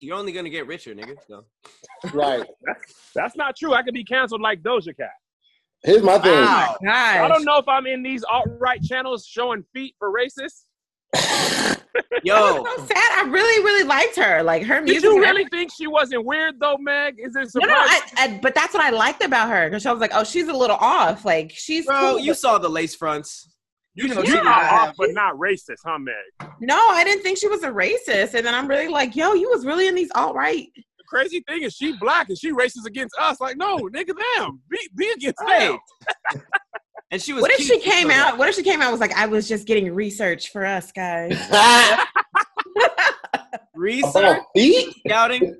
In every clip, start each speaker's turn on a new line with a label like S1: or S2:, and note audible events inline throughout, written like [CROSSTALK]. S1: you're only gonna get richer, nigga.
S2: [LAUGHS]
S1: So
S3: Right.
S4: That's not true. I could be canceled like Doja Cat.
S3: Here's my thing. [LAUGHS]
S2: Wow.
S4: I don't know if I'm in these alt right channels showing feet for racists.
S1: yo,
S2: so sad. I really, really liked her. Like her music.
S4: Did you really think she wasn't weird though, Meg? Is it
S2: No,
S4: surprising?
S2: no. I, I, but that's what I liked about her because I was like, oh, she's a little off. Like she's
S1: bro,
S2: cool,
S1: you
S2: but-
S1: saw the lace fronts. You know,
S4: You're
S1: she-
S4: not off, but not racist, huh, Meg?
S2: No, I didn't think she was a racist. And then I'm really like, yo, you was really in these alt right.
S4: The crazy thing is, she black and she racist against us. Like, no, nigga, them. Be, be against
S1: Right.
S4: them.
S1: [LAUGHS] and she was.
S2: What if
S1: cute
S2: she came
S1: for that.
S2: out? What if she came out and was like, I was just getting research for
S3: [LAUGHS]
S2: us guys.
S1: Research
S3: Oh, feet?
S1: scouting.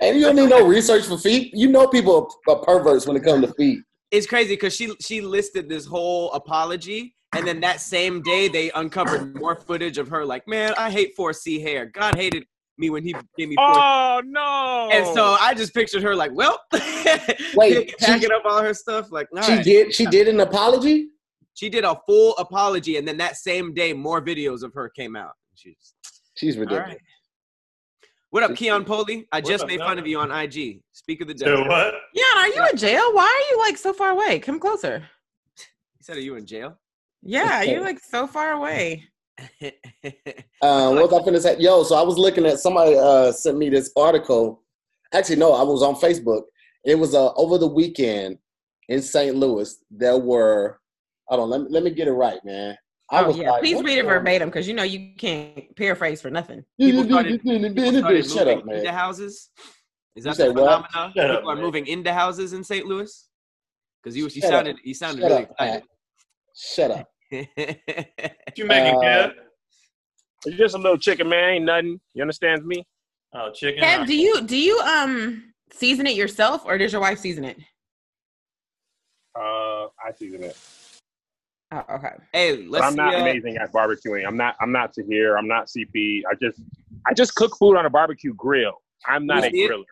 S3: And you don't need no research for feet. You know people are perverts when it comes to feet.
S1: It's crazy because she she listed this whole apology, and then that same day they uncovered more footage of her. Like, man, I hate 4C hair. God hated me when he gave me 4C.
S4: Oh no.
S1: And
S2: Oh.
S1: so I just pictured her like, well, [LAUGHS]
S3: Wait,
S1: packing
S3: she-
S1: up all her stuff. Like, all
S3: she
S1: right.
S3: did. She did an apology.
S1: She did a full apology, and then that same day, more videos of her came out. She's
S3: She's
S1: all
S3: ridiculous.
S1: right. What up, Keon Poli? I just
S4: up,
S1: made
S4: man?
S1: fun of you on IG. Speak of the
S5: So
S1: devil.
S5: what?
S2: Yeah, are you in jail? Why are you like so far away? Come closer.
S1: He said, "Are you in jail?" [LAUGHS]
S2: Yeah, you're like so far away.
S3: Um, what was I finna say? Yo, so I was looking at somebody uh, sent me this article. Actually, no, I was on Facebook. It was uh, over the weekend in St. Louis. There were, I don't. Let me let me get it right, man. I
S2: Oh
S3: was
S2: yeah,
S3: like,
S2: please
S3: what
S2: read it
S3: the-
S2: verbatim because you know you can't paraphrase for nothing.
S1: People started- People
S3: [LAUGHS]
S1: started
S3: Shut up,
S1: moving
S3: man.
S1: into houses. Is that
S3: say
S1: the
S3: what?
S1: phenomenon?
S5: Shut up,
S1: People are
S5: man.
S1: moving into houses in St. Louis because you, you
S3: Shut up.
S1: sounded, you sounded
S3: Shut
S1: really
S3: up, Pat. Shut up.
S1: excited. [LAUGHS]
S5: What you making,
S3: Uh,
S5: Kev?
S4: It's just a little chicken, man. Ain't nothing. You understand me?
S5: Oh, chicken.
S2: Kev, do you do you um season it yourself or does your wife season it?
S4: Uh, I see that.
S2: Oh, okay.
S1: hey,
S4: But
S1: let's
S4: I'm
S1: see,
S4: not
S1: uh,
S4: amazing at barbecuing. I'm not. I'm not to here. I'm not CP. I just, I just cook food on a barbecue grill. I'm not
S1: You
S4: a
S1: see it?
S4: griller.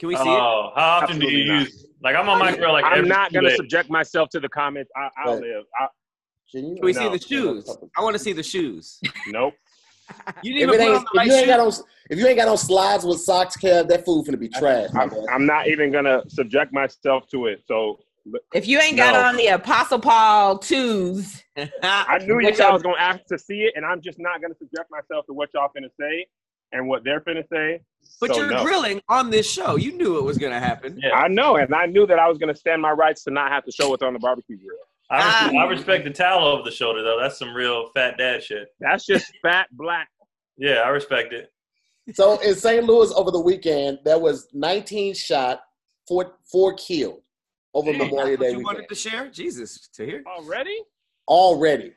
S1: Can we see it?
S5: Oh, how often do
S4: Absolutely
S5: you
S4: not.
S5: use? Like, I'm on my grill like
S4: I'm
S5: every
S4: not
S5: two
S4: gonna
S5: days.
S4: subject myself to the comments. I, I
S3: Right.
S4: live. I,
S3: Can you-
S1: Can we
S4: No.
S1: see the shoes? I want to see the shoes.
S4: nope.
S1: You
S3: If,
S1: didn't
S3: it
S1: even put on
S3: ain't,
S1: the
S3: if
S1: right
S3: you ain't
S1: shoes.
S3: got on, if you ain't got on slides with socks, Kev, that food finna be trash. my
S4: I'm,
S3: man.
S4: I'm not even gonna subject myself to it. So
S2: If you ain't got
S4: No.
S2: on the Apostle Paul twos,
S1: [LAUGHS]
S4: I knew you
S3: What
S4: y'all
S3: y'all-
S4: was gonna ask to see it, and I'm just not gonna subject myself to what y'all finna say and what they're finna say.
S1: but
S4: so
S1: you're
S4: no.
S1: grilling on this show. You knew it was gonna happen.
S5: Yeah,
S4: I know, and I knew that I was gonna stand my rights to not have to show what's on the barbecue grill.
S5: I, respect, I respect the towel over the shoulder though. That's some real fat dad shit.
S4: That's just fat black.
S5: Yeah, I respect it.
S3: So in St. Louis over the weekend, there was 19 shot, four four killed over
S1: Hey, that's
S3: Memorial
S1: what
S3: Day
S1: you
S3: weekend
S1: wanted to share? Jesus, to
S4: Oh,
S1: hear.
S4: Already?
S3: already.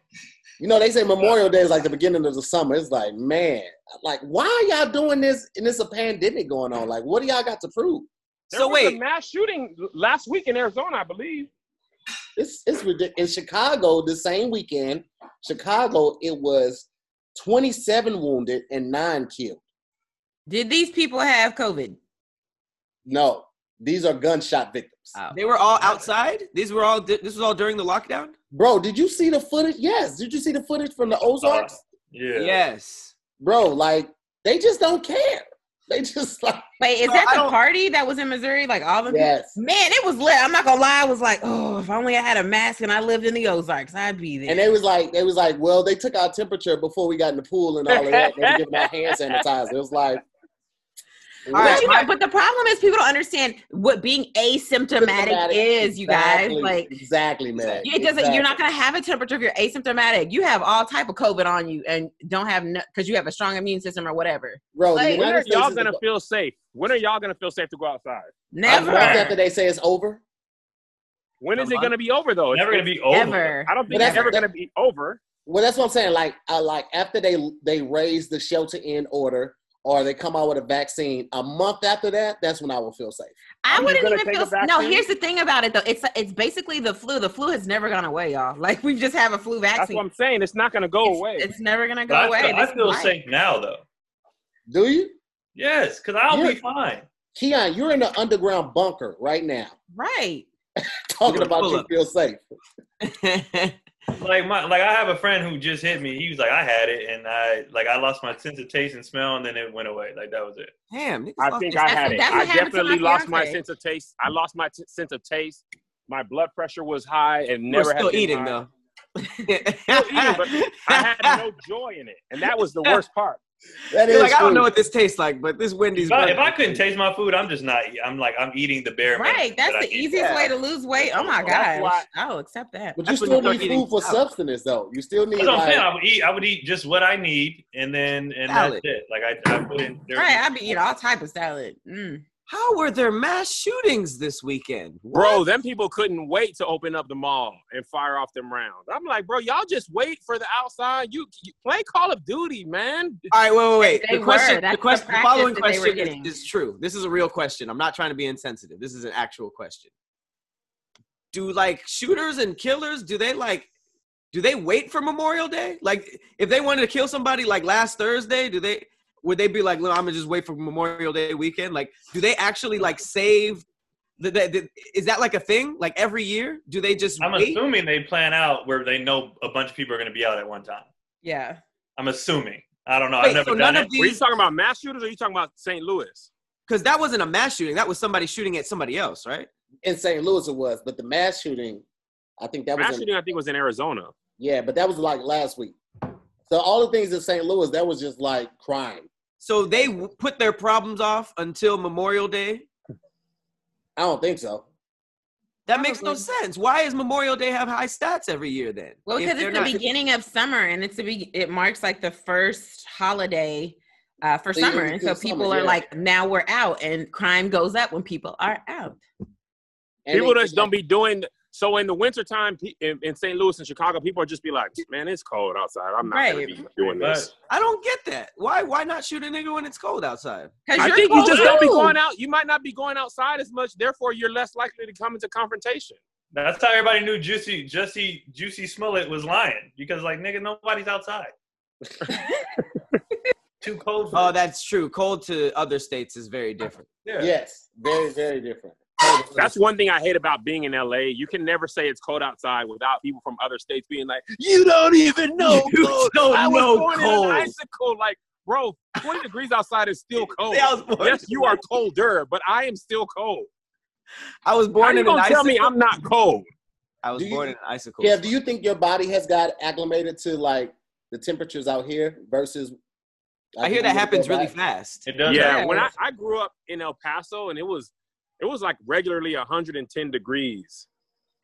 S3: You know they say Memorial Day is like the beginning of the summer. It's like man, like why are y'all doing this? And it's a pandemic going on. Like what do y'all got to prove?
S4: There
S1: so
S4: was a
S1: wait,
S4: mass shooting last week in Arizona, I believe.
S3: It's it's ridiculous. In Chicago, the same weekend, Chicago, it was 27 wounded and nine killed.
S2: did these people have COVID?
S3: No, these are gunshot victims.
S2: Oh.
S1: they were all outside. These were all. This was all during the lockdown.
S3: Bro, did you see the footage? Yes. Did you see the footage from the Ozarks?
S5: Yeah.
S1: Yes.
S3: Bro, like they just don't care. [LAUGHS] They just like
S2: Wait, is
S1: No,
S2: that
S1: I
S2: the
S1: don't-
S2: party that was in Missouri? Like all the
S3: yes.
S2: man, it was lit. I'm not gonna lie, I was like, oh, if only I had a mask and I lived in the Ozarks, I'd be there.
S3: And they was like, they was like, well, they took our temperature before we got in the pool and all of that. They were giving out
S1: [LAUGHS]
S3: hand sanitizer. It was like,
S1: All
S2: but
S1: right,
S2: you
S1: my-
S2: know, but the problem is people don't understand what being asymptomatic
S3: symptomatic.
S2: is, you
S3: Exactly.
S2: guys. Like
S3: exactly, man.
S2: it doesn't
S3: Exactly.
S2: you're not gonna have a temperature if you're asymptomatic. You have all type of COVID on you and don't have no because you have a strong immune system or whatever.
S3: Bro, the
S2: Like,
S4: When are
S3: United States
S4: y'all
S3: is
S4: gonna
S3: the-
S4: feel safe? When are y'all gonna feel safe to go outside?
S3: I'm
S2: Never.
S3: shocked after they say it's over.
S4: When is
S1: Come
S4: it
S1: on.
S4: gonna be over though?
S5: It's never gonna be over.
S2: Ever.
S4: Oh, I don't think
S3: But
S4: it's
S3: that's-
S4: ever gonna be over.
S3: Well, that's what I'm saying. Like, I like after they they raise the shelter in order or they come out with a vaccine, a month after that, that's when I will feel safe.
S2: I
S4: Are you
S2: wouldn't
S4: gonna
S2: even
S4: take
S2: feel
S4: a vaccine?
S2: no, here's the thing about it though. It's it's basically the flu. The flu has never gone away, y'all. [LAUGHS] Like we just have a flu
S4: That's
S2: vaccine.
S4: what I'm saying. It's not gonna go
S2: it's,
S4: away.
S2: it's never gonna go
S5: But I,
S2: away.
S5: feel- I
S2: This is
S5: feel
S2: life.
S5: safe now though.
S3: Do you?
S5: Yes, because I'll
S3: Yeah.
S5: be fine.
S3: Keon, you're in the underground bunker right now, [LAUGHS]
S2: Right.
S3: talking
S1: Doing
S3: about you
S1: pull-ups.
S3: feel safe.
S5: like my like I have a friend who just hit me. He was like, I had it, and I like I lost my sense of taste and smell, and then it went away. Like that was it.
S1: Damn, niggas
S4: I
S1: lost
S4: think
S1: their- [LAUGHS]
S4: I
S2: That's-
S4: had it.
S2: that's
S4: I
S2: what happened to
S4: definitely
S2: my
S4: lost my
S2: fiance.
S4: sense of taste. I lost my t- sense of taste. My blood pressure was high and never
S1: we're
S4: had
S1: still
S4: been
S1: eating
S4: high.
S1: though.
S4: eating, but I
S1: [LAUGHS]
S4: had no joy in it, and that was the worst part.
S3: That
S1: You're
S3: is
S1: like I don't
S3: true.
S1: know what this tastes like, but this Wendy's.
S5: If I,
S1: burger-
S5: if I couldn't taste my food, I'm just not. I'm like I'm eating the bare. minimum
S2: Right. That's
S5: that I
S2: the
S5: eat.
S2: easiest
S1: Yeah.
S2: way to lose weight. Oh my
S4: That's
S2: gosh.
S4: why-
S2: I'll accept that.
S3: But you
S1: That's when
S3: still
S1: you start
S3: need
S1: eating
S3: food for
S1: salad.
S3: substance, though. You still need
S5: That's what I'm saying.
S3: like
S5: I would eat. I would eat just what I need, and then and
S1: Salad.
S5: that's it. Like I, I wouldn't. there-
S2: Right. I'd be eating all type of salad. Mm.
S1: How were there mass shootings this weekend?
S4: Bro, them people couldn't wait to open up the mall and fire off them rounds. I'm like, bro, y'all just wait for the outside. You, you play Call of Duty, man.
S1: All right, wait, wait, wait.
S2: They
S1: The question,
S2: were.
S1: the
S2: That's
S1: question,
S2: the
S1: the following
S2: practice that they were
S1: question
S2: getting.
S1: is, is true. This is a real question. I'm not trying to be insensitive. This is an actual question. Do like shooters and killers? Do they like? Do they wait for Memorial Day? Like, if they wanted to kill somebody like last Thursday, do they? Would they be like, "Look, I'm gonna just wait for Memorial Day weekend"? Like, do they actually like save? The, the, the, is that like a thing? Like every year, do they just
S5: I'm
S1: wait?
S5: assuming they plan out where they know a bunch of people are going to be out at one time.
S2: Yeah.
S5: I'm assuming. I don't know.
S1: Wait,
S5: I've never
S1: so
S5: done
S1: none
S5: it.
S1: of
S4: Were you
S1: these,
S4: talking about mass shooters or you talking about St. Louis?
S1: because that wasn't a mass shooting. That was somebody shooting at somebody else, right?
S3: in St. Louis it was, but the mass shooting, I think that
S4: Mass
S3: was in,
S4: shooting, I think, was in Arizona.
S3: yeah, but that was like last week. So all the things in St. Louis, that was just like crime.
S1: So they w- put their problems off until Memorial Day.
S3: I don't think so.
S1: That makes no
S2: Probably.
S1: sense. Why is Memorial Day have high stats every year then?
S2: Well,
S1: If
S2: because
S1: they're
S2: it's the
S1: not-
S2: beginning of summer and it's a be- it marks like the first holiday uh, for
S3: So you
S2: summer.
S3: need
S2: And
S3: to
S2: so
S3: do summer,
S2: people are
S3: yeah.
S2: like, now we're out and crime goes up when people are out.
S3: And
S4: people
S3: it-
S4: just don't be doing so in the wintertime pe- in, in St. Louis and Chicago, people are just be like, man, it's cold outside. I'm not gonna
S2: Right.
S4: be doing this.
S1: I don't get that. Why? Why not shoot a nigga when it's cold outside?
S2: Because
S4: I
S2: you're
S4: think you just don't be
S2: cold.
S4: going out. You might not be going outside as much, therefore you're less likely to come into confrontation.
S5: That's how everybody knew Juicy, Juicy, Juicy Smollett was lying because, like, nigga,
S1: [LAUGHS]
S5: nobody's outside. Too cold. For
S1: Oh,
S5: it.
S1: that's true. Cold to other states is very different.
S5: Yeah.
S3: Yes, very, very different.
S4: That's one thing I hate about being in LA. You can never say it's cold outside without people from other states being like, you don't
S1: [LAUGHS]
S4: even know.
S1: You
S4: cold.
S1: don't
S4: I was
S1: know
S4: born
S1: Oh, cold."
S4: in an icicle. Like, bro, 20 degrees outside is still cold.
S1: See, I was born,
S4: Yes, you are colder, but I am still cold.
S1: I was
S4: How
S1: born
S4: you
S1: in an
S4: gonna tell
S1: icicle.
S4: me I'm not cold?
S1: I was
S3: Do you-
S1: born in an icicle.
S3: Kev, do you think your body has got acclimated to like the temperatures out here versus?
S1: I hear
S3: think
S1: that
S3: we
S1: happens
S3: go
S1: really
S3: back.
S1: fast.
S5: It does.
S4: yeah,
S5: happen.
S4: when I, I grew up in El Paso and it was it was like regularly 110 degrees.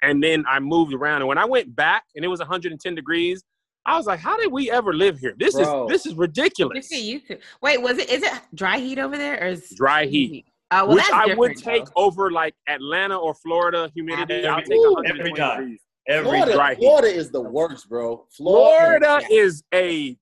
S4: And then I moved around and when I went back and it was 110 degrees, I was like, how did we ever live here? This
S3: Bro.
S4: is this is
S2: You
S4: ridiculous.
S2: see, you could. Wait, was it? Is it dry heat over there, or is
S4: Dry heat.
S2: Oh, well,
S4: Which
S2: that's
S4: I would
S2: different,
S4: take
S2: though.
S4: over like Atlanta or Florida humidity. I'll
S5: Every-
S4: take
S3: Ooh.
S4: 120
S5: every time.
S4: degrees.
S5: every
S3: Florida,
S4: dry heat.
S3: Florida is the worst, bro.
S4: Florida is a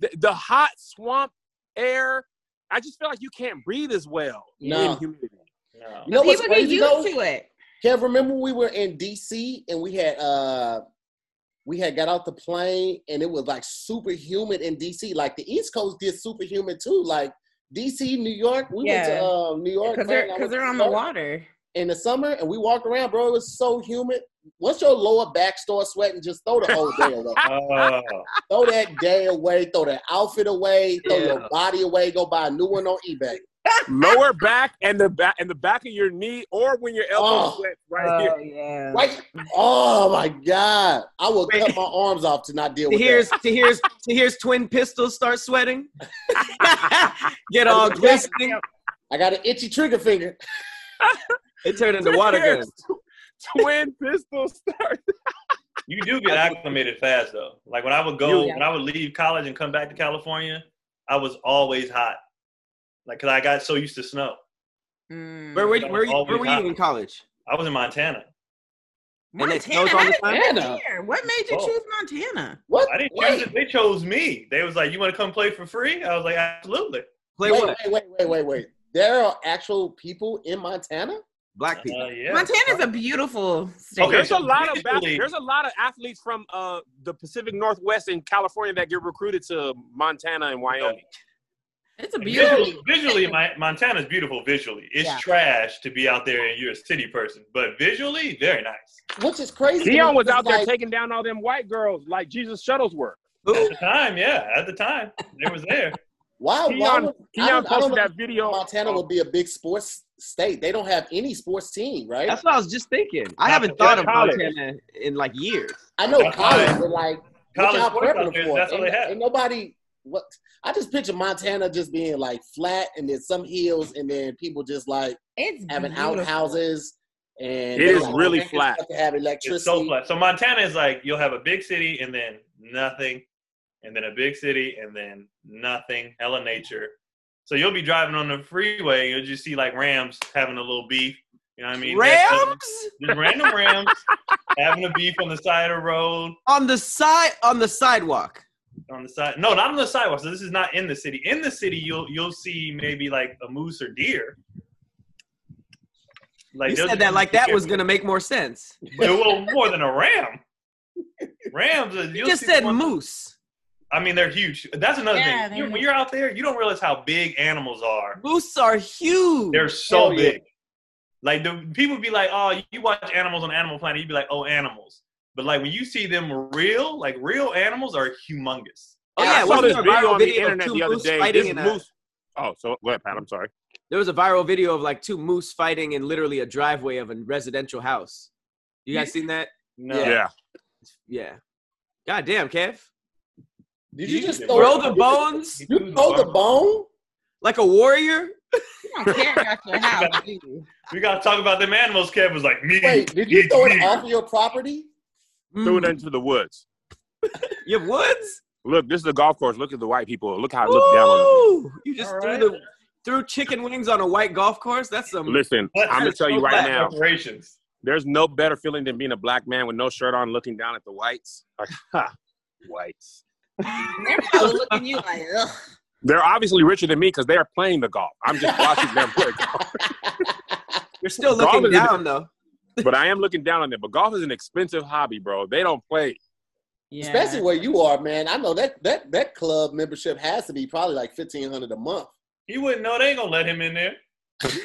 S4: the, the hot swamp air. I just feel like you can't breathe as well
S3: No.
S4: in humidity.
S5: no.
S3: You know what's
S2: People get
S3: crazy
S2: used
S3: though?
S2: to it.
S3: Kev, remember we were in DC and we had uh we had got out the plane and it was like super humid in DC. Like the East Coast did super humid too. Like DC, New York. We went
S2: Yeah.
S3: to um, New York man,
S2: because they're
S3: I
S2: because
S3: went
S2: they're
S3: to
S2: on the
S3: Florida
S2: water.
S3: in the summer and we walked around, bro. It was so humid. Once your lower back starts sweating, just throw the
S4: [LAUGHS]
S3: whole day away.
S5: Oh,
S3: throw that day away, throw that outfit away, throw
S1: Yeah.
S3: your body away, go buy a new one on eBay.
S4: lower back and the back and the back of your knee, or when your elbow
S3: Oh.
S4: sweat
S2: uh,
S4: right here.
S2: yeah.
S3: Right? Oh my God. I will cut my arms off to not deal
S1: To
S3: with
S1: here's
S3: that.
S1: to here's to here's twin pistols start
S4: [LAUGHS]
S1: sweating. [LAUGHS] Get all glistening.
S3: I got an itchy trigger finger.
S1: It turned into water guns.
S4: Twin pistol start.
S5: you do get acclimated fast though. Like when I would go,
S2: Yeah.
S5: when I would leave college and come back to California, I was always hot. Like, cause I got so used to snow.
S2: Mm.
S1: Where were you, where, you- where were you in college?
S5: I was in Montana.
S1: And it
S2: Montana.
S1: snows all the
S2: I didn't
S3: time?
S2: live there. What made you
S5: Oh.
S2: choose Montana?
S3: What?
S5: I didn't
S3: Wait.
S5: choose it. They chose me. They was like, "You want to come play for free?" I was like, "Absolutely."
S1: Play
S3: wait,
S1: what?
S3: wait, wait, wait, wait, wait. There are actual people in Montana?
S1: Black people.
S5: Uh, yeah.
S2: Montana's a beautiful state.
S5: Okay.
S4: There's a lot of
S5: Usually-
S4: ba- there's a lot of athletes from uh, the Pacific Northwest and California that get recruited to Montana and Wyoming.
S2: It's a
S5: And
S2: beautiful.
S5: Visually, visually my, Montana's beautiful visually. It's
S2: Yeah.
S5: trash to be out there and you're a city person, but visually, very nice.
S3: Which is crazy. to me,
S4: Dion was
S3: because,
S4: out there
S3: like,
S4: taking down all them white girls like Jesus Shuttlesworth.
S5: At the time, yeah, at the time, it was there.
S3: Why? why
S4: Dion,
S3: would, I don't,
S4: Dion
S3: I don't
S4: posted
S3: know
S4: that
S3: if
S4: video.
S3: Montana would be a big sports state. They don't have any sports team, right?
S1: That's what I was just thinking. I
S5: Not
S1: haven't
S5: the
S1: thought of
S4: college.
S1: Montana in like years.
S3: I know
S5: That's
S3: college,
S5: why-
S3: but like
S5: College
S3: look how
S5: sports
S3: prevalent
S5: out there,
S3: for it.
S5: that's all
S3: ain't,
S5: they have.
S3: ain't nobody. What I just picture Montana just being like flat, and then some hills, and then people just like
S2: It's
S3: having
S2: beautiful.
S3: outhouses. And
S4: It
S3: they,
S4: is
S3: like,
S4: really
S3: they just
S4: flat.
S3: have To have electricity.
S5: It's so flat. So Montana is like you'll have a big city and then nothing, and then a big city and then nothing. Hella nature. So you'll be driving on the freeway, you'll just see like Rams having a little beef. You know what I mean? That's-
S1: Rams
S5: Just random Rams having a beef on the side of the road,
S1: on the side on the sidewalk.
S5: on the side. No, not on the sidewalk. So this is not in the city. In the city, you'll you'll see maybe like a moose or deer. Like
S1: You
S5: they'll
S1: said
S5: just-
S1: that like that was gonna make more sense.
S5: well more than a ram. Rams. uh,
S1: You
S5: you'll
S1: just
S5: see
S1: said
S5: one-
S1: moose.
S5: I mean, they're huge. That's another
S2: Yeah,
S5: thing.
S2: they're
S5: You- when you're out there, you don't realize how big animals are.
S1: Moose are huge.
S5: They're so
S3: Hell yeah.
S5: big. Like the people be like, "Oh, you watch animals on Animal Planet," you'd be like, "Oh, animals." But like when you see them real, like real animals are humongous.
S1: oh yeah,
S4: I saw
S1: wasn't
S4: this
S1: there a
S4: video
S1: viral
S4: on the
S1: video of
S4: internet
S1: two
S4: the other
S1: moose
S4: day.
S1: fighting
S4: This
S1: in a-
S4: moose. Oh, so go ahead, Pat. I'm sorry.
S1: There was a viral video of like two moose fighting in literally a driveway of a residential house. You guys seen that?
S5: No.
S1: Yeah.
S4: Yeah.
S1: Yeah. God damn, Kev.
S3: Did you just
S5: You
S3: throw,
S1: Throw the bones
S3: You throw the bone?
S1: like a warrior.
S2: You don't care about [LAUGHS] your house, do you?
S5: We gotta talk about them animals. Kev was like, "Me."
S3: Wait, did you
S5: me,
S3: throw it
S5: me."
S3: off your property?
S4: Threw it
S1: Mm.
S4: into the woods.
S1: You have woods?
S4: Look, this is a golf course. Look at the white people. Look how I look down on
S1: Ooh, you just
S5: All
S1: threw
S5: right.
S1: the threw chicken wings on a white golf course. That's some.
S4: them. Listen, I'm gonna tell you right now.
S5: Operations.
S4: There's no better feeling than being a black man with no shirt on, looking down at the whites. Like, [LAUGHS] ha, whites.
S2: They're probably looking at you like, ugh.
S4: They're obviously richer than me because they are playing the golf. I'm just watching them
S3: [LAUGHS]
S4: play golf.
S1: You're still
S4: Golf
S1: looking
S4: is an-
S1: down though.
S4: But I am looking down on them. But golf is an expensive hobby, bro. They don't play.
S2: Yeah.
S3: Especially where you are, man. I know that that that club membership has to be probably like fifteen hundred a month.
S5: He wouldn't know. They ain't gonna let him in there.
S3: He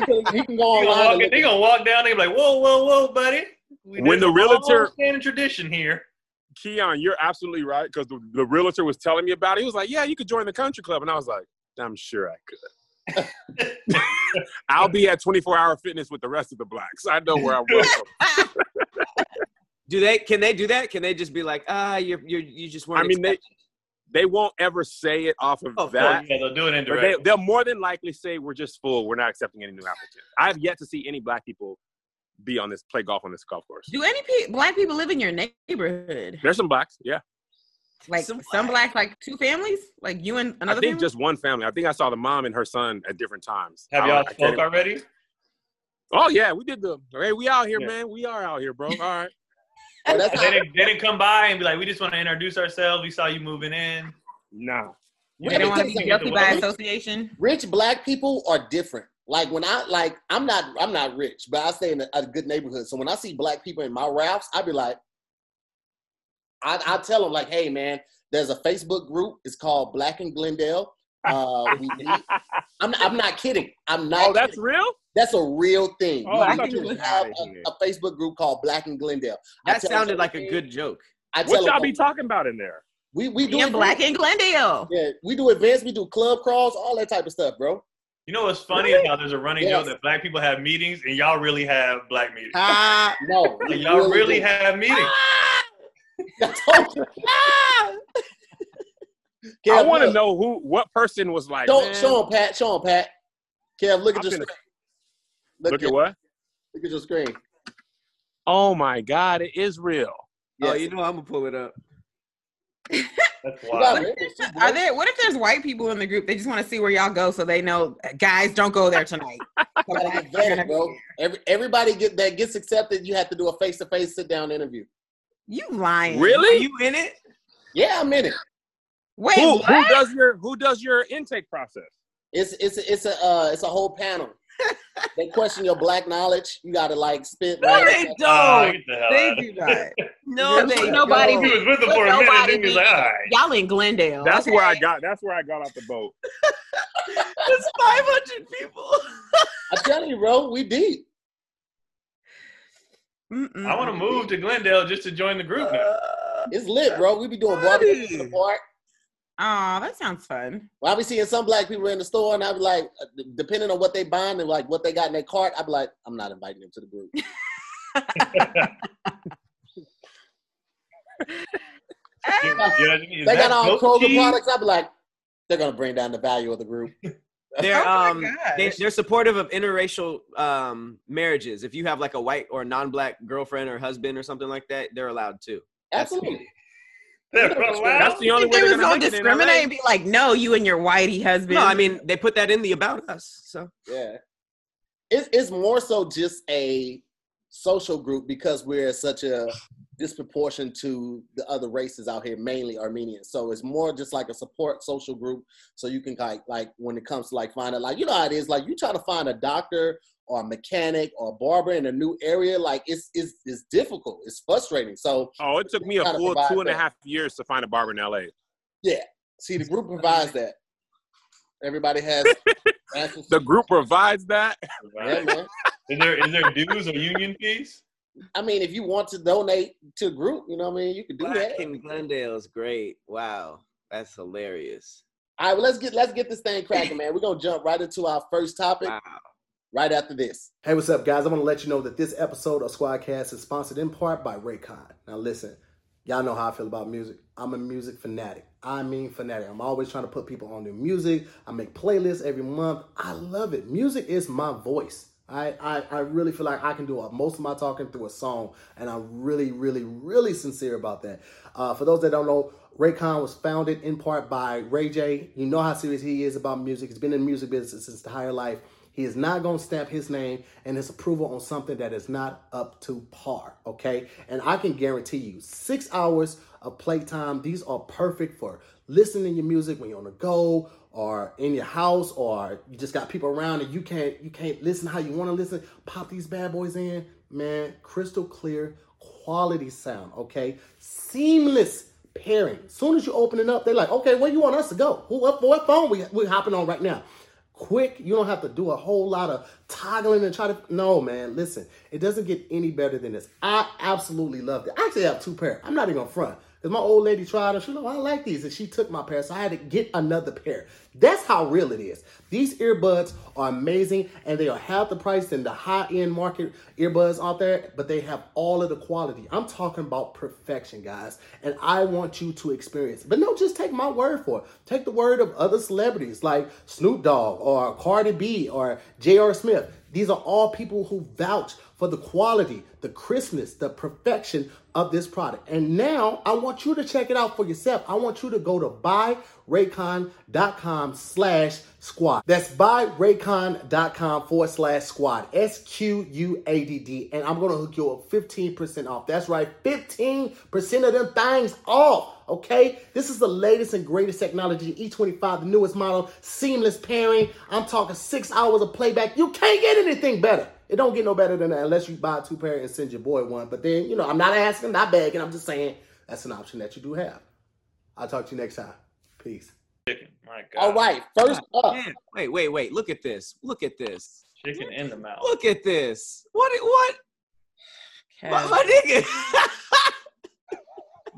S3: can, he can go
S5: [LAUGHS] They gonna,
S3: online.
S5: walk
S3: and
S5: in,
S3: look
S5: they gonna walk down. They be like, "Whoa, whoa, whoa, buddy." We
S4: When
S5: there's
S4: the
S5: a
S4: realtor-
S5: long standing tradition here.
S4: Keon, you're absolutely right because the, the realtor was telling me about it. He was like, "Yeah, you could join the country club," and I was like, "I'm sure I could." I'll be at 24 Hour Fitness with the rest of the blacks. I know where I'm welcome.
S1: Do they? Can they do that? Can they just be like, ah, you're you you just
S4: I
S1: weren't.
S4: mean, they
S1: expect-
S4: they won't ever say it off of
S1: Of course.
S4: that.
S5: Oh, yeah, they'll do
S4: But
S5: it
S4: they,
S5: indirectly.
S4: they'll more than likely say we're just full. We're not accepting any new applicants. I have yet to see any black people be on this play golf on this golf course.
S2: Do any pe- black people live in your neighborhood?
S4: There's some blacks, yeah.
S2: Like
S1: Some
S2: some, blacks, like two families, like you and another
S4: I think
S2: family?
S4: just one family. I think I saw the mom and her son at different times.
S5: Have
S4: I
S5: y'all
S4: don't- I can't
S5: spoke
S4: even-
S5: already?
S4: Oh yeah, we did the. Hey, we out here,
S5: Yeah.
S4: man. We are out here, bro. All right.
S3: at- well, oh, that's
S5: They
S3: not-
S5: didn't, they didn't come by and be like, "We just want to introduce ourselves. We saw you moving in."
S4: Nah.
S2: they don't want
S3: Let
S2: to
S3: me
S2: be
S3: tell
S5: you
S2: guilty by
S5: something.
S2: association.
S3: rich black people are different. Like when I like, I'm not I'm not rich, but I stay in a, a good neighborhood. So when I see black people in my routes, I be like, I, I tell them like, hey man, there's a Facebook group. It's called Black and Glendale. Uh,
S4: [LAUGHS]
S3: we meet. I'm not, I'm not kidding. I'm not.
S4: Oh, that's
S3: kidding.
S4: real.
S3: That's a real thing.
S4: Oh, I
S3: We
S4: thought you was
S3: have
S4: outta here.
S3: a, a Facebook group called Black and Glendale. I
S1: that
S3: tell
S1: sounded
S3: them-
S1: like a good joke.
S3: I tell
S4: What
S3: them,
S4: y'all be talking about in there?
S3: we we do
S2: Being black in Glendale.
S3: Yeah, we do events. We do club crawls, all that type of stuff, bro.
S5: You know what's funny is how there's a running
S3: Yes.
S5: joke that black people have meetings and y'all really have black meetings.
S1: Ah,
S3: No, we
S5: Like, y'all really
S3: do.
S5: have meetings.
S2: Ah,
S4: [LAUGHS]
S3: I told you.
S4: I
S3: [LAUGHS] Kev,
S4: want to
S3: look.
S4: know who, what person was like.
S3: Don't
S4: man,
S3: show him, Pat. Show him, Pat. Kev, look
S4: I'm
S3: at your
S4: finna-
S3: screen. Look,
S4: Look
S3: at
S4: at what?
S3: look at your screen.
S4: Oh my God, it is real.
S1: oh,
S3: Yes.
S1: you know I'm gonna pull it up.
S5: That's
S3: You got
S5: wild.
S3: rid of this shit, bro.
S2: Are there? What if there's white people in the group? They just want to see where y'all go, so they know, guys, don't go there [LAUGHS] tonight.
S3: Gotta get vetted, bro. Every, everybody get that gets accepted. You have to do a face to face sit down interview.
S2: You lying?
S1: Are
S4: Really?
S1: you in it?
S3: Yeah, I'm in it.
S2: Wait,
S4: who,
S2: what?
S4: who does your who does your intake process?
S6: It's it's it's a uh, it's a
S2: [LAUGHS]
S6: whole panel. they question your black knowledge. You gotta like spit.
S1: No,
S6: right
S1: they
S6: at them.
S5: Oh,
S1: don't.
S5: get the hell
S2: They
S5: out.
S2: do not.
S1: No, they
S2: Ain't nobody
S1: don't.
S5: He was with them for a minute,
S2: Nobody
S5: and he
S2: needs-
S5: was like, all right.
S2: Y'all in Glendale.
S4: That's
S2: okay?
S4: where I got. That's where I got off the boat.
S1: It's 500 people.
S6: I'm telling you, bro, we deep.
S2: Mm-mm.
S5: I want to move to Glendale just to join the group now.
S1: Uh,
S6: It's lit, bro. We be doing barbecues in the
S1: Buddy.
S6: park.
S2: Aw, that sounds fun.
S6: Well, I be seeing some black people in the store, and I be like, uh, d- depending on what they buying and like what they got in their cart, I be like, I'm not inviting them to the group.
S5: You
S2: Ah,
S5: know what I mean? Is
S6: they got
S5: that
S6: all
S5: goat
S6: Kroger
S5: cheese?
S6: products. I be like, they're gonna bring down the value of the group.
S1: They're
S2: Oh my
S1: um they,
S2: gosh.
S1: they're supportive of interracial um marriages. If you have like a white or non-black girlfriend or husband or something like that, they're allowed to.
S6: Absolutely.
S5: They're
S4: That's the
S5: allowed?
S4: only
S2: think
S4: way
S2: they
S4: they're
S2: was
S4: gonna
S2: gonna
S4: make it in
S2: discriminate
S4: LA.
S2: and be like, no, you and your whitey husband.
S1: No, I mean they put that in the about us. So
S6: Yeah. It's it's more so just a social group because we're such a disproportion to the other races out here, mainly Armenians. So it's more just like a support social group. So you can like like when it comes to like finding like you know how it is, like you try to find a doctor or a mechanic or a barber in a new area, like it's it's it's difficult. It's frustrating. So
S4: Oh, it took me a
S6: Gotta
S4: full
S6: provide
S4: two and a
S6: that.
S4: half years to find a barber in L.A.
S6: see the group provides that. Everybody has answers.
S4: The group provides that.
S6: Yeah, man.
S5: Is there is there dues or union fees?
S6: I mean, if you want to donate to a group, you know what I mean, you can do
S1: Black
S6: that.
S1: in Glendale is great. Wow, that's hilarious.
S6: All right, well, let's get let's get this thing cracking, man. We're gonna jump right into our first topic
S1: Wow.
S6: right after this. Hey, what's up, guys? I want to let you know that this episode of Squadcast is sponsored in part by Raycon. Now, listen, y'all know how I feel about music. I'm a music fanatic. I mean, fanatic. I'm always trying to put people on their music. I make playlists every month. I love it. Music is my voice. I, I, I really feel like I can do most of my talking through a song, and I'm really, really, really sincere about that. Uh, for those that don't know, Raycon was founded in part by Ray J. You know how serious he is about music. He's been in the music business his entire life. He is not going to stamp his name and his approval on something that is not up to par, okay? And I can guarantee you, six hours of playtime, these are perfect for listening to your music when you're on the go or in your house or you just got people around and you can't you can't listen how you want to listen. Pop these bad boys in, man. Crystal clear quality sound, okay? Seamless pairing. Soon as you open it up, they're like, okay, where you want us to go? Who what, what phone we we hopping on right now? quick. You don't have to do a whole lot of toggling and try to. No, man, listen, it doesn't get any better than this. I absolutely loved it. I actually have two pair. I'm not even gonna front. Because my old lady tried them. She was like, "Well, I like these. And she took my pair. So I had to get another pair. That's how real it is. These earbuds are amazing and they are half the price than the high end market earbuds out there, but they have all of the quality. I'm talking about perfection, guys. And I want you to experience it. But no, just take my word for it. Take the word of other celebrities like Snoop Dogg or Cardi B or J.R. Smith. These are all people who vouch for the quality, the crispness, the perfection of this product. And now I want you to check it out for yourself. I want you to go to buyraycon.com slash squad. That's buyraycon.com forward slash squad. S Q U A D D. And I'm going to hook you up 15% off. That's right, 15% of them things off. Okay, this is the latest and greatest technology, E25, the newest model, seamless pairing. I'm talking six hours of playback. You can't get anything better. It don't get no better than that unless you buy two pair and send your boy one. But then, you know, I'm not asking, not begging. I'm just saying that's an option that you do have. I'll talk to you next time. Peace.
S5: Chicken. My God.
S3: Oh,
S6: All right, first up,
S1: Man, wait, wait, wait. Look at this. Look at this.
S5: Chicken in the mouth.
S1: Look at this. What what
S2: Okay.
S1: my, my nigga?
S2: [LAUGHS]
S1: [LAUGHS]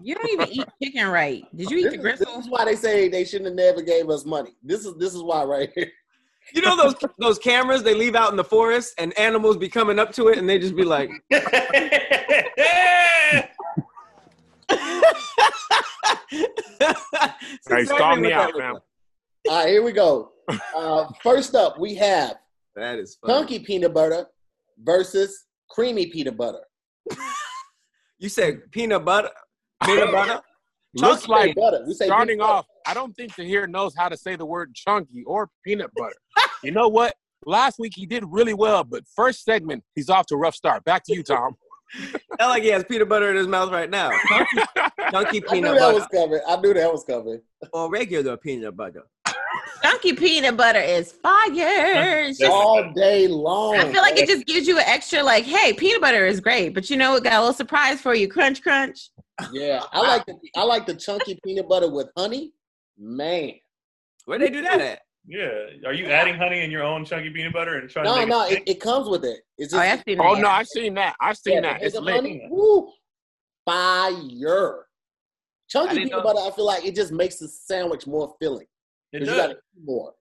S2: You don't even eat chicken right. Did you eat
S6: this
S2: the
S6: is, this
S2: gristle?
S6: is why they say they shouldn't have never gave us money. This is this is why right here.
S1: you know those those cameras they leave out in the forest and animals be coming up to it and they just be like [LAUGHS]
S5: [LAUGHS]
S4: Hey, stall me out, fam.
S6: All right, here we go. Uh, first up, we have
S1: That is funny.
S6: chunky peanut butter versus creamy peanut butter.
S1: You said peanut butter,
S4: [LAUGHS]
S1: peanut butter.
S4: Looks
S1: Chunky
S4: like
S6: Peanut butter. We say
S4: starting
S6: peanut butter.
S4: off, I don't think the here knows how to say the word chunky or peanut butter. you know what? Last week he did really well, but first segment he's off to a rough start. Back to you, Tom.
S1: Not like he has peanut butter in his mouth right now. Chunky, chunky
S6: I knew
S1: peanut
S6: that
S1: butter
S6: was coming. I knew that was coming.
S1: or regular peanut butter.
S2: Chunky peanut butter is fire. It's just-
S3: all day long.
S2: I feel like it just gives you an extra, like, hey, peanut butter is great, but you know, it got a little surprise for you. Crunch, crunch.
S3: Yeah, I like the, I like the chunky peanut butter with honey. Man,
S1: Where they do that at?
S5: Yeah. Are you adding honey in your own chunky peanut butter and trying to
S3: no,
S5: make
S3: no,
S5: it
S3: it, it comes with it. It's
S2: Oh,
S3: just
S2: that's
S4: [LAUGHS]
S2: even
S4: Oh
S2: better.
S4: no, I've seen that. I've seen
S3: yeah,
S4: that.
S3: the
S4: It's
S3: hiccup
S4: lit.
S3: honey. Woo, fire.
S1: I
S3: Chunky
S1: didn't
S3: peanut
S1: know-
S3: butter. I feel like it just makes the sandwich more filling.
S5: it
S3: 'cause
S5: does.
S3: You gotta eat more.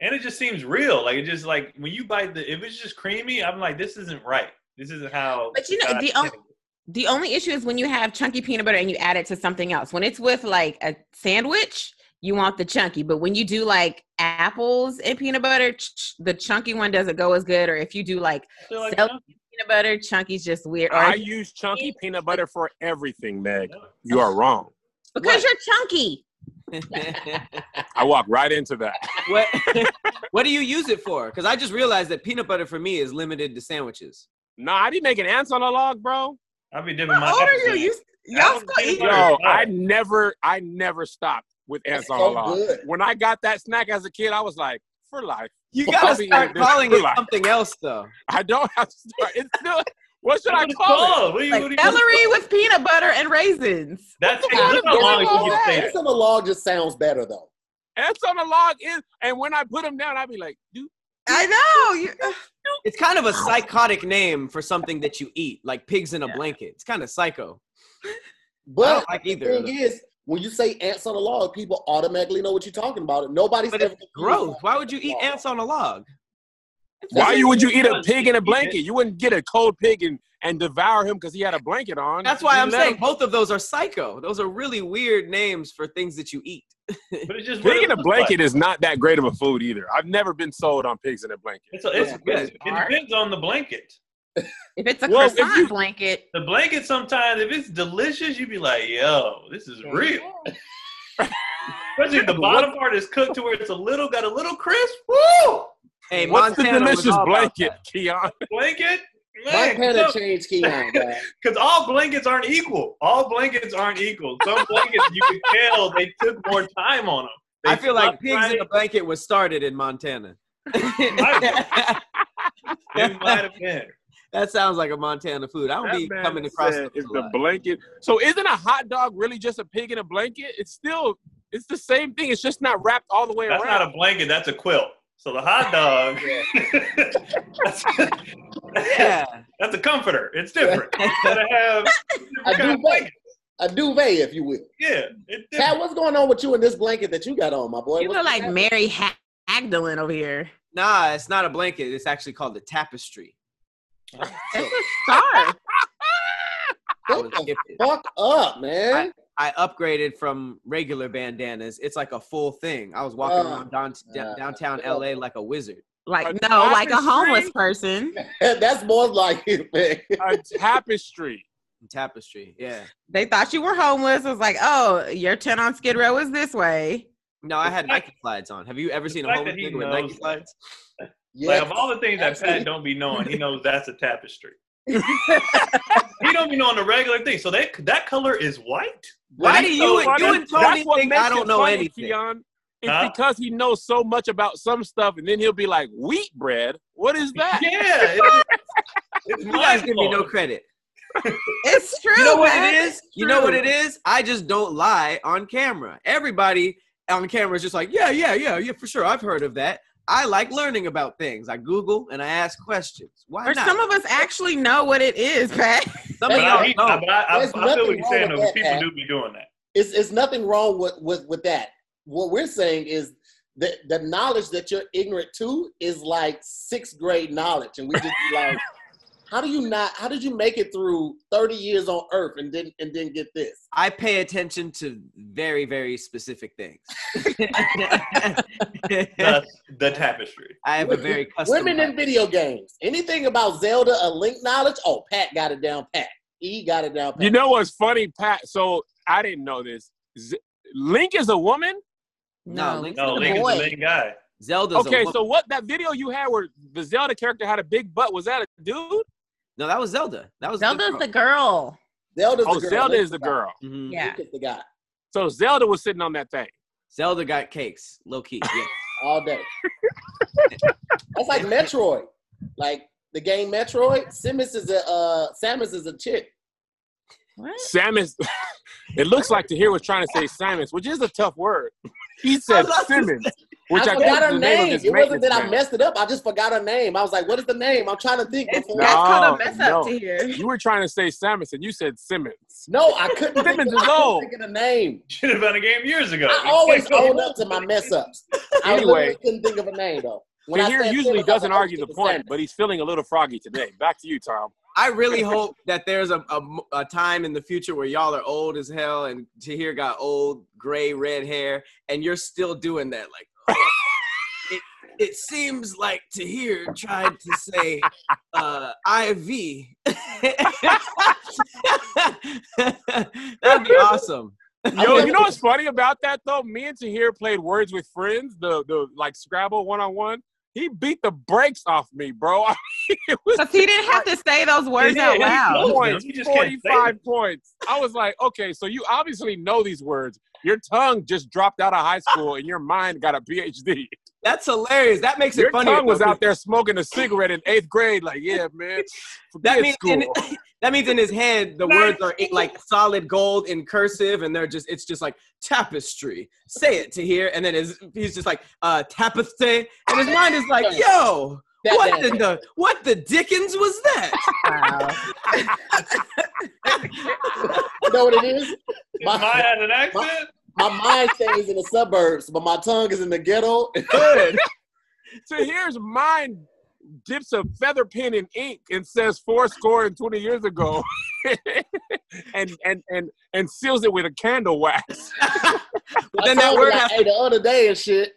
S5: and it just seems real. Like it just like when you bite the if it's just creamy, I'm like, this isn't right. This isn't how
S2: But you know,
S5: God
S2: the
S5: intended
S2: on-
S5: it.
S2: The only issue is when you have chunky peanut butter and you add it to something else. When it's with like a sandwich, you want the chunky, but when you do like apples and peanut butter, ch- ch- the chunky one doesn't go as good. Or if you do like
S5: I feel like
S2: Self-
S5: no.
S2: peanut butter, chunky's just weird. Or
S4: I
S2: if-
S4: use chunky peanut butter for everything, Meg. You are wrong.
S2: because you're chunky,
S4: I walk right into that.
S1: [LAUGHS] what [LAUGHS] What do you use it for? Because I just realized that peanut butter for me is limited to sandwiches.
S4: [LAUGHS] Nah, I didn't make an ants on a log, bro.
S5: I'll be dipping my
S2: how old are
S5: apples
S2: you?
S5: in.
S2: you y'all
S5: Apples
S2: still
S5: and
S2: eat?
S5: peanut
S4: Yo,
S5: butter.
S4: I never, I never stopped with ants
S3: It's
S4: on a
S3: so
S4: log.
S3: good.
S4: When I got that snack as a kid, I was like, for life.
S1: You
S4: Well, I'll
S1: gotta
S4: be
S1: start
S4: eating this
S1: calling
S4: for
S1: it
S4: life.
S1: something else, though.
S4: I don't have to start. It's still, what should
S5: What
S4: I
S5: do you
S4: call it?
S5: What do you, what do
S2: Like
S5: you
S2: celery with peanut butter and raisins.
S5: That's
S4: What
S5: that's
S4: the
S5: how
S4: fuck
S5: long
S4: is
S5: you
S4: that?
S5: can say
S3: This
S5: that.
S3: on the log just sounds better though.
S4: Ants on a log is, and when I put them down, I'd be like, dude,
S2: I know. You,
S1: It's kind of a psychotic name for something that you eat, like pigs in a blanket. It's kind of psycho. I
S3: But
S1: don't like
S3: the
S1: either. of
S3: thing
S1: them.
S3: is, when you say ants on a log, people automatically know what you're talking about. Nobody's
S1: But
S3: ever
S1: it's gross. Why would you eat ants on a log?
S4: why you would you eat a
S5: Because
S4: pig in
S5: you
S4: a
S5: eat
S4: blanket?
S5: it.
S4: You wouldn't get a cold pig and, and devour him because he had a blanket on.
S1: That's why
S4: You
S1: I'm
S4: let
S1: saying
S4: him-
S1: both of those are psycho. Those are really weird names for things that you eat.
S5: But it's just what
S4: Pig
S5: it
S4: in a
S5: looks
S4: blanket
S5: like.
S4: is not that great of a food either. I've never been sold on pigs in a blanket.
S5: It's, a, it's,
S1: Yeah,
S5: it's- it
S2: good.
S5: depends on the blanket.
S2: if it's a
S4: Well, if
S2: croissant
S4: you-
S2: blanket,
S5: The blanket sometimes, if it's delicious, you'd be like, yo, this is real. Especially if the bottom part is cooked to where it's a little, got a little crisp. Woo!
S1: Hey,
S4: What's
S1: Montana
S4: the
S1: was
S4: delicious
S1: all about
S4: blanket,
S1: that.
S4: Keon?
S5: Blanket?
S3: My
S5: Man,
S3: parents changed Keon. man.
S5: Because all blankets aren't equal. All blankets aren't equal. Some blankets you can tell they took more time on them. They
S1: I feel like
S5: stopped
S1: pigs in a
S5: writing.
S1: blanket was started in Montana. [LAUGHS]
S5: It might have been.
S1: [LAUGHS] that sounds like a Montana food. I don't
S4: That
S1: be
S4: man
S1: coming across
S4: said
S1: it.
S4: if the blanket. So isn't a hot dog really just a pig in a blanket? It's still it's the same thing. It's just not wrapped all the way
S5: That's
S4: around.
S5: not a blanket. That's a quilt. So the
S1: [LAUGHS]
S5: hot dog. [LAUGHS]
S1: yeah.
S5: that's a comforter. It's different. You gotta
S1: [LAUGHS]
S5: have
S3: A
S5: different kind of
S3: duvet,
S5: blanket.
S3: a duvet, if you will.
S5: Yeah, it's different.
S3: Cat, what's going on with you in this blanket that you got on, my boy?
S2: you
S3: What's
S2: look like
S3: happening?
S2: Mary Ha- Magdalene over here.
S1: Nah, it's not a blanket. It's actually called a tapestry.
S2: That's a star.
S1: I, was gifted.
S3: Fuck up, man.
S1: I upgraded from regular bandanas. It's like a full thing. I was walking
S3: Uh,
S1: around down,
S3: uh,
S1: downtown
S3: uh,
S1: LA like a wizard.
S2: Like
S4: A
S2: no, like a homeless
S4: tapestry?
S2: person.
S3: [LAUGHS] That's more like it, man.
S4: [LAUGHS] a tapestry.
S1: Tapestry. Yeah.
S2: They thought you were homeless. It was like, oh, your tent on Skid Row is this way.
S1: No, I had
S5: fact-
S1: Nike slides on. Have you ever
S5: the
S1: seen a
S5: fact
S1: homeless
S5: that he
S1: nigga with
S5: knows
S1: Nike
S5: that.
S1: slides?
S5: Like
S3: Yeah.
S5: of all the things that
S3: Absolutely.
S5: Pat don't be knowing, he knows that's a
S3: [LAUGHS]
S5: tapestry. he don't be knowing the regular thing. So that that color is white.
S1: Why do
S5: That's
S1: you
S5: so funny.
S1: you and Tony
S4: That's what
S1: think
S4: makes
S1: I
S4: it
S1: don't know
S4: funny,
S1: anything?
S4: Keon. It's
S5: Huh?
S4: because he knows so much about some stuff, and then he'll be like, "Wheat bread? What is that?"
S5: Yeah, it's,
S3: [LAUGHS]
S5: it's
S1: You guys give me no
S5: mind-blowing.
S1: credit.
S2: It's true.
S1: You know what
S2: man.
S1: it is?
S2: It's
S1: You know what
S2: true.
S1: it is? I just don't lie on camera. Everybody on camera is just like, yeah, yeah, yeah, yeah, for sure. I've heard of that. I like learning about things. I Google and I ask questions. Why
S2: Or
S1: not?
S2: some of us actually know what it is, Pat.
S1: Some of
S5: But I,
S1: y'all
S5: hate-
S1: don't.
S5: but I, I, I
S3: There's
S5: feel what
S3: nothing
S5: you're
S3: wrong
S5: saying
S3: with
S5: though.
S3: that,
S5: People
S3: Pat.
S5: do be
S3: [LAUGHS]
S5: doing that.
S3: it's, it's nothing wrong with, with, with that. What we're saying is that the knowledge that you're ignorant to is like sixth grade knowledge. And we just be
S2: [LAUGHS]
S3: like, how do you not, how did you make it through 30 years on earth and didn't, and didn't get this?
S1: I pay attention to very, very specific
S2: [LAUGHS]
S1: things. [LAUGHS]
S5: That's the tapestry.
S1: I have a very custom.
S3: Women in
S1: life.
S3: video games. Anything about Zelda or Link knowledge? Oh, Pat got it down pat. E got it down pat.
S4: [LAUGHS] You know what's funny, Pat? So I didn't know this. Z- Link is a woman.
S1: No, Link's a
S5: No, Link is
S1: boy.
S5: the main guy. [LAUGHS]
S1: Zelda's a
S4: Okay,
S1: woman.
S4: so what that video you had where the Zelda character had a big butt? Was that a dude?
S1: no, that was Zelda. That was
S2: Zelda's the girl.
S3: Zelda's
S4: Oh,
S3: the girl.
S4: Zelda
S3: Link
S4: is the girl.
S1: Mhm.
S2: Yeah.
S3: Link is the guy.
S4: So Zelda was sitting on that thing.
S1: Zelda got cakes, low key. Yeah.
S3: all
S4: [LAUGHS]
S3: day. That's like Metroid. Like the game Metroid, Samus is a uh, Samus is a chick.
S2: What?
S4: Samus. [LAUGHS] it looks like Tahir was trying to say Simons, which is a tough word. [LAUGHS] He said
S1: I was about to
S4: Simmons, which I,
S3: I forgot
S4: guess is
S3: her
S4: the name.
S3: name.
S4: of his
S3: It wasn't that
S4: maintenance
S3: I
S4: man.
S3: messed it up. I just forgot her name. I was like, what is the name? I'm trying to think.
S2: It's,
S3: before-
S2: That's called
S4: No,
S2: a mess
S4: no.
S2: up to hear.
S4: You were trying to say Samus, and you said Simmons.
S3: No, I couldn't. think
S4: Simmons
S3: of- I
S4: is
S3: couldn't
S4: old.
S3: Think of the name.
S5: Should have been a game years ago.
S3: I
S5: [LAUGHS]
S3: always own up to my mess ups. I
S4: Anyway.
S3: literally couldn't think of a name though. When I
S4: Tahir
S3: said
S4: usually
S3: Samus, I was
S4: doesn't
S3: like,
S4: argue the
S3: it's
S4: point,
S3: Samus.
S4: but he's feeling a little froggy today. Back to you, Tom.
S1: I really hope that there's a, a, a time in the future where y'all are old as hell and Tahir got old, gray, red hair, and you're still doing that. Like, "Oh, it, it seems like Tahir tried to say uh, [LAUGHS] IV. That'd be awesome.
S4: Yo,
S3: Okay.
S4: you know what's funny about that though? Me and Tahir played Words with Friends, the the like Scrabble one on one. He beat the brakes off me, bro. [LAUGHS] I mean, it was
S2: Because he didn't have to say those words out
S5: did.
S2: loud. [LAUGHS]
S5: No.
S4: points,
S5: You just can't say
S4: forty-five points. I was like, okay, so you obviously know these words. Your tongue just dropped out of high school, and your mind got a PhD.
S1: That's hilarious. That makes
S4: Your
S1: it funny.
S4: tongue was out there smoking a cigarette in eighth grade. Like, yeah,
S5: [LAUGHS]
S4: man,
S1: That
S4: forget
S1: means
S4: school.
S1: in, that means in his head the words are in-
S3: [LAUGHS]
S1: like solid gold in cursive, and they're just it's just like tapestry. Say it to here, and then his, he's just like uh, tapestry, and his mind is like, yo,
S3: That
S1: what
S3: damn
S1: in the what the dickens was that?
S3: You [LAUGHS] know what it is?
S5: Mine had an accent.
S3: My mind stays in the suburbs, but my tongue is in the ghetto.
S1: Good.
S4: so here's mine dips a feather pen in ink and says four score and 20 years ago [LAUGHS] and, and and and seals it with a candle wax [LAUGHS]
S1: But
S3: I
S1: then that
S3: told
S1: word
S3: you,
S1: has
S3: like, hey, the other day and shit.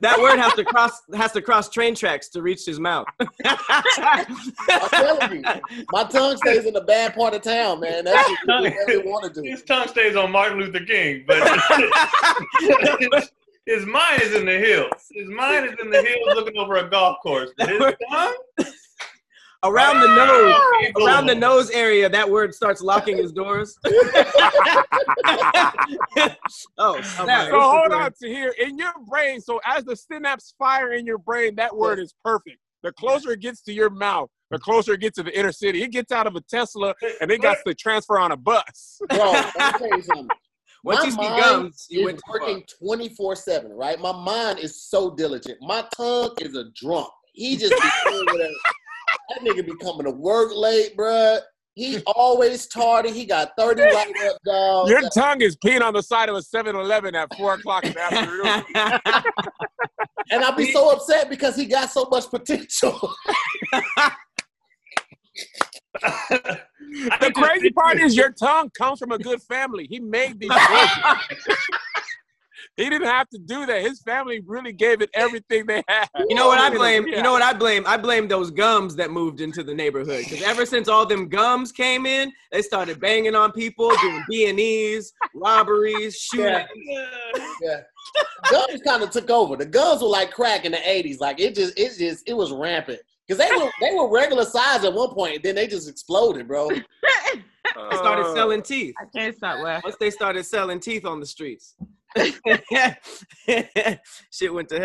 S1: that word has to cross has to cross train tracks to reach his mouth.
S3: I'm telling
S4: [LAUGHS]
S3: you, my tongue stays in the bad part of town, man. That's what you really want to do.
S5: His tongue stays on Martin Luther King, but his, his mind is in the hills. His mind is in the hills, looking over a golf course. But his tongue Oh.
S1: Around the nose.
S5: Ain't going
S1: Around the
S5: nowhere. [LAUGHS]
S1: nose area, that word starts locking his doors. [LAUGHS] oh, snap.
S4: so hold on to here in your brain so as the synapse fire in your brain that word is perfect the closer it gets to your mouth the closer it gets to the inner city it gets out of a tesla and it got to transfer on a bus
S3: Bro, let me tell you something.
S1: Once
S3: My
S1: you see
S3: mind
S1: gums, you went
S3: It's
S1: too far.
S3: working 24 7, right? My mind is so diligent. My tongue is a drunk. He just be doing whatever. That nigga be coming to work late, bruh. He always tardy. He got 30 light up, dog.
S4: your tongue is peeing on the side of a 7-eleven at 4 o'clock in
S1: [LAUGHS]
S4: the afternoon
S3: And I'd be so upset because he got so much potential. [LAUGHS]
S4: The crazy part is your tongue comes from a good family. He made these choices.
S1: [LAUGHS]
S4: he didn't have to do that. His family really gave it everything they had.
S1: you know what I blame? You know what I blame? I blame those gums that moved into the neighborhood. Because ever since all them gums came in, they started banging on people, doing B and E's, robberies, shooting.
S3: Yeah. yeah. Guns kind of took over. The guns were like crack in the 80s. Like it just, it just, it was rampant. Cause they were they were regular size at one point, and then they just exploded, bro.
S1: They started
S4: Oh. Uh,
S1: selling teeth.
S2: I can't stop [LAUGHS] laughing.
S1: Once they started selling teeth on the streets, [LAUGHS] shit went to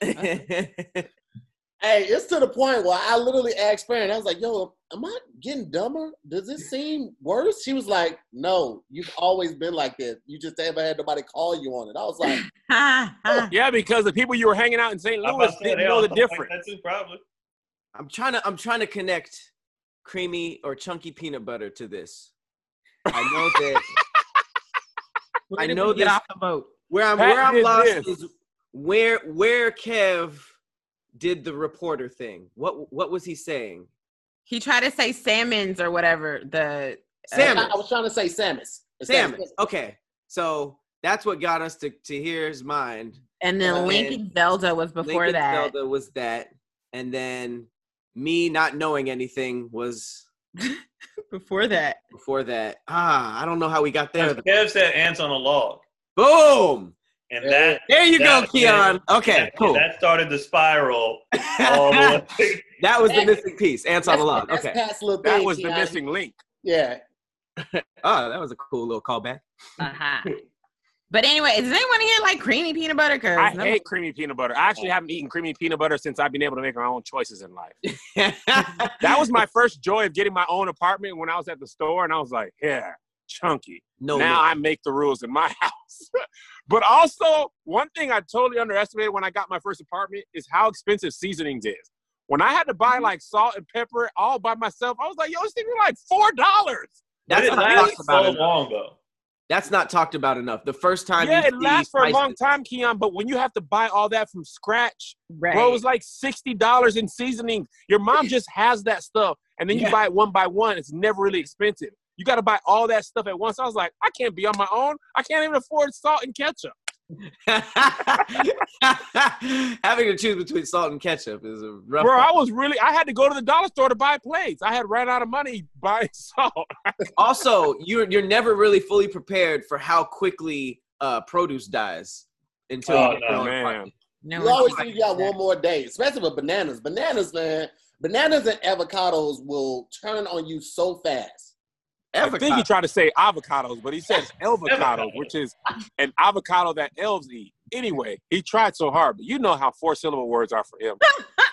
S1: hell. [LAUGHS]
S3: Hey, it's to the point where I literally asked Farron, I was like, yo, am I getting dumber? Does it seem worse? She was like, no, you've always been like this. You just haven't had nobody call you on it. I was like,
S4: Yeah, because the people you were hanging out in St.
S5: I'm about
S4: Louis
S5: to say, they
S4: didn't
S5: all
S4: know the
S5: look like
S4: difference.
S5: That too, probably.
S1: I'm trying to I'm trying to connect creamy or chunky peanut butter to this. I know that I
S2: Where did
S1: know
S2: we get
S1: this-
S2: off the boat.
S1: where I'm
S4: Pat
S1: where I'm
S4: did
S1: lost
S4: this.
S1: is where where Kev did the reporter thing. What what was he saying?
S2: He tried to say salmons or whatever. The
S1: Salmon.
S3: I was trying to say Samus. It's
S1: Salmon.
S3: Samus.
S1: Okay. So that's what got us to, to here's mind.
S2: and then
S3: Uh,
S2: Link and Zelda was before
S1: Lincoln
S2: that.
S1: Zelda was that. And then me not knowing anything was
S2: Before that,
S1: before that. Ah, I don't know how we got there.
S5: Kev said ants on a log,
S1: Boom!
S5: and that
S1: There you go,
S5: That-
S1: Keon. Okay,
S5: that,
S1: cool. [LAUGHS]
S5: that started the spiral. All the way.
S1: That was the
S3: That-
S1: missing piece. Ants on
S3: That's-
S1: the log.
S3: That's
S1: Okay.
S3: Pat's little thing.
S4: That was the
S3: Keanu.
S4: missing link.
S3: Yeah.
S1: Ah, Oh, that was a cool little callback. [LAUGHS]
S2: uh-huh. But anyway, does anyone here like creamy peanut butter? Cause
S4: I
S2: no-
S4: hate creamy peanut butter. I
S5: Oh.
S4: actually haven't eaten creamy peanut butter since I've been able to make my own choices in life. That
S5: [LAUGHS]
S4: was my first joy of getting my own apartment when I was at the store and I was like, yeah, chunky.
S1: no,
S4: now
S1: no.
S4: I make the rules in my [LAUGHS] house. but also, one thing I totally underestimated when I got my first apartment is how expensive seasonings is. When I had to buy like salt and pepper all by myself, I was like, yo, this thing was like four dollars.
S5: But
S1: that's
S5: it
S1: not
S5: lasts
S1: talked about
S5: so
S1: enough.
S5: long though.
S1: That's not talked about enough. The first time
S4: Yeah,
S1: you
S4: it
S1: see
S4: lasts for a
S1: spices-
S4: long time, Keon, but when you have to buy all that from scratch,
S2: right.
S4: bro, it was like sixty dollars in seasonings. Your mom just has that stuff, and then
S1: Yeah.
S4: you buy it one by one. It's never really expensive. You got to buy all that stuff at once. I was like, I can't be on my own. I can't even afford salt and ketchup.
S1: [LAUGHS] Having to choose between salt and ketchup is a rough.
S4: Bro, I was really, I had to go to the dollar store to buy plates. I had ran out of money buying [LAUGHS] salt.
S1: [LAUGHS] also, you're you're never really fully prepared for how quickly uh, produce dies until
S5: Oh,
S1: you get
S5: no,
S1: your own
S4: man.
S1: apartment.
S2: No
S3: You
S2: one
S3: always
S2: can
S3: think you
S2: like
S3: got one more day, especially with bananas. Bananas, man, bananas and avocados will turn on you so fast.
S4: I think he
S1: Avocado.
S4: tried to say avocados, but he says elvocado,
S5: Avocado.
S4: which is an avocado that elves eat. Anyway, he tried so hard, but you know how four syllable words are
S2: [LAUGHS]
S4: for him.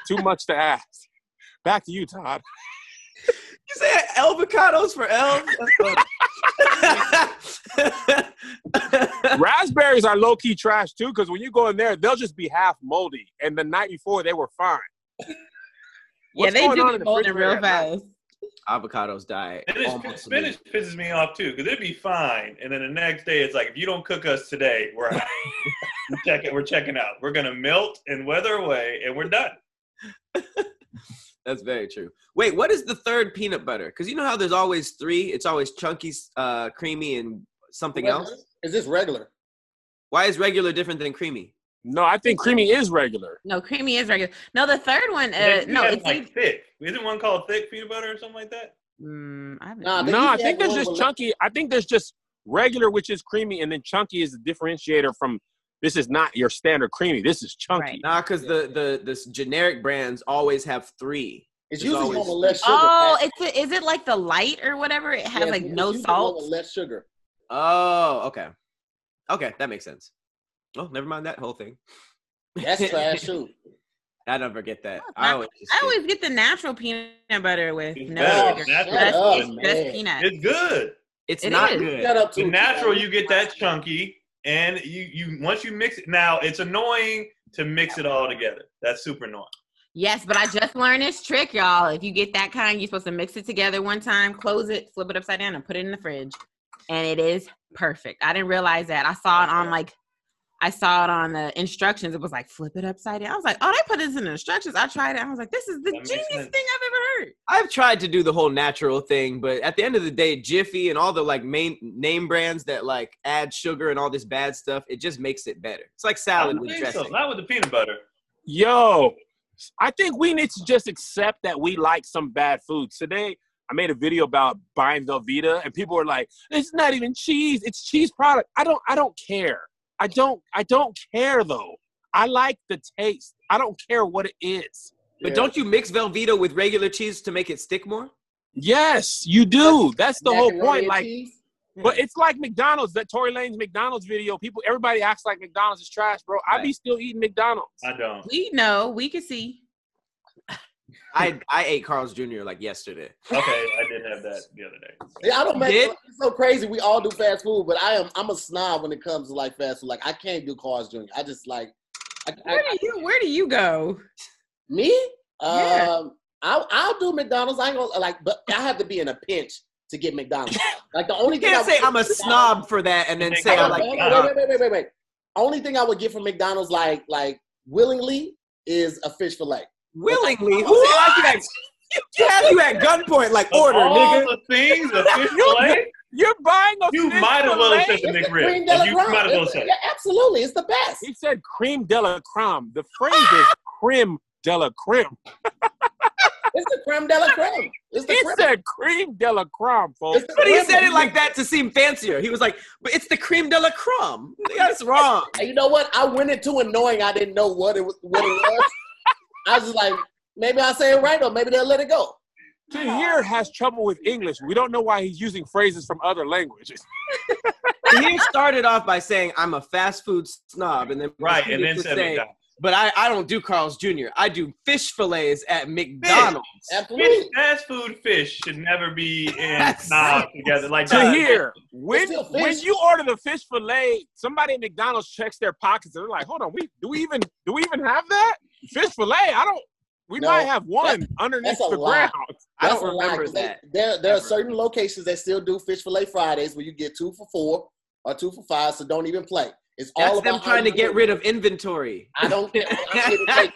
S4: Too much to ask. Back to you, Todd.
S1: You say avocados for elves? That's
S4: [LAUGHS]
S1: funny.
S4: Raspberries are low key trash too, because when you go in there, they'll just be half moldy. And the night before, they were fine.
S2: Yeah,
S4: What's
S2: they
S4: going
S2: do
S4: on
S2: be
S4: in the
S2: molding real
S4: refrigerator at
S2: fast.
S1: [LAUGHS] Avocados die.
S5: And it's-
S1: almost
S5: spinach pisses me off too, because it'd be fine, and then the next day it's like, if you don't cook us today,
S1: [LAUGHS]
S5: we're out. we're checking, we're checking out. We're gonna melt and weather away, and we're done.
S1: That's very true. Wait, what is the third peanut butter? Because you know how there's always three. It's always chunky, uh, creamy, and something
S3: Regular?
S1: else.
S3: Is this regular?
S1: Why is regular different than creamy?
S4: No, I think creamy is regular.
S2: No, creamy is regular. No, the third one. Uh,
S5: And then you
S2: no,
S5: have,
S2: it's
S5: like
S2: like,
S5: thick. Isn't one called thick peanut butter or something like that?
S2: mm, I haven't-
S3: Nah, Uh, But
S4: No,
S3: you
S4: I
S3: said
S4: think there's
S3: one
S4: just
S3: was-
S4: chunky. I think there's just regular, which is creamy, and then chunky is the differentiator from this is not your standard creamy. This is chunky.
S1: Nah, because the the the s- generic brands always have three.
S3: It's
S1: There's
S3: usually one
S1: always-
S3: with less sugar.
S2: oh,
S3: Pat.
S2: it's a, is it like the light or whatever? It has
S3: Yeah,
S2: like
S3: it's
S2: no
S3: usually one with
S2: salt.
S3: less sugar.
S1: Oh, okay, okay, that makes sense. Oh, never mind that whole thing.
S3: That's trash too.
S1: I don't forget that.
S2: No, it's
S1: I
S2: not-
S1: always. just
S2: I
S1: get-
S2: always get the natural peanut butter with
S5: It's
S2: no
S5: better.
S2: sugar.
S5: Natural
S2: That's,
S5: peanut
S2: that's,
S3: butter.
S2: that's
S3: Man.
S2: peanut.
S5: It's good.
S1: it's
S2: it
S1: not
S2: is.
S1: good.
S3: Shut up
S5: The
S3: too.
S5: natural, you get that chunky, and you you once you mix it. Now it's annoying to mix it all together. That's super annoying.
S2: Yes, but I just learned this trick, y'all. If you get that kind, you're supposed to mix it together one time, close it, flip it upside down, and put it in the fridge. And it is perfect. I didn't realize that. I saw it on like, I saw it on the instructions. It was like, flip it upside down. I was like, oh, they put this in the instructions. I tried it. I was like, this is the
S5: That makes
S2: genius thing I've
S5: sense.
S2: ever heard.
S1: I've tried to do the whole natural thing, but at the end of the day, Jiffy and all the like main name brands that like add sugar and all this bad stuff, it just makes it better. It's like
S5: I
S1: salad
S5: don't
S1: with
S5: think so.
S1: dressing.
S5: Not with the peanut butter.
S4: Yo, I think we need to just accept that we like some bad foods. Today, I made a video about buying Velveeta, and people were like, "It's not even cheese; it's cheese product." I don't, I don't care. I don't, I don't care though. I like the taste. I don't care what it is.
S1: But don't you mix Velveeta with regular cheese to make it stick more?
S4: Yes, you do. That's the whole point. Like,
S3: cheese?
S4: but it's like McDonald's. That Tory Lane's McDonald's video. People, everybody acts like McDonald's is trash, bro. I be still eating McDonald's.
S5: I don't.
S2: We know, we can see.
S1: [LAUGHS] I I ate Carl's Jr. like yesterday.
S5: Okay, I did have that the other day.
S3: Yeah, I don't make
S1: Did-
S3: it's so crazy. We all do fast food, but I am I'm a snob when it comes to like fast food. Like I can't do cars Jr. I just like I, I,
S2: Where do you, where do you go?
S3: me.
S2: Yeah.
S3: Um, I'll I'll do McDonald's. I ain't gonna like, but I have to be in a pinch to get McDonald's. Like the only
S1: You
S3: thing
S1: can't
S3: I
S1: say
S3: would-
S1: I'm a snob for that and then say I like
S3: Wait,
S1: McDonald's.
S3: wait, wait, wait, wait, wait. Only thing I would get from McDonald's, like like willingly, is a fish fillet.
S5: [LAUGHS]
S1: willingly. Who the hell had you at? Have you at gunpoint? Like
S5: Of
S1: order,
S5: all
S1: nigga.
S5: the
S1: [LAUGHS]
S5: things, the fish fillet,
S4: You're buying a.
S5: you
S4: fish
S5: might as well have
S4: fillet?
S5: said the
S3: It's the
S5: McRib.
S3: cream de la
S5: You
S3: crème.
S5: might as well
S3: It's-
S5: say.
S3: yeah, absolutely, it's the best.
S4: He said cream de la creme. The phrase
S5: [LAUGHS]
S4: is creme de la creme.
S3: It's the creme de la creme. It's the
S4: He
S3: creme.
S4: said cream de la creme, folks.
S3: It's the
S1: But he
S3: creme
S1: said
S3: de
S1: it
S3: la-
S1: like that to seem fancier. He was like, "But it's the creme de la crumb. That's wrong.
S3: And you know what? I went into it knowing I didn't know what it was. What it was. I was just like, maybe I'll say it right, or maybe they'll let it go.
S4: To here has trouble with English. We don't know why he's using phrases from other languages.
S1: Tahir started off by saying I'm a fast food snob, and then
S5: Right, and
S1: proceeded
S5: then
S1: to
S5: said
S1: say,
S5: McDonald's.
S1: but I, I don't do Carl's Jr. I do fish fillets at McDonald's.
S5: Fish,
S3: Absolutely.
S5: fast food fish should never be in
S1: That's-
S5: snob together. Like
S4: to
S5: nah,
S4: here. When
S3: still fish.
S4: when you order the fish fillet, somebody at McDonald's checks their pockets and they're like, "Hold on, we do we even do we even have that fish fillet? I don't. We
S3: No,
S4: might have one underneath
S3: that's a
S4: the
S3: lie.
S4: ground.
S1: I
S3: That's
S1: don't
S3: a lie,
S1: remember
S3: 'cause they-
S1: that.
S3: there, there are
S1: Ever.
S3: certain locations that still do fish fillet Fridays where you get two for four or two for five, so don't even play. It's all
S1: That's
S3: about
S1: them
S3: how
S1: trying to
S3: you
S1: get
S3: cook.
S1: rid of inventory.
S3: I don't care. I'm
S1: [LAUGHS]
S3: here to take it.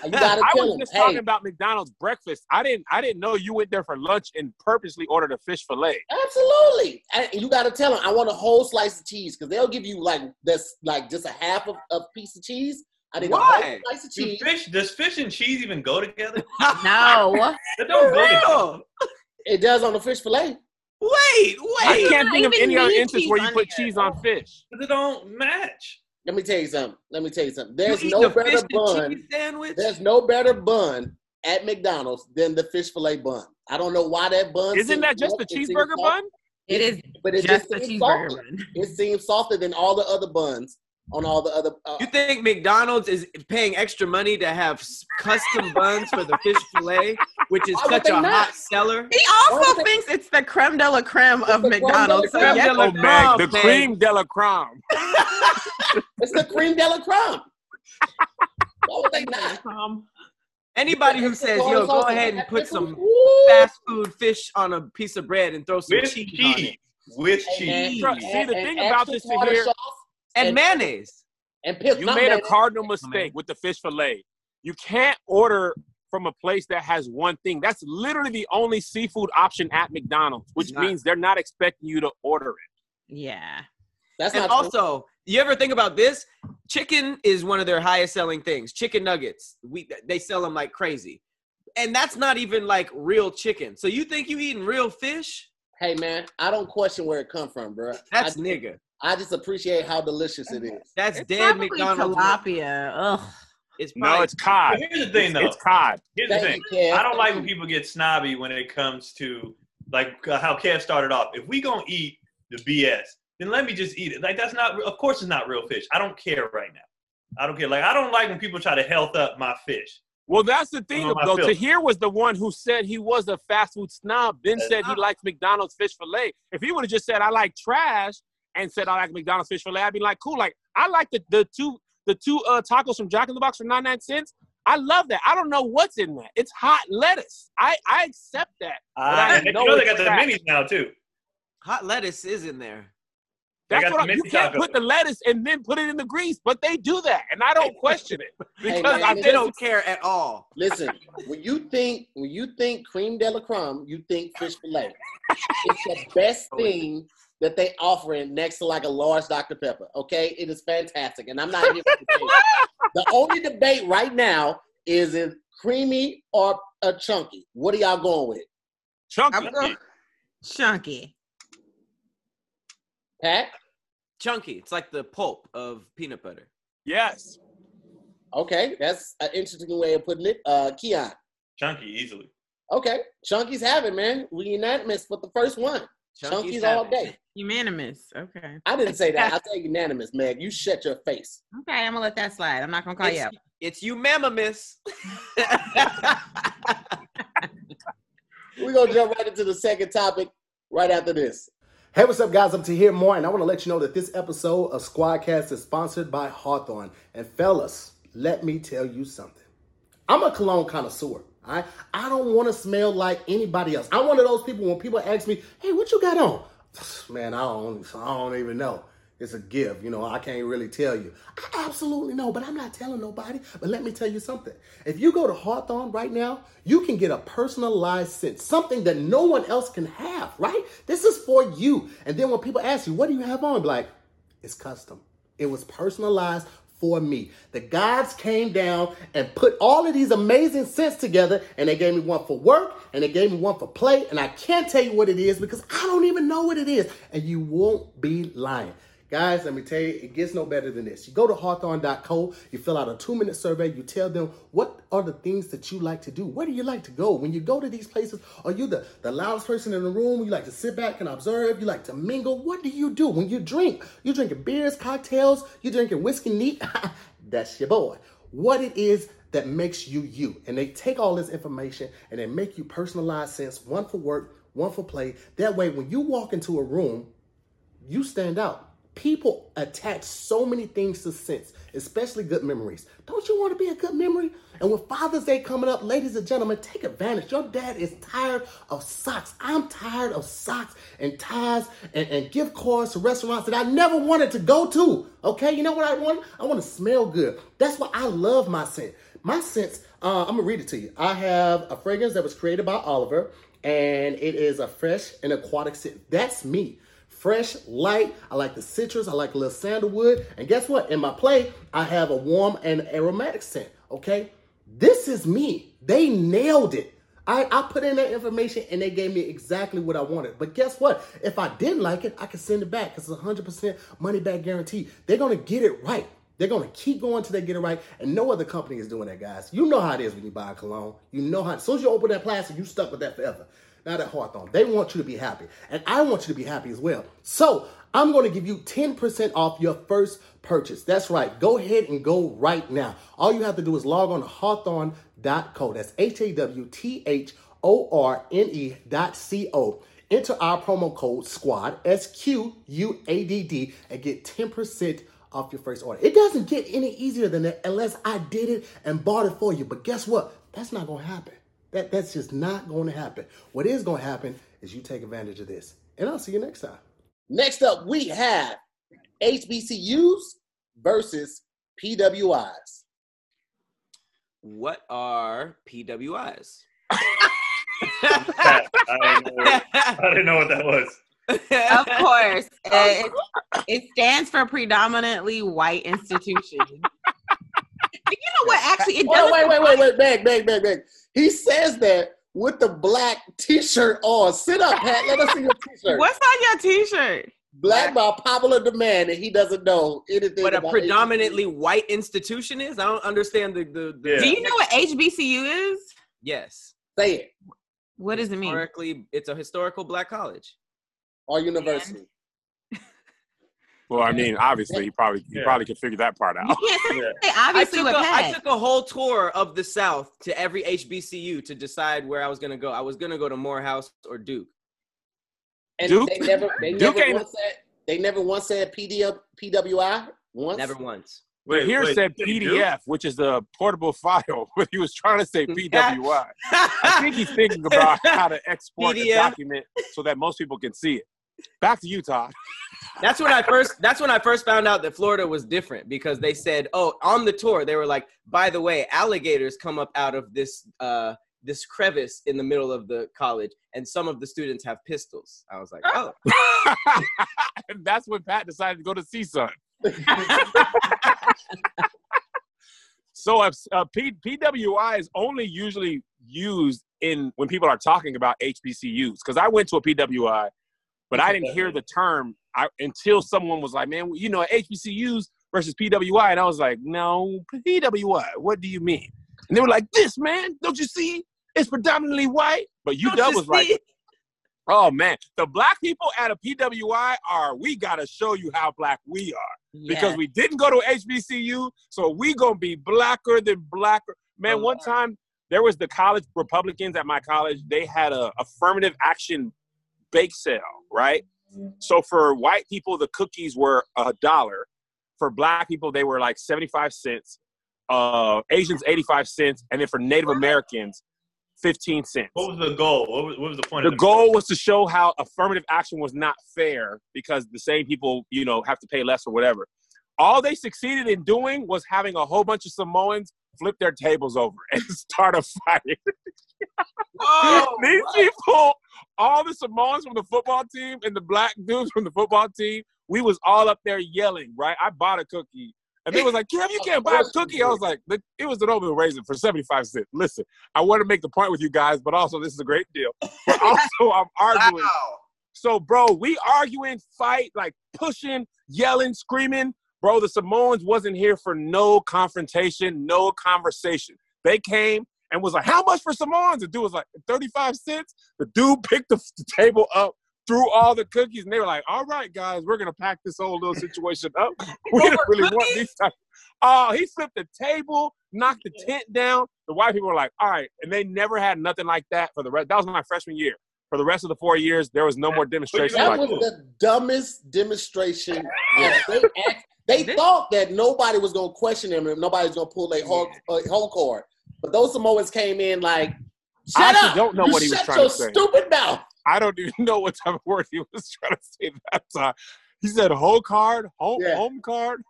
S3: [LAUGHS] You gotta
S4: I
S3: tell
S4: was
S3: them,
S4: just
S3: hey,
S4: talking about McDonald's breakfast. I didn't I didn't know you went there for lunch and purposely ordered a fish fillet.
S3: absolutely. And you gotta tell them I want a whole slice of cheese because they'll give you like that's like just a half of a piece of cheese. I need a
S1: Why?
S3: whole slice of
S5: Do
S3: cheese.
S5: fish, does fish and cheese even
S3: [LAUGHS]
S5: go together?
S2: No.
S5: That
S1: For
S5: don't go together.
S1: real?
S3: It does on the fish fillet.
S1: Wait,
S4: I
S2: do
S1: wait.
S4: can't
S2: not
S4: think of
S2: even
S4: any other
S2: need
S4: instance
S2: cheese
S4: where you
S2: on
S4: put
S2: there.
S4: cheese on fish.
S5: They don't match.
S3: Let me tell you something. Let me tell you something.
S1: You
S3: There's
S1: eating
S3: no
S1: a fish
S3: better
S1: and
S3: bun.
S1: cheese sandwich?
S3: There's no better bun at McDonald's than the fish fillet bun. I don't know why that bun.
S4: Isn't
S3: seems
S4: that just
S3: rough,
S4: the
S3: it seems
S4: cheeseburger
S3: soft,
S4: bun?
S2: [LAUGHS] It is
S3: But it
S2: just
S3: just
S2: the
S3: seems
S2: cheeseburger
S3: softer.
S2: run.
S3: It seems softer than all the other buns on all the other. Uh,
S1: You think McDonald's is paying extra money to have s- custom buns for the fish fillet, which is
S3: Why would
S1: such
S3: they
S1: a
S3: not?
S1: hot seller?
S2: He
S3: Why
S2: also
S3: would they-
S2: thinks it's the creme de la creme of
S3: the creme de la
S2: McDonald's. So
S3: creme
S2: yeah,
S1: de la
S4: Oh man, the
S1: crumb,
S4: cream de la crumb.
S3: it's the cream de la
S4: [LAUGHS]
S3: crumb. why would they not?
S1: Anybody who says, "Yo, go ahead and put some
S3: Ooh.
S1: fast food fish on a piece of bread and throw some
S5: With
S1: cheese, on it
S5: cheese. With
S3: Hey, man,
S5: cheese.
S4: Trust- See, the thing
S3: extra
S4: about this to
S3: tartar
S4: hear-
S3: sauce
S1: and,
S3: And-
S1: mayonnaise."
S3: and
S5: [LAUGHS]
S3: pickle-
S4: You
S3: not
S4: made a
S3: mayonnaise.
S4: cardinal
S1: man.
S4: mistake with the fish fillet. You can't order from a place that has one thing. That's literally the only seafood option at McDonald's, which
S1: It's not.
S4: means they're not expecting you to order it.
S2: yeah.
S3: That's
S1: And
S3: not true.
S1: also, you ever think about this? Chicken is one of their highest selling things. Chicken nuggets, we they sell them like crazy, and that's not even like real chicken. So you think you eating real fish?
S3: Hey man, I don't question where it come from, bro.
S1: That's
S3: I,
S1: nigga.
S3: I just appreciate how delicious it is.
S1: That's
S2: It's
S1: dead
S2: probably
S1: McDonald's.
S2: tilapia. Ugh.
S1: It's probably
S4: No, it's cod.
S5: But here's the thing, though.
S4: It's cod.
S5: Here's the
S3: Thank
S5: thing.
S3: you, Kev.
S5: I don't like when people get snobby when it comes to like uh, how Kev started off. If we gonna eat the BS, then let me just eat it. Like that's not. Of course, it's not real fish. I don't care right now. I don't care. Like I don't like when people try to health up my fish.
S4: Well, that's the thing,
S5: Well, I
S4: though.
S5: feel-
S4: Tahir was the one who said he was a fast food snob, then
S5: That's
S4: said he
S1: not-
S4: likes McDonald's fish fillet. If he would have just said, I like trash, and said, I like McDonald's fish fillet, I'd be like, cool. Like, I like the, the two the two uh, tacos from Jack in the Box for 99 cents. I love that. I don't know what's in that. It's hot lettuce. I, I accept that. I
S5: I, and
S4: know
S5: you know they
S4: it's
S5: got the
S4: trash.
S5: minis now too.
S1: hot lettuce is in there.
S5: They
S4: That's
S5: got
S4: what
S5: the
S4: I'm, you
S5: mini
S4: can't
S5: tacos.
S4: put the lettuce and then put it in the grease, but they do that, and I don't question it because
S3: man,
S4: I
S3: they
S1: They
S4: did
S1: don't care at all.
S3: Listen, when you think when you think cream de la crumb, you think fish fillet. It's the best thing that they offering next to like a large Dr. Pepper. Okay, it is fantastic, and I'm not here. To debate. the only debate right now is if creamy or a chunky. What are y'all going with,
S4: chunky.
S2: I'm going chunky.
S3: Pat?
S1: Chunky. It's like the pulp of peanut butter.
S4: Yes.
S3: Okay, that's an interesting way of putting it. Uh, Keon.
S5: Chunky easily.
S3: Okay, Chunky's have it, man. We unanimous with the first one. Chunky's, all
S1: having-
S3: day.
S2: Unanimous. Okay.
S3: I didn't say that. I said unanimous, Meg. You shut your face.
S2: Okay, I'm gonna let that slide. I'm not gonna call you
S1: It's,
S2: out.
S1: it's you, mammamus.
S3: We're gonna jump right into the second topic right after this.
S6: Hey, what's up, guys? I'm to hear more, and I want to let you know that this episode of Squadcast is sponsored by Hawthorne. And fellas, let me tell you something. I'm a cologne connoisseur. All right, I don't want to smell like anybody else. I'm one of those people when people ask me, "Hey, what you got on?" [SIGHS] Man, I don't, I don't even know. It's a gift, you know. I can't really tell you. I absolutely know, but I'm not telling nobody. But let me tell you something. If you go to Hawthorne right now, you can get a personalized scent, something that no one else can have. Right? This is for you. And then when people ask you, "What do you have on?" Be like, it's custom. It was personalized for me. The gods came down and put all of these amazing scents together, and they gave me one for work, and they gave me one for play, and I can't tell you what it is because I don't even know what it is, and you won't be lying. Guys, let me tell you, it gets no better than this. You go to hawthorne.co, you fill out a two minute survey, you tell them what are the things that you like to do? Where do you like to go? When you go to these places, are you the, the loudest person in the room? You like to sit back and observe? You like to mingle? What do you do when you drink? you drinking beers, cocktails, you drinking whiskey neat. [LAUGHS] That's your boy. What it is that makes you you. And they take all this information and they make you personalized sense, one for work, one for play. That way, when you walk into a room, you stand out. People attach so many things to sense, especially good memories. Don't you want to be a good memory? And with Father's Day coming up, ladies and gentlemen, take advantage. Your dad is tired of socks. I'm tired of socks and ties and, and gift cards to restaurants that I never wanted to go to. Okay, you know what I want? I want to smell good. That's why I love my scent. My scents, uh, I'm gonna read it to you. I have a fragrance that was created by Oliver, and it is a fresh and aquatic scent. That's me fresh, light. I like the citrus. I like a little sandalwood. And guess what? In my play, I have a warm and aromatic scent. Okay, this is me. They nailed it. I, I put in that information and they gave me exactly what I wanted. But guess what? If I didn't like it, I could send it back because it's 100% money back guarantee. They're going to get it right. They're going to keep going till they get it right. And no other company is doing that, guys. You know how it is when you buy a cologne. You know how, as soon as you open that plastic, you stuck with that forever not at Hawthorne. They want you to be happy. And I want you to be happy as well. So I'm going to give you 10% off your first purchase. That's right. Go ahead and go right now. All you have to do is log on to hawthorne.co. That's H A W T H O R N E dot C O. Enter our promo code SQUAD, S Q U A D D, and get 10% off your first order. It doesn't get any easier than that unless I did it and bought it for you. But guess what? That's not going to happen. That, that's just not going to happen. What is going to happen is you take advantage of this. And I'll see you next time.
S3: Next up, we have HBCUs versus PWIs.
S1: What are PWIs? [LAUGHS]
S5: I, didn't know, I didn't know what that was.
S2: Of [LAUGHS] course, uh, it, it stands for predominantly white [LAUGHS] institution. you know what? Actually, it
S3: Oh,
S2: doesn't.
S3: wait, wait, wait, wait, back, back, back, back. He says that with the black t-shirt on. Sit up, Pat. Let us see your t-shirt.
S2: What's on your T-shirt?
S3: Black by popular demand, and he doesn't know anything.
S1: What a
S3: about
S1: predominantly white institution is? I don't understand the the, the
S5: Yeah.
S2: Do you know what HBCU is?
S1: yes.
S3: it. Say it.
S2: What does it mean?
S1: Historically, it's a historical black college.
S3: Or university.
S4: Well, I mean, obviously, he probably he
S5: Yeah.
S4: probably could figure that part
S2: You
S4: out.
S2: can't say
S5: Yeah.
S2: that,
S1: I
S2: obviously
S1: took, a,
S2: with
S1: I
S2: Pat.
S1: took a whole tour of the South to every HBCU to decide where I was gonna go. I was gonna go to Morehouse or Duke.
S3: And
S4: Duke-
S3: they never, they
S4: Duke
S3: never
S4: ain't-
S3: once said, they never once said PD, PWI. Once.
S1: Never once. [LAUGHS]
S4: But here
S5: wait,
S4: said
S5: did he do?
S4: PDF, which is the portable [LAUGHS] file. But he was trying to
S5: [LAUGHS]
S4: say PWI. I think he's thinking about how to export the
S1: PDF.
S4: document so that most people can see it. Back to Utah.
S1: That's when I first. That's when I first found out that Florida was different because they said, "Oh, on the tour, they were like, by the way, alligators come up out of this uh, this crevice in the middle of the college, and some of the students have pistols." I was like, "Oh,
S4: [LAUGHS] and that's when Pat decided to go
S1: [LAUGHS]
S4: to CSUN. so uh, uh, P- PWI is only usually used in when people are talking about HBCUs. Because I went to a PWI, but I didn't hear the term I, until someone was like, "Man, you know, HBCUs versus PWI," and I was like, "No, PWI. What do you mean?" And they were like, "This man, don't you see? It's predominantly white." But UW
S1: Don't you
S4: was like,
S1: see?
S4: Oh man, the black people at a PWI are we gotta show you how black we are because we didn't go to HBCU, so we gonna be blacker than blacker. Man,
S1: Oh,
S4: one time there was the college Republicans at my college. They had a affirmative action bake sale, right? So for white people, the cookies were a dollar. For black people, they were like seventy-five cents. Uh, Asians, eighty-five cents, and then for Native Americans, fifteen cents
S5: What was the goal? What was, what was the point?
S4: the
S5: of the
S4: goal was to show how affirmative action was not fair because the same people, you know, have to pay less or whatever. All they succeeded in doing was having a whole bunch of Samoans flip their tables over [LAUGHS] and start a fight. [LAUGHS] These people, all the Samoans from the football team and the black dudes from the football team, we was all up there yelling, right? I bought a cookie. And they was like, Kev, you can't buy a cookie. I was like, "Look, it was an open raisin for 75 cents. Listen, I want to make the point with you guys, but also this is a great deal. But also I'm arguing. So, bro, we arguing, fight, like pushing, yelling, screaming. Bro, the Samoans wasn't here for no confrontation, no conversation. They came and was like, "How much for Samoans?" The dude was like, 35 cents." The dude [LAUGHS] picked the, the table up, threw all the cookies, and they were like, "All right, guys, we're gonna pack this whole little situation
S3: [LAUGHS]
S4: up. We don't really want these." Type. Oh, he flipped the table, knocked the tent down. The white people were like, "All right," and they never had nothing like that for the rest. That was my freshman year. For the rest of the four years, there was no more demonstrations.
S3: That was
S4: Like that.
S3: the dumbest demonstration. Yeah, they act- they thought that nobody was gonna question them and nobody was gonna pull their whole, uh, whole card. But those Samoans came in like, shut
S4: I actually
S3: up!
S4: don't know
S3: You
S4: what he was
S3: shut
S4: trying to
S3: your
S4: say."
S3: Stupid mouth.
S4: I don't even [LAUGHS] know what type of word he was trying to say that time. He said whole card, home,
S3: Yeah.
S4: home card.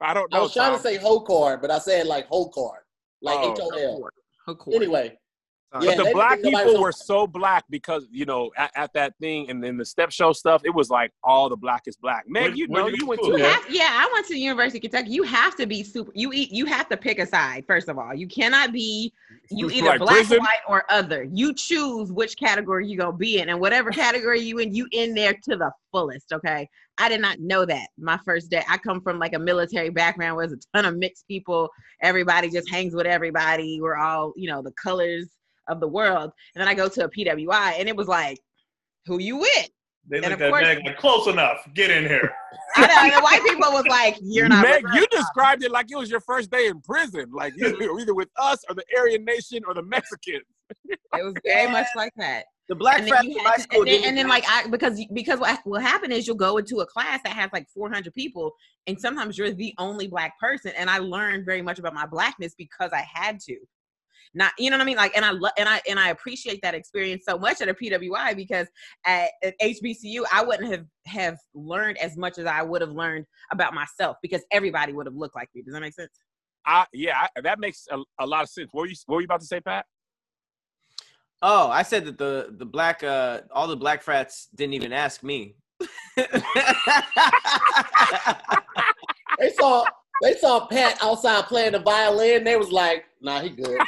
S4: I don't know.
S3: I was trying
S4: Tom.
S3: to say whole card, but I said like whole card, like
S4: Oh,
S3: H O L.
S2: Of course.
S3: Anyway,
S4: But
S3: yeah, they
S4: the
S3: didn't
S4: black
S3: think nobody
S4: people
S3: was-
S4: were so black because you know at, at that thing and then the step show stuff. It was like all the black is black. Man,
S5: Where-
S4: you
S5: where
S4: know
S5: you
S4: you went
S5: school
S4: to
S2: You
S4: a
S5: at? Yeah.
S2: have, yeah, I went to the University of Kentucky. You have to be super. You eat. You have to pick a side. First of all, you cannot be. You
S4: You
S2: either
S4: like
S2: black,
S4: prison?
S2: white, or other. You choose which category you gonna be in, and whatever category you in, you in there to the fullest. Okay. I did not know that my first day. I come from like a military background where there's a ton of mixed people. Everybody just hangs with everybody. We're all, you know, the colors of the world. And then I go to a PWI, and it was like, who you with?
S5: They
S2: And
S5: looked
S2: of
S5: at
S2: course-
S5: Meg like, close enough. Get in here. [LAUGHS]
S4: [LAUGHS]
S2: I know, the white people was like, you're not.
S4: Meg,
S2: reserved.
S4: you described it like it was your first day in prison. Like you were either with us or the Aryan Nation or the Mexicans.
S2: It was very much like that.
S1: The black
S2: And then,
S1: frats in
S2: you had
S1: my
S2: to-
S1: school.
S2: and then,
S1: didn't
S2: and then, like I because because what will happen is you'll go into a class that has like 400 people, and sometimes you're the only black person. And I learned very much about my blackness because I had to. Not you know what I mean? Like, and I lo- and I and I appreciate that experience so much at a PWI because at, at HBCU I wouldn't have have learned as much as I would have learned about myself because everybody would have looked like me. Does that
S1: [LAUGHS]
S2: make sense?
S4: I, yeah, I, that makes a, a lot of sense. What were you What were you about to say, Pat?
S1: Oh, I said that the the black uh all the black frats didn't even ask me. [LAUGHS]
S3: They saw they saw Pat outside playing the violin. They was like, Nah, he
S4: [LAUGHS]
S3: good.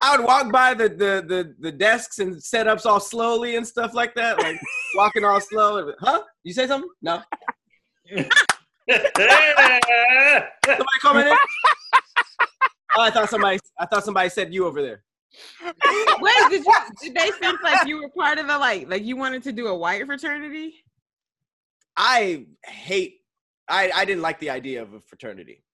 S1: I would walk by the, the the the desks and setups all slowly and stuff like that, like walking all slow. and, Huh? You say something? No. Somebody coming
S2: [LAUGHS]
S1: in? Oh, I thought somebody. I thought somebody said you over there.
S2: Wait, did, you, did they sense like you were part of a like like you wanted to do a white fraternity?
S1: I hate. I I didn't like the idea of a fraternity.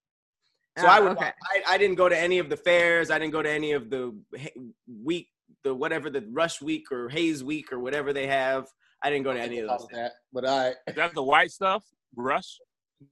S1: So
S2: Oh,
S5: Ah,
S1: I would.
S2: okay.
S1: I, I didn't go to any of the fairs. I didn't go to any of the ha- week, the whatever the rush week or haze week or whatever they have. I didn't go to any of those. things.
S3: that. But I
S4: That's the white stuff. Rush.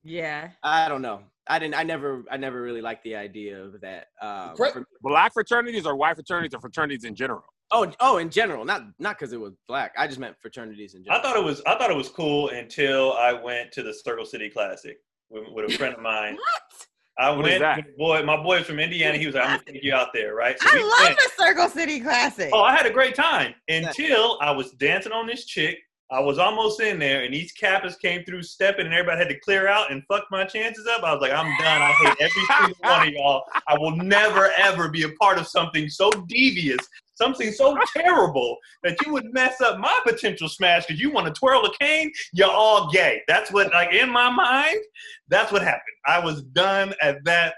S2: Yeah.
S1: I don't know. I didn't. I never. I never really liked the idea of that. Um,
S3: Correct.
S1: for-
S4: Black fraternities or white fraternities or fraternities in general.
S1: oh, oh, in general, not not because it was black. I just meant fraternities in general.
S5: I thought it was I thought it was cool until I went to the Circle City Classic with, with
S2: [LAUGHS]
S5: a friend of mine.
S2: What?
S5: I
S4: What is
S5: went
S4: that?
S5: with a boy my boy's from Indiana, he was like, I'm gonna take you out there, right? So we
S2: I love
S5: went.
S2: the Circle City Classic.
S5: Oh, I had a great time until I was dancing on this chick. I was almost in there, and these cappers came through stepping, and everybody had to clear out and fuck my chances up. I was like, I'm done. I hate every single one of y'all. I will never, ever be a part of something so devious, something so terrible that you would mess up my potential smash because you want to twirl a cane. You're all gay. That's what, like, in my mind, that's what happened. I was done at that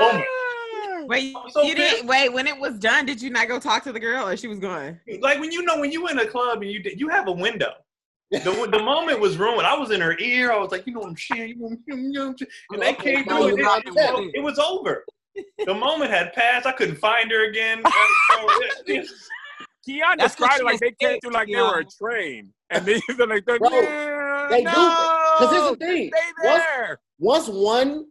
S5: moment.
S2: wait,
S5: I'm so
S2: you didn't wait when it was done. Did you not go talk to the girl or she was going?
S5: [LAUGHS] like when you know when you in a club and you you have a window. The, the moment was ruined. I was in her ear. I was like, you know what I'm saying? You know, what I'm- you know, you know what I'm saying?
S3: [LAUGHS]
S5: and they came
S3: now
S5: through.
S3: you're
S5: And
S3: not
S5: it,
S3: dead.
S5: it was over. The moment had passed. I couldn't find her
S3: [LAUGHS]
S5: again.
S4: Keon
S1: That's what
S4: described it
S1: she
S4: like they came
S1: said,
S4: through like they were a train, and they they're like, they're,
S3: Bro, they do
S4: no,
S3: that. 'Cause here's the thing.
S4: stay
S3: Once-
S4: there.
S3: once one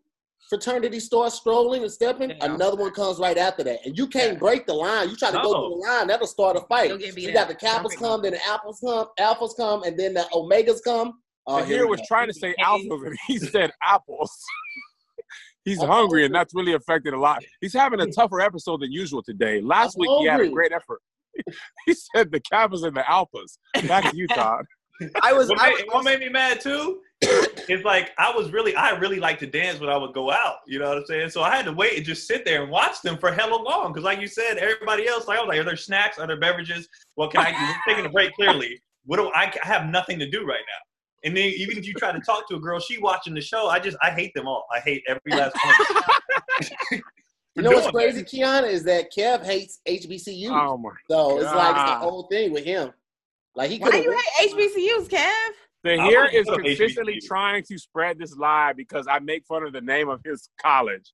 S3: fraternity starts strolling and stepping,
S1: Yeah.
S3: another one comes right after that. And you can't break the line. You try to
S5: No.
S3: go through the line, that'll start a fight.
S2: You'll get beat
S3: You got the
S2: up. Don't
S3: Kappas
S2: break
S3: come, then the Alphas come, Alphas come, and then the Omegas come. Oh,
S4: The
S3: here
S4: here
S3: we
S4: was
S3: go.
S4: trying to say
S2: Hey.
S4: alphas, and he said apples. [LAUGHS] He's
S3: I'm
S4: hungry, and
S3: hungry.
S4: that's really affected a lot. He's having a tougher episode than usual today. Last
S3: I'm
S4: week, he had a
S3: hungry.
S4: great effort. [LAUGHS] He said the
S3: [LAUGHS]
S4: Kappas and the Alphas. Back to you, Todd.
S1: I was.
S5: what,
S1: I was
S5: made,
S3: [COUGHS]
S5: what made me mad too? it's like I was really, I really like to dance when I would go out. You know what I'm saying? So I had to wait and just sit there and watch them for hella long. Because like you said, everybody else, like I was like, are there snacks? Are there beverages? What can I do? We're taking a break. Clearly, what do I, I have nothing to do right now. And then even if you try to talk to a girl, she watching the show. I just, I hate them all. I hate every last one.
S3: [LAUGHS] You
S5: [LAUGHS]
S3: know what's crazy, Kiana, is that Kev hates HBCU.
S4: Oh my!
S3: so it's like it's the
S4: God.
S3: whole thing with him. Like he
S2: Why
S3: could
S2: do you
S3: have.
S2: hate HBCUs, Kev?
S4: The
S5: I
S4: here
S5: wanna
S4: is
S5: go to
S4: consistently
S5: HBCU.
S4: trying to spread this lie because I make fun of the name of his college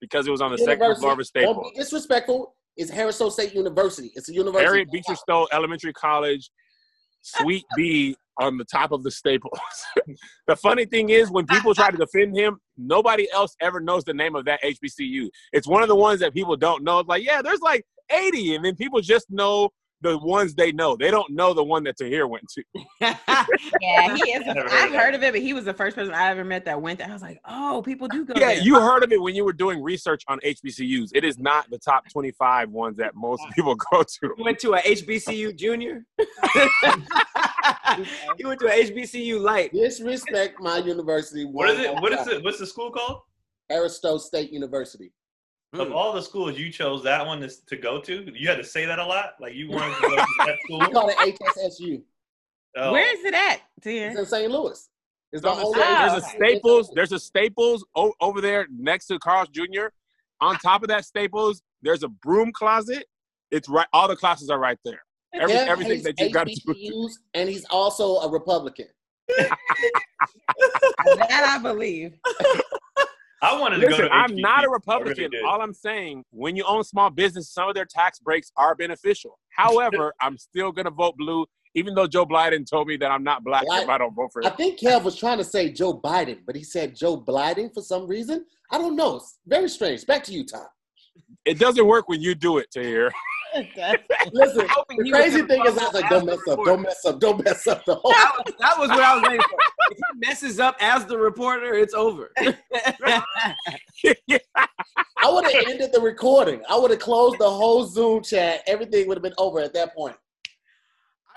S4: because it was on the second
S3: University.
S4: floor of a
S3: Don't
S4: staple.
S3: be disrespectful. It's Harris Oak State University. It's a university.
S4: Harriet Beecher Stowe Elementary College, Sweet B on the top of the staples. [LAUGHS] the funny thing is, when people try to defend him, nobody else ever knows the name of that HBCU. It's one of the ones that people don't know. It's like, yeah, there's like 80, and then people just know the ones they know. They don't know the one that Tahir went to.
S1: [LAUGHS]
S2: Yeah, he [LAUGHS] is.
S5: Never
S2: I've
S5: heard
S2: heard of it, but he was the first person I ever met that went there. I was like, oh, people do go
S4: Yeah,
S2: there.
S4: you heard of it when you were doing research on HBCUs. It is not the top 25 ones that most people [LAUGHS] go to.
S1: You went to a HBCU junior.
S5: [LAUGHS]
S1: [LAUGHS] you went to a HBCU light.
S3: Disrespect my university.
S5: What is it? What is it? What's the school called?
S3: Aristotle State University.
S5: Of all the schools you chose, that one is to go to. You had to say that a lot. Like you wanted to go to that
S4: [LAUGHS]
S3: We
S5: school.
S3: call it HSSU.
S5: Oh,
S2: Where is it at,
S3: It's
S2: [LAUGHS] dear?
S3: in St. Louis. It's the
S4: There's a,
S3: only.
S2: Oh,
S4: there's a
S2: okay.
S4: Staples. There's a Staples o- over there next to Carl's Jr. On top of that Staples, there's a broom closet. It's right. All the classes are right there. Every,
S3: Kev
S4: everything
S3: hates
S4: that you got to do.
S3: HBCUs, and he's also a Republican.
S2: that I believe.
S5: I wanted to
S4: Listen,
S5: go to.
S4: I'm not a
S5: HBCU. I really
S4: Republican.
S5: did.
S4: All I'm saying, when you own small business, some of their tax breaks are
S5: [LAUGHS]
S4: beneficial. However, I'm still gonna vote blue, even though Joe Biden told me that I'm not black
S3: Black-
S4: if I don't vote for
S3: I
S4: him.
S3: think Kev was trying to say Joe Biden, but he said Joe Biden for some reason. I don't know. It's very strange. Back to you, Tom.
S4: It doesn't work when you do it, Tahir.
S2: [LAUGHS]
S3: Listen,
S1: hoping
S3: the
S1: he was
S3: crazy
S1: gonna
S3: thing is, I
S1: follow
S3: was like,
S1: as the
S3: don't mess up,
S1: reporter."
S3: don't mess up, don't mess up the
S2: [LAUGHS]
S3: whole.
S1: That was, that was what I was waiting for. If he messes up as the reporter, it's
S3: [LAUGHS]
S1: over.
S3: I would have ended the recording. I would have closed the whole Zoom chat. Everything would have been over at that point.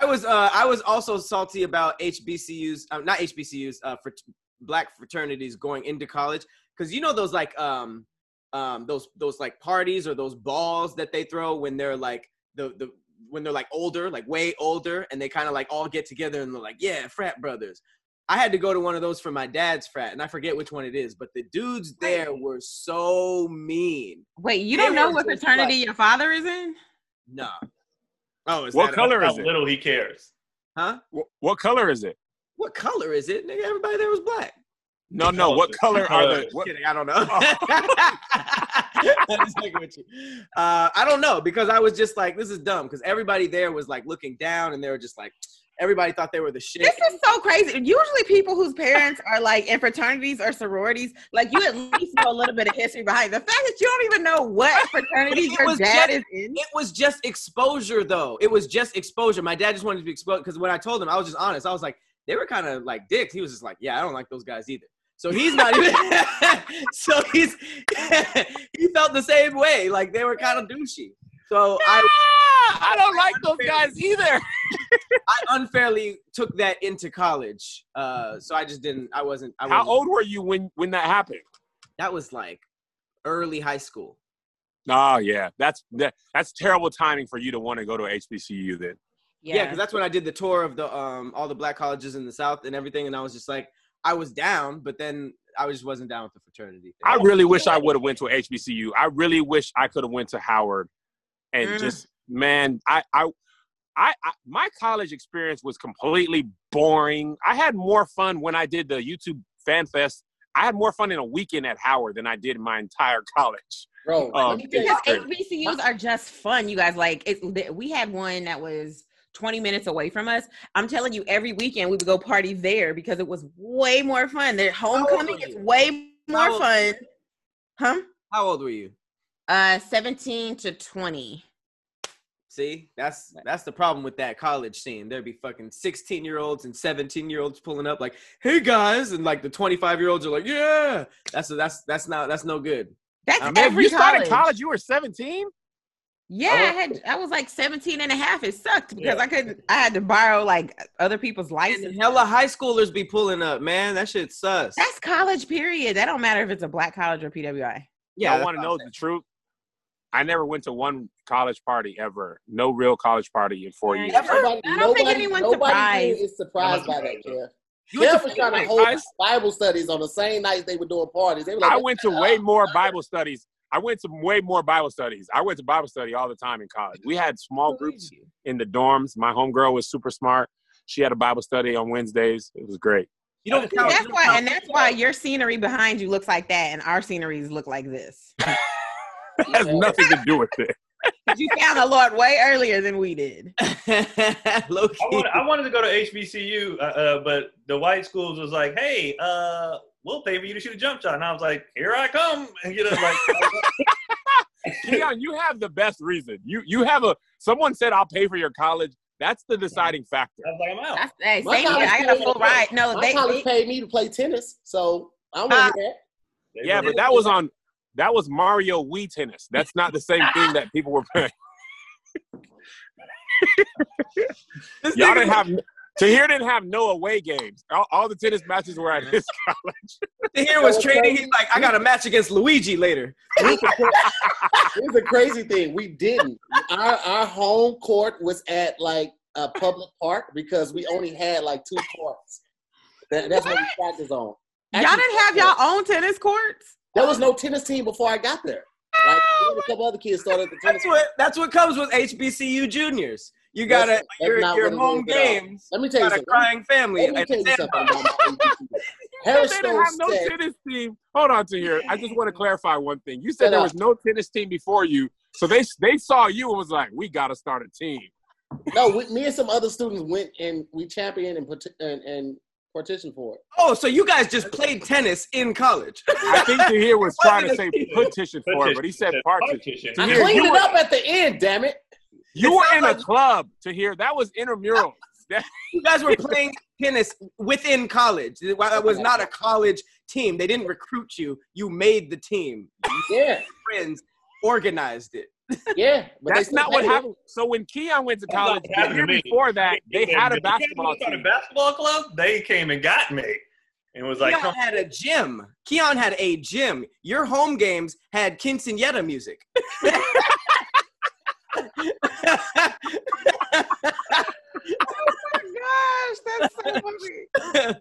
S1: I was uh, I was also salty about HBCUs, uh, not HBCUs, uh, for black fraternities going into college because you know those like um, um, those those like parties or those balls that they throw when they're like the the when they're like older, like way older, and they kind of like all get together and they're like, yeah, frat brothers. I had to go to one of those for my dad's frat, and I forget which one it is, but the dudes there were so mean.
S2: Wait, you
S1: They
S2: don't know
S1: were
S2: what
S1: just
S2: fraternity your father is in?
S1: Nah. Oh, is
S4: What
S1: that a-
S4: color
S5: How
S4: is it?
S5: little he cares.
S1: huh?
S4: Wh- What color is it?
S1: What color is it? Nigga, everybody there was black.
S4: No, no. What color are
S1: [LAUGHS]
S4: the?
S1: Just
S4: What,
S1: kidding. I don't know. I'm just fucking with you. Uh, I don't know because I was just like, this is dumb because everybody there was like looking down and they were just like, everybody thought they were the shit.
S2: This is so crazy. Usually, people whose parents are like in fraternities or sororities, like you at least know a little bit of history behind. The fact that you don't even know what fraternity
S1: It
S2: your
S1: was just-
S2: dad is in.
S1: it was just exposure though. It was just exposure. My dad just wanted to be exposed because when I told him, I was just honest. I was like, they were kind of like dicks. He was just like, yeah, I don't like those guys either. So he's not even. [LAUGHS] so he's he felt the same way. Like they were kind of douchey. So I
S4: I don't like those guys either.
S1: [LAUGHS] I unfairly took that into college. Uh, so I just didn't. I wasn't. I
S4: How
S1: wasn't,
S4: old were you when when that happened?
S1: That was like early high school.
S4: Oh yeah, that's that, that's terrible timing for you to want to go to HBCU then.
S1: Yeah, because that's when I did the tour of the um all the black colleges in the South and everything, and I was just like, I was down, but then I was just wasn't down with the fraternity.
S4: I
S1: Thing.
S4: really wish I would have went to a HBCU. I really wish I could have went to Howard, and
S2: Mm.
S4: just man, I, I, I, I, my college experience was completely boring. I had more fun when I did the YouTube Fan Fest. I had more fun in a weekend at Howard than I did in my entire [LAUGHS] college.
S3: Bro, let
S4: Um,
S3: me tell you
S2: because
S3: something.
S2: HBCUs are just fun, you guys. Like, it, we had one that was 20 minutes away from us. I'm telling you, every weekend we would go party there because it was way more fun. Their homecoming
S1: were
S2: is
S1: you?
S2: way
S1: How
S2: more
S1: old-
S2: fun, huh?
S1: How old were you?
S2: Uh, 17 to 20.
S1: See, that's that's the problem with that college scene. There'd be fucking sixteen year olds and seventeen year olds pulling up like, "Hey guys," and like the twenty five year olds are like, "Yeah." That's that's that's not that's no good.
S2: That's
S1: I mean,
S4: Man,
S2: every
S4: you started
S2: college.
S4: college, you were seventeen.
S3: Oh,
S2: Yeah, I, had I was like 17 and a half. It sucked because I couldn't I had to borrow like other people's license.
S1: And hella high schoolers be pulling up, man. That shit sus.
S2: That's college period. That don't matter if it's a black college or PWI.
S1: yeah,
S4: I
S1: that's
S4: want to
S1: what
S4: know
S1: I'm
S4: the truth. I never went to one college party ever. No real college party in four
S2: Yeah,
S4: years.
S2: I never-
S3: Everybody,
S2: I don't
S3: nobody,
S2: think anyone's
S3: nobody
S2: surprised.
S3: is surprised by that,
S5: Nobody's
S3: Kev.
S1: You went
S3: Kev
S1: to
S3: was trying to
S1: fucking
S3: hold
S4: Christ.
S3: Bible studies on the same night they were doing parties. They were like,
S4: I went to way more Bible studies. I went to saying. way more Bible studies. I went to Bible study all the time in college. We had small groups in the dorms. My homegirl was super smart. She had a Bible study on Wednesdays. It was great. [LAUGHS]
S1: You don't count.
S2: That's
S1: you don't
S2: why
S1: count.
S2: and that's why your scenery behind you looks like that and our sceneries look like this.
S4: It has nothing to do with
S1: [LAUGHS]
S4: it.
S2: you found the Lord way earlier than
S3: [LAUGHS]
S2: we did.
S1: [LAUGHS] Low
S5: I
S1: key.
S5: wanted, I wanted to go to HBCU, uh, uh, but the white schools was like, "Hey, uh, we'll pay for you to shoot a jump shot," and I was like, "Here I come!" [LAUGHS] And you know, like,
S4: Keon, you have the best reason. You you have a someone said I'll pay for your college. That's the deciding factor.
S5: I was like, "I'm out."
S2: That's, hey,
S3: My
S2: same here.
S3: college
S2: I got a
S3: paid-
S2: full ride. No,
S3: my
S2: they,
S3: college
S2: they
S3: paid me to play tennis, so I don't
S2: Ah.
S3: want that.
S5: They
S4: Yeah,
S5: were-
S4: but that was on that was Mario Wii tennis. That's not the same thing that people were
S5: [LAUGHS]
S4: playing.
S1: This
S4: Y'all
S1: nigga-
S4: didn't have Tahir didn't have no away games. All, all the tennis matches were at his college.
S1: to hear
S4: [LAUGHS]
S1: was training. He's like, I got a match against Luigi later.
S3: Here's the cra- here's the crazy thing. We didn't. Our our home court was at like a public park because we only had like two courts. That, that's what we practiced on.
S2: y'all didn't have y'all own tennis courts?
S3: There was no tennis team before I got there. Like me and a couple other kids started the tennis.
S1: That's what. That's what comes with HBCU juniors. You gotta
S3: That's- that's
S1: your,
S3: not
S1: your
S3: what it
S1: home
S3: is at all.
S1: games.
S3: Let me tell you
S1: Got a
S3: something.
S1: crying family.
S3: Let me
S1: at
S3: tell you
S1: the
S3: something
S1: end.
S3: about my APT.
S4: They
S3: Harris
S4: didn't
S3: Stone
S4: have no
S3: said,
S4: tennis team. Hold on to here. I just want to clarify one thing. You said
S3: Shut
S4: there
S3: up.
S4: was no tennis team before you, so they they saw you and was like, "We got to start a team."
S3: no, we, me and some other students went and we championed and, parti- and, and partitioned for it.
S1: Oh, so you guys just played tennis in college? [LAUGHS]
S4: I think to
S3: [LAUGHS]
S4: here was trying to say
S1: Wasn't a team.
S4: petition for it, but he said partition.
S5: Partition.
S3: I
S4: Tahir, you
S3: cleaned it
S4: were-
S3: up at the end, damn it.
S4: You were in a
S1: sounds
S4: club to hear. That was intramural.
S1: you guys were playing tennis within college. It wa- it was not a college team. They didn't recruit you. You made the team.
S3: Yeah,
S1: Friends organized it.
S3: yeah. But they
S4: That's
S3: still
S4: not what
S3: played it.
S4: happened. So when Keon went to
S5: That's not
S4: college,
S5: what
S4: the
S5: happened
S4: year
S5: to me.
S4: before that, they had a
S5: You
S4: basketball
S5: guys started
S4: team.
S5: a basketball club. They came and got me, and was like,
S1: Keon
S5: "Come
S1: had a gym. Keon had a gym. Your home games had quinceanera music.
S2: Oh my gosh, that's so funny.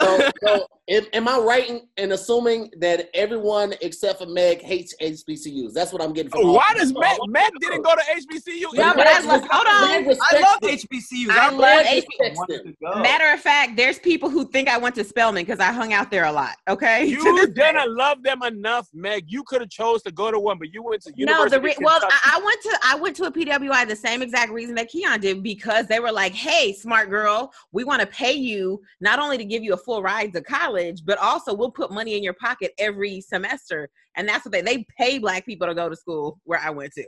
S3: So, so am, am I right in, in assuming that everyone except for Meg hates HBCUs? That's what I'm getting from all-
S4: Why does Meg, Meg didn't go to HBCU?
S2: Yeah, but I was- hold on.
S3: Meg
S1: I
S3: respects
S1: love
S3: them.
S1: HBCUs.
S2: I love
S3: Meg
S2: H-
S3: respects
S1: wanted
S3: them.
S1: to go.
S2: Matter of fact, there's people who think I went to Spelman because I hung out there a lot. Okay. [LAUGHS] To
S4: You
S2: this day.
S4: didn't love them enough, Meg. You could have chose to go to one, but you went to
S2: no,
S4: University.
S2: the re-
S4: of
S2: well,
S4: Kentucky.
S2: I, I went to I went to a PWI the same exact reason that Keon did because they were like, "Hey, smart girl, we want to pay you not only to give you a full ride to college, but also we'll put money in your pocket every semester." And that's what they they pay black people to go to school where I went to.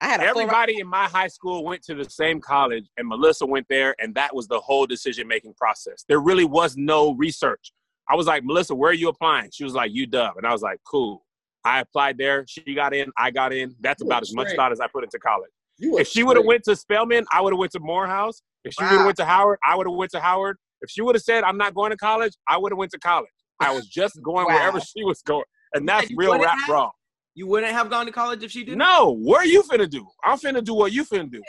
S2: I had a full ride.
S4: Everybody in my high school went to the same college, and Melissa went there, and that was the whole decision making process. There really was no research. I was like, Melissa, where are you applying? She was like, UW. And I was like, cool. I applied there. She got in. I got in. That's
S3: You
S4: about
S3: were
S4: as much
S3: straight.
S4: thought as I put into college.
S3: You
S4: If she would have went to Spelman, I would have went to Morehouse. If she would have went to Howard, I would have went to Howard. If she would have said, I'm not going to college, I would have went to college. I
S1: [LAUGHS]
S4: was just going
S2: Wow.
S4: wherever she was going. And that's
S1: you
S4: real
S1: wouldn't
S4: rap
S1: have?
S4: raw.
S1: You wouldn't have gone to college if she didn't.
S4: No, what are you finna do? I'm finna do what you finna do.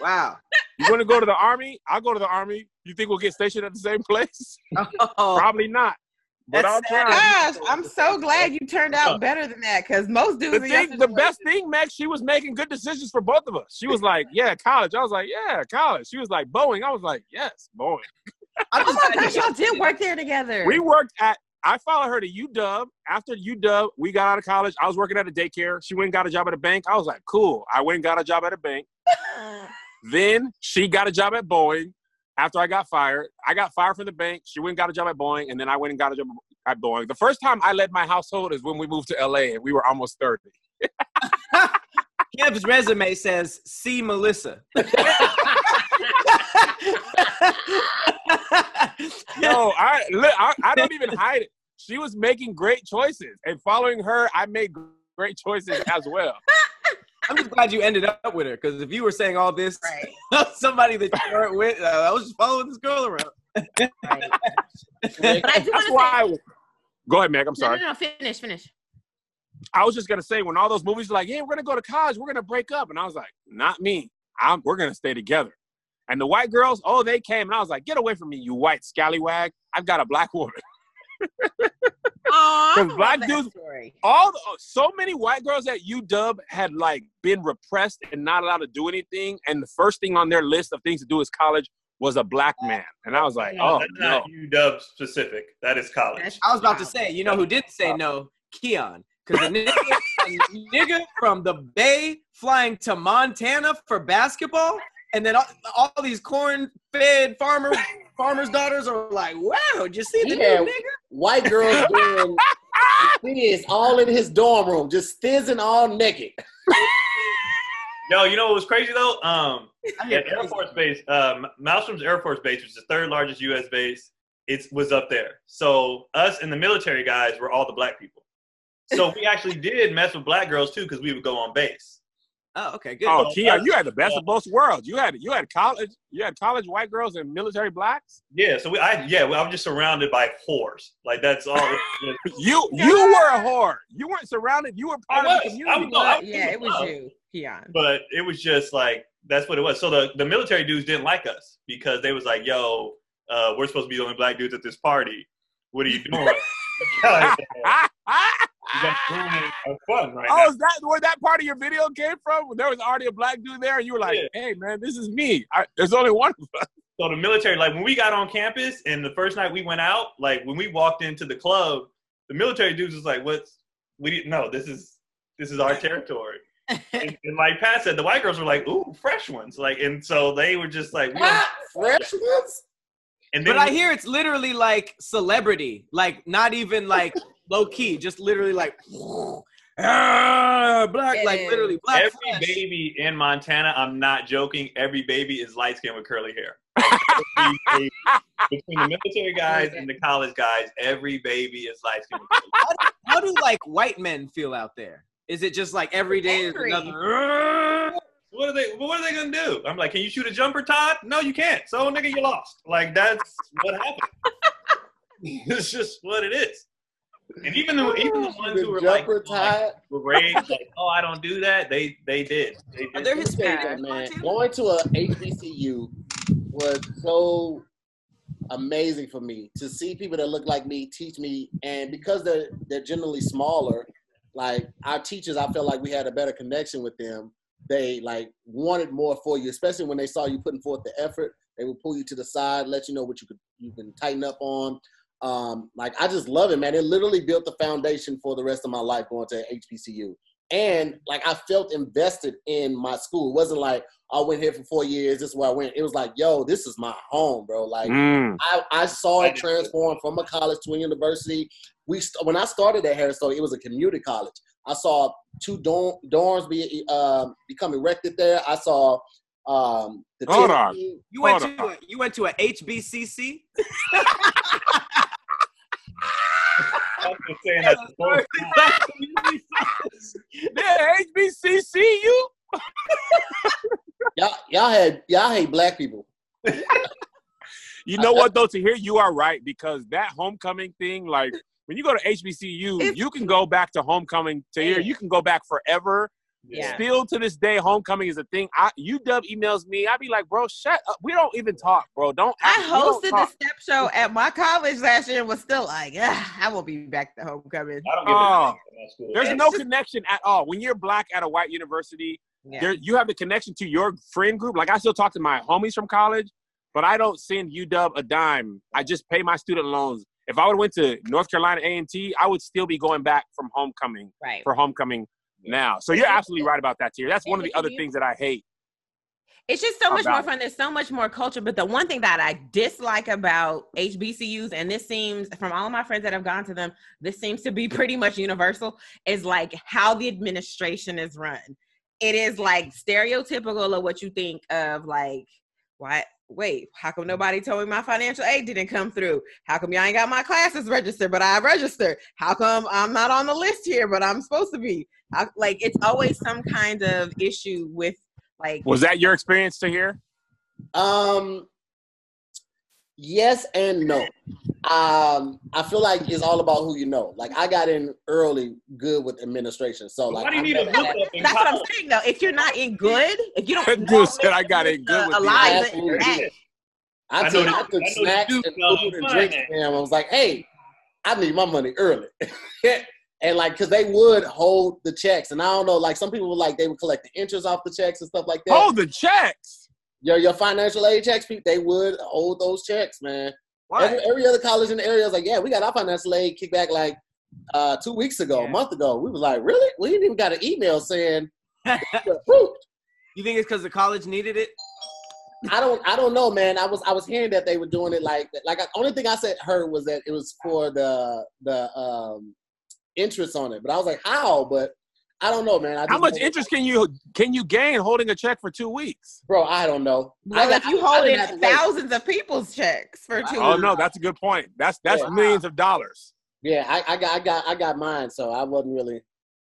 S1: Wow.
S4: You want to go to the army? I'll go to the army. You think we'll get stationed at the same [LAUGHS] place?
S2: [LAUGHS]
S1: Oh,
S4: Probably not. But
S1: that's
S4: I'll
S1: sad.
S4: try.
S2: Gosh, I'm so glad you turned out better than that because most dudes.
S4: The,
S2: in your
S4: thing, the best
S2: situation-
S4: thing, Max, she was making good decisions for both of us. She was like, yeah, college. I was like, yeah, college. She was like, Boeing. I was like, yes, Boeing.
S1: I'm
S2: Oh
S1: just
S2: my
S1: glad you
S2: gosh, y'all
S1: got
S2: did work there together. [LAUGHS]
S4: We worked at, I followed her to UW. After UW, we got out of college. I was working at a daycare. She went and got a job at a bank. I was like, cool. I went and got a job at a bank. Then she got a job at Boeing after I got fired. I got fired from the bank. She went and got a job at Boeing, and then I went and got a job at Boeing. The first time I led my household is when we moved to LA and we were almost 30.
S1: Kev's resume says see Melissa. [LAUGHS]
S4: No, I, look, I, I don't even hide it. She was making great choices, and following her, I made great choices as well.
S1: I'm just glad you ended up with her because if you were saying all this, [LAUGHS]
S2: Right.
S1: somebody that you weren't with, uh, I was just following this girl around.
S2: Right. But
S1: But
S2: [LAUGHS] I do want
S4: That's
S2: to
S4: why.
S2: say.
S4: I was- Go ahead, Meg. I'm
S2: No,
S4: sorry.
S2: no, no. Finish, finish.
S4: I was just gonna say when all those movies are like, yeah, we're gonna go to college, we're gonna break up, and I was like, not me. I'm, we're gonna stay together. And the white girls, oh, they came, and I was like, get away from me, you white scallywag. I've got a black woman. [LAUGHS]
S2: Aw, I love
S4: black
S2: that
S4: dudes-
S2: story.
S4: All the, so many white girls at UW had like been repressed and not allowed to do anything, and the first thing on their list of things to do is college was a black man, and I was like, oh
S5: that's
S4: no,
S5: not UW specific. That is college.
S2: That's-
S1: I was about to
S2: Wow.
S1: say, you know who didn't say no? Keon. Because a nigga, a nigga from the Bay flying to Montana for basketball, and then all, all these corn-fed farmer farmers' daughters are like, "Wow, did you see the
S3: Yeah.
S1: new nigga?"
S3: White girls doing things all in his dorm room, just thizzing all naked.
S5: No, you know what was crazy though? Um,
S1: I mean,
S5: at Air Force Base, um, Malmstrom's Air Force Base, which is the third largest U.S. base, it was up there. So us and the military guys were all the black people. So we actually did mess with black girls too because we would go on base.
S1: Oh, okay, good.
S4: oh Kia, you had the best of both worlds. You had you had college, you had college white girls and military blacks.
S5: Yeah, so we, I, yeah, well, I'm just surrounded by whores. Like that's all. I
S4: You you were a whore. You weren't surrounded. You were part of
S5: was.
S4: the
S5: I
S4: community.
S5: was, no, I was
S2: yeah, it was
S5: love.
S2: you,
S4: [LAUGHS]
S2: Keon.
S5: but it was just like that's what it was. So the, the military dudes didn't like us because they was like, "Yo, uh, we're supposed to be the only black dudes at this party. What are you
S1: [LAUGHS]
S5: doing? [LAUGHS] Like, you
S4: Ah, [LAUGHS] ah,
S5: guys
S4: ah.
S5: ruining our fun right
S4: Oh,
S5: now."
S4: is that where that part of your video came from? When there was already a black dude there, and you were like,
S5: Yeah.
S4: "Hey, man, this is me. I, there's only one." of us."
S5: So the military, like when we got on campus and the first night we went out, like when we walked into the club, the military dudes was like, "What's we didn't know this is this is
S1: [LAUGHS]
S5: our territory." and, and like Pat said, the white girls were like, "Ooh, fresh ones!" Like, and so they were just like,
S1: [LAUGHS]
S5: we don't-
S3: Fresh ones?
S5: and then
S1: But I hear it's literally like celebrity, like not even
S2: [LAUGHS]
S1: like low key, just literally like [LAUGHS] "Ah, black,
S2: It
S1: like
S2: is.
S1: literally black.
S5: every
S1: flesh."
S5: baby in Montana, I'm not joking, every baby is light skinned with curly
S2: [LAUGHS]
S5: hair. Every baby. Between the military guys and the college guys, every baby is light skinned.
S1: How do like white men feel out there? Is it just like every day is
S2: Angry.
S1: another?
S5: What are they? What are they gonna do? I'm like, can you shoot a jumper, Todd? No, you can't. So, nigga, you lost. Like that's what happened. [LAUGHS] it's just what it is. And even the even the ones who were like,
S3: jumper tied.
S5: were raised like, oh, I don't do that. They they did. They
S1: Are
S2: [LAUGHS]
S5: did.
S1: there
S3: Let me tell you
S1: Hispanic
S3: what, man.
S1: Montana?
S3: Going to a HBCU was so amazing for me to see people that look like me teach me, and because they're they're generally smaller, like our teachers, I felt like we had a better connection with them. They like wanted more for you, especially when they saw you putting forth the effort. They would pull you to the side, let you know what you could you can tighten up on. Um, like I just love it, man. It literally built the foundation for the rest of my life going to HBCU and like I felt invested in my school. It wasn't like I went here for four years. This is where I went. It was like, yo, this is my home, bro. Like
S4: Mm-hmm.
S5: Mm.
S3: I, I saw it transform from a college to a university. We st- when I started at Harris, so it was a community college. I saw two dorm, dorms be um become erected there. I saw um, the
S4: Hold
S3: tennis
S4: on.
S3: team.
S1: You went
S4: Hold
S1: to
S4: on.
S1: a, you went to a HBCC.
S5: I'm just saying that.
S4: Yeah, HBCCU.
S3: Y'all, y'all had y'all hate black people.
S4: You know what though? To hear you are right because that homecoming thing, like when you go to HBCU,
S2: It's-
S4: you can go back to homecoming. To here, you can go back forever.
S2: Yeah.
S4: Still to this day, homecoming is a thing. I UW emails me. I be like, bro, shut up. We don't even talk, bro. Don't.
S2: I
S4: we don't
S2: hosted the
S4: talk."
S2: step show at my college last year and was still like, "Ah, I won't be back to homecoming.
S5: I don't give
S4: Oh,
S5: a school.
S4: there's
S2: It's
S4: no
S2: just-
S4: connection at all. When you're black at a white university,
S2: Yeah.
S4: there you have the connection to your friend group. Like I still talk to my homies from college, but I don't send UW a dime. I just pay my student loans. If I would have went to North Carolina A and T, I would still be going back from homecoming
S2: Right.
S4: for homecoming now. So you're absolutely right about that, Tier. That's one of the other things that I hate.
S2: It's just so much more
S4: About-
S2: fun. There's so much more culture. But the one thing that I dislike about HBCUs, and this seems from all of my friends that have gone to them, this seems to be pretty much universal, is like how the administration is run. It is like stereotypical of what you think of like why wait, how come nobody told me my financial aid didn't come through? How come y'all ain't got my classes registered, but I registered? How come I'm not on the list here, but I'm supposed to be? How, like, it's always some kind of issue with, like,
S4: Was that your experience to hear?
S3: Um, yes and no. Um, I feel like it's all about who you know. Like I got in early, good with administration. So like,
S5: Why do you
S3: I
S5: need a
S3: never
S5: book
S3: had-
S5: up in
S2: that's what I'm
S5: college?
S2: saying though. If you're not in good, if you
S4: [LAUGHS]
S2: don't,
S4: Dude said I got in
S2: it's,
S4: good
S2: uh,
S4: with the
S2: alive,
S3: absolute
S2: and back.
S5: shit.
S3: I,
S5: I
S3: took,
S5: know
S3: I
S5: the- I know uh,
S3: took
S5: the
S3: snacks
S5: Duke
S3: and
S5: knows
S3: food and
S5: finance.
S3: drinks, and I was like, hey, I need my money early. [LAUGHS] and like, cause they would hold the checks, and I don't know, like some people like they would collect the interest off the checks and stuff like that.
S4: Hold the checks.
S3: your your financial aid checks, people, they would hold those checks, man. Every,
S1: Why?
S3: every other college in the area is like, yeah, we got our financial aid kickback like uh, two weeks ago, a
S1: Yeah.
S3: month ago. We was like, really? We didn't even got an email saying. "Woo."
S4: [LAUGHS]
S1: You think it's because the college needed it?
S3: I don't, I don't know, man. I was, I was hearing that they were doing it like, like. I, only thing I said heard was that it was for the the um, interest on it, but I was like, how? But I don't know, man. I
S4: How
S3: just
S4: much
S3: know-
S4: interest can you can you gain holding a check for two weeks?
S3: bro? I don't know.
S2: Well,
S3: I,
S2: if you
S3: I- I
S2: hold
S3: didn't have to
S2: in
S3: wait.
S2: thousands of people's checks for two,
S4: Oh no, that's a good point. That's that's
S3: Yeah.
S4: millions of dollars. [LAUGHS]
S3: Yeah, I, I got, I got, I got mine, so I wasn't really.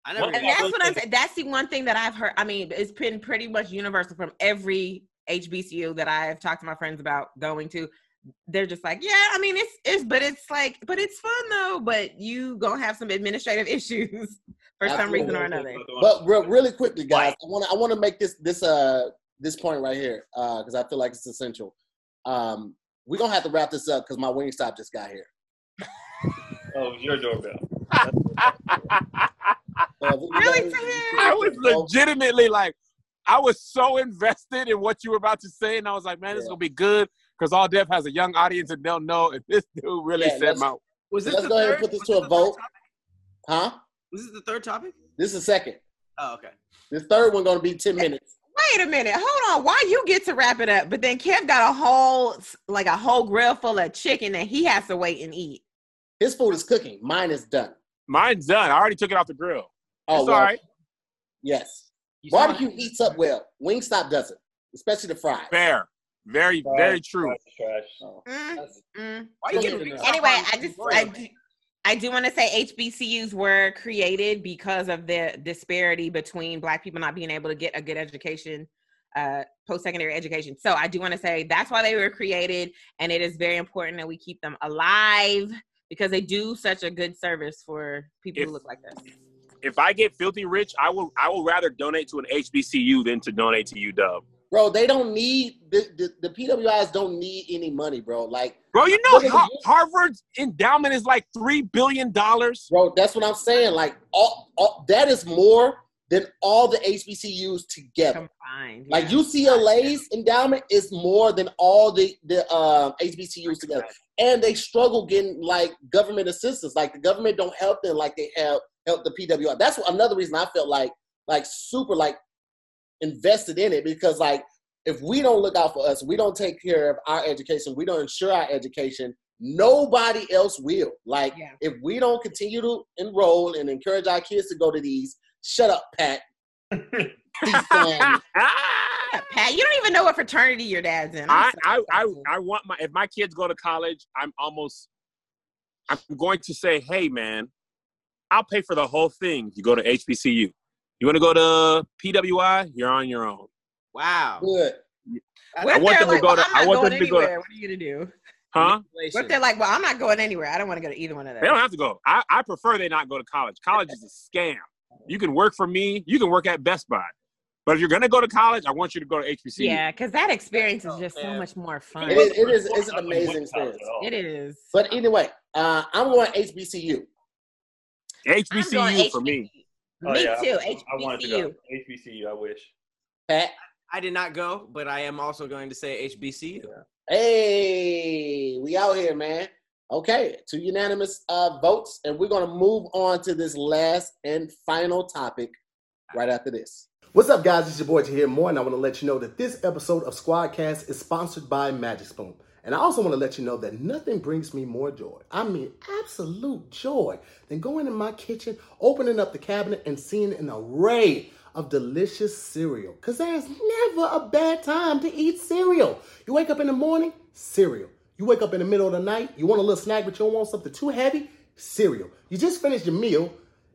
S1: I never.
S5: What?
S2: and
S1: Got
S2: that's what I'm saying. That's the one thing that I've heard. I mean, it's been pretty much universal from every HBCU that I've talked to my friends about going to. They're just like, yeah, I mean, it's it's, but it's like, but it's fun though. But you gonna have some administrative [LAUGHS] issues for some reason or another.
S3: But re- really quickly, guys, I want to I want to make this this uh this point right here because I feel like it's essential. Um, we're gonna have to wrap this up because my wing stop just got here.
S5: Oh, it was your doorbell.
S3: Uh, we-
S2: Really,
S3: we-
S2: Tahir?
S4: I was legitimately like, I was so invested in what you were about to say, and I was like, man, this is
S3: Yeah.
S4: gonna be good because all Def has a young audience and they'll know if this [LAUGHS] dude really
S3: Yeah,
S4: said
S3: let's-
S4: my.
S1: Was this
S3: Let's
S1: the
S3: go ahead and
S1: third-
S3: put this
S1: was
S3: to a
S1: the third
S3: vote.
S1: topic?
S3: Huh?
S1: Was this the third topic?
S3: This is second.
S1: Oh, okay.
S3: This third one gonna be ten minutes.
S2: Wait a minute, hold on. Why you get to wrap it up, but then Kev got a whole like a whole grill full of chicken that he has to wait and eat.
S3: His food is cooking. Mine is done.
S4: Mine's done. I already took it off the grill.
S3: Oh,
S4: it's
S3: well,
S4: all right,
S3: Yes.
S1: You saw
S3: Barbecue
S1: it?
S3: eats up well. Wingstop doesn't, especially the fries.
S4: fair, very,
S5: Right.
S4: very true.
S5: Trash.
S3: Oh,
S2: Mm,
S3: that's-
S2: mm.
S1: Why you
S3: Good
S1: getting
S3: to know.
S1: mixed up
S2: anyway,
S1: on
S2: I just I
S1: Memorial
S2: do,
S1: Day?
S2: I do want to say HBCUs were created because of the disparity between Black people not being able to get a good education, uh, post secondary education. So I do want to say that's why they were created, and it is very important that we keep them alive because they do such a good service for people
S4: If-
S2: who look like us.
S4: If I get filthy rich, I will. I will rather donate to an HBCU than to donate to UW.
S3: Bro, they don't need the, the the PWIs don't need any money, bro. Like,
S4: Bro, you know
S3: Look at
S4: how
S3: the-
S4: Harvard's endowment is like three billion dollars.
S3: Bro, that's what I'm saying. Like, all, all, that is more than all the HBCUs together.
S2: Combined,
S3: Like
S2: yeah.
S3: UCLA's endowment is more than all the the uh, HBCUs together, and they struggle getting like government assistance. Like the government don't help them like they help help the PWI. That's what, another reason I felt like like super like invested in it because like if we don't look out for us, we don't take care of our education, we don't ensure our education. Nobody else will. Like
S2: Yeah.
S3: if we don't continue to enroll and encourage our kids to go to these, shut up,
S2: [LAUGHS]
S3: Pat. These,
S4: [LAUGHS]
S3: um,
S2: Pat, you don't even know what fraternity your dad's in. I'm
S4: I,
S2: sorry,
S4: I, I,
S2: Dawson.
S4: I want my if my kids go to college, I'm almost I'm going to say, hey man, I'll pay for the whole thing. if You go to HBCU. You want to go to PWI? You're on your own.
S1: Wow.
S3: good.
S2: What
S4: I
S2: if
S4: want them
S2: they're
S4: to
S2: like,
S4: go
S2: well,
S4: to-
S2: I'm not
S4: I want
S2: going
S4: them to go to-
S2: anywhere. What are you gonna do?
S4: Huh?
S2: What if they're like, well, I'm not going anywhere. I don't want to go to either one of those.
S4: They don't have to go. I, I prefer they not go to college. College is a scam. You can work for me. You can work at Best Buy. But if you're gonna go to college, I want you to go to HBCU.
S2: Yeah, because that experience is just so
S1: Yeah.
S2: much more fun.
S3: It is, it is, it's an amazing experience.
S2: It is.
S3: But anyway, uh, I'm going HBCU.
S2: I'm
S4: HBCU
S2: going
S4: for
S2: HBCU.
S4: me.
S5: Oh,
S2: Me
S5: yeah,
S2: too.
S5: I, I wanted to go
S2: HBCU.
S5: HBCU. I wish.
S3: Pat,
S1: I did not go, but I am also going to say HBCU.
S3: hey, we out here, man. Okay, two unanimous uh, votes, and we're gonna move on to this last and final topic right after this.
S6: What's up, guys? It's your boy to hear more, and I want to let you know that this episode of Squadcast is sponsored by Magic Spoon. And I also want to let you know that nothing brings me more joy. I mean, absolute joy than going in my kitchen, opening up the cabinet, and seeing an array of delicious cereal. Because there's never a bad time to eat cereal. You wake up in the morning, cereal. You wake up in the middle of the night, you want a little snack, but you don't want something too heavy, cereal. You just finished your meal.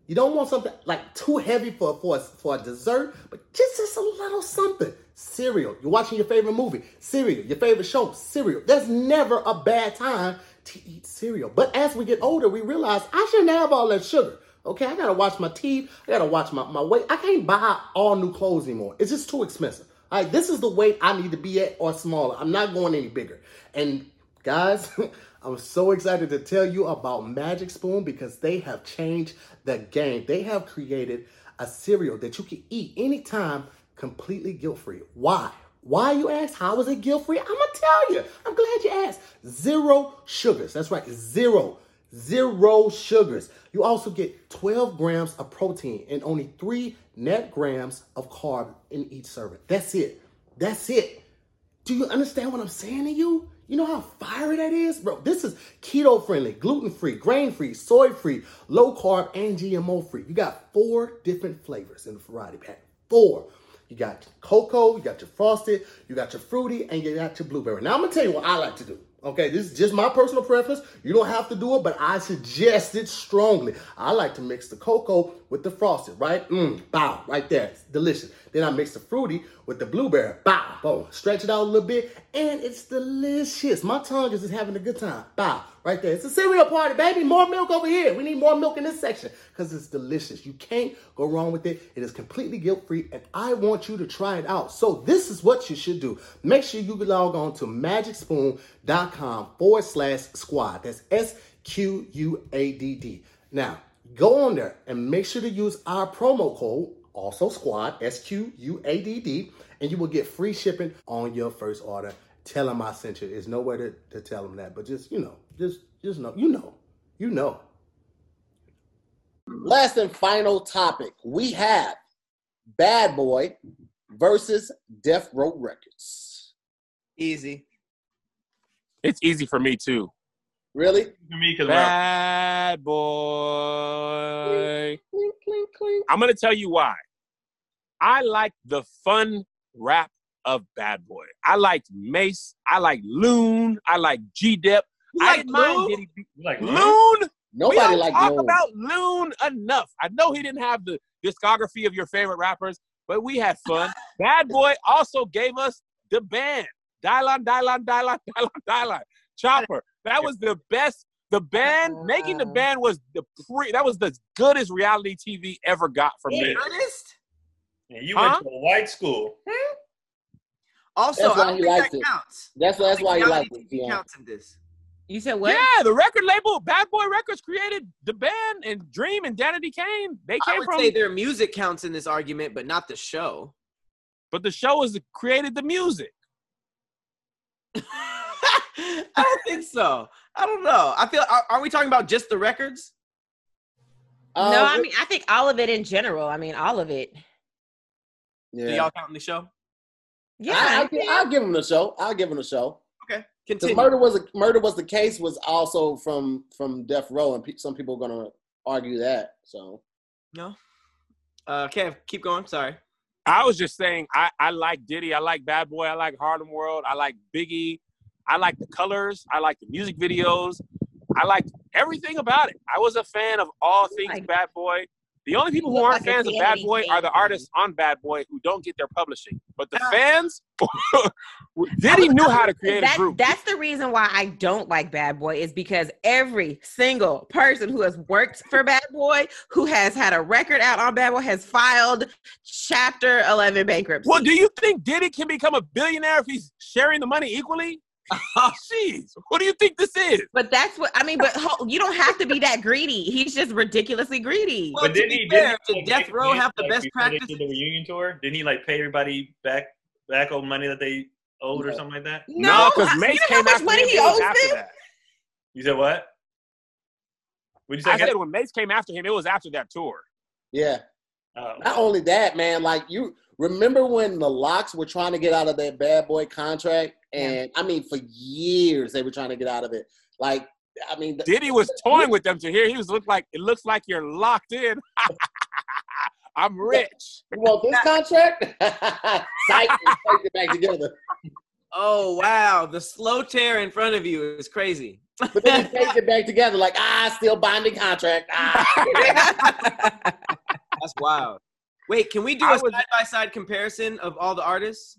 S6: You don't want something like too heavy for, for, for a dessert, but just, just a little something. Cereal. You're watching your favorite movie, cereal. Your favorite show, cereal. There's never a bad time to eat cereal. But as we get older, we realize I shouldn't have all that sugar. Okay, I gotta watch my teeth. I gotta watch my, my weight. I can't buy all new clothes anymore. It's just too expensive. All right, this is the weight I need to be at or smaller. I'm not going any bigger. And guys, [LAUGHS] I'm so excited to tell you about Magic Spoon because they have changed the game. They have created a cereal that you can eat anytime completely guilt free. Why? Why you ask? How is it guilt free? I'm gonna tell you. I'm glad you asked. Zero sugars. That's right. Zero. Zero sugars. You also get 12 grams of protein and only three net grams of carb in each serving. That's it. That's it. Do you understand what I'm saying to you? You know how fiery that is, bro. This is keto friendly, gluten free, grain free, soy free, low carb, and GMO free. You got four different flavors in the variety pack. Four. You got cocoa, you got your frosted, you got your fruity, and you got your blueberry. Now I'm gonna tell you what I like to do. Okay, this is just my personal preference. You don't have to do it, but I suggest it strongly. I like to mix the cocoa with the frosted, right? Mmm, bow, right there. It's delicious. Then I mix the fruity with the blueberry. Bow, boom. Stretch it out a little bit, and it's delicious. My tongue is just having a good time. Bow, right there. It's a cereal party, baby. More milk over here. We need more milk in this section because it's delicious. You can't go wrong with it. It is completely guilt free, and I want you to try it out. So, this is what you should do. Make sure you log on to magicspoon.com forward slash squad. That's S Q U A D D. Now, go on there and make sure to use our promo code, also squad, S Q U A D D, and you will get free shipping on your first order. Tell them I sent you. There's nowhere to, to tell them that, but just, you know, just, just know, you know, you know.
S3: Last and final topic we have Bad Boy versus Death Row Records.
S1: Easy.
S4: It's easy for me too.
S3: Really?
S5: For me, because
S4: Bad boy.
S3: Clink, clink, clink.
S4: I'm gonna tell you why. I like the fun rap of Bad Boy. I like Mace. I like Loon. I like G Dep.
S1: You
S4: I
S1: like
S4: didn't mind
S1: Lil?
S4: Diddy B-
S5: like
S4: Loon. we
S3: Nobody
S4: don't
S3: like
S4: talk
S3: Loon.
S4: about Loon enough. I know he didn't have the discography of your favorite rappers, but we had fun. Bad Boy also gave us the band. Dylon, Dylon, Dylon, [LAUGHS] Dylon, Dylon. Chopper. That was the best. The band making the band was the pre. That was the goodest reality TV ever got from me.
S5: Yeah.
S1: Honest.
S5: and you
S4: Huh?
S5: went to a white school.
S1: Also,
S3: That's why
S1: I don't
S3: he
S1: think
S3: likes
S1: that
S3: it.
S1: counts.
S3: That's that's why you
S1: Reality
S3: like it.
S1: TV
S3: Keon.
S1: counts in this.
S2: You said what?
S4: Yeah, the record label Bad Boy Records created the band and Dream and Danity Kane. They
S1: I
S4: came
S1: would
S4: from,
S1: say their music counts in this argument, but not the show. [LAUGHS]
S4: but the show is created the music.
S1: I don't think so. I don't know. I feel. Are, are we talking about just the records?
S3: Uh,
S4: Oh,
S2: no, I mean I think all of it in general. I mean all of it.
S1: Do
S3: yeah.
S1: y'all count in the show?
S2: Yeah.
S3: I, I, gi- I'll give him the show. I'll give him the show. Because
S1: Continue.
S3: murder was a, murder was the case was also from from death row, and pe- some people are gonna argue that. So
S1: No. Uh, Kev, keep going. Sorry.
S4: I was just saying, I, I like Diddy, I like Bad Boy, I like Harlem World, I like Biggie, I like the colors, I like the music videos, I like everything about it. I was a fan of all things
S2: like-
S4: Bad Boy. The only people who
S2: Look
S4: aren't
S2: like a
S4: fans of
S2: Danny
S4: Bad Boy are the
S2: Kane.
S4: artists on Bad Boy who don't get their publishing. But the
S2: Uh,
S1: Ah.
S4: fans, [LAUGHS] Diddy knew how to create
S2: That-
S4: a group.
S2: That's the reason why I don't like Bad Boy is because every single person who has worked for Bad Boy, who has had a record out on Bad Boy, has filed Chapter 11 bankruptcy.
S4: Well, do you think Diddy can become a billionaire if he's sharing the money [LAUGHS] equally? Jeez, what do you think this is?
S2: but that's what I mean. But ho- you don't have to be that greedy. He's just ridiculously greedy.
S1: Well, to
S5: but didn't
S1: be
S5: he?
S1: fair,
S5: didn't he,
S1: did
S5: like,
S1: Death
S5: make
S1: Row have the
S5: like,
S1: best
S5: before they
S1: practices?
S5: did The reunion tour. Didn't he like pay everybody back back on money that they owed or
S3: No.
S5: something like that?
S4: because
S2: I-
S4: Mace
S2: you know
S4: came
S2: how much
S4: after
S2: money
S4: him.
S2: he
S4: it was
S2: owes
S4: after
S2: them?
S4: that.
S5: You said what? Would you say?
S4: I said when Mace came after him, it was after that tour.
S3: yeah.
S5: Oh.
S3: Not only that, man. Like you remember when the locks were trying to get out of their bad boy contract, and I mean for years they were trying to get out of it. Like I mean, th-
S4: Diddy was toying with them to hear. He was look like it looks like you're locked in. [LAUGHS] I'm rich.
S3: You want this contract? [LAUGHS] Psych, take it back together.
S1: Oh wow, the slow tear in front of you is crazy. [LAUGHS]
S3: But then you take it back together, like ah, still binding contract. Ah.
S1: That's wild. Wait, can we do a
S4: I was-
S1: side by side comparison of all the artists?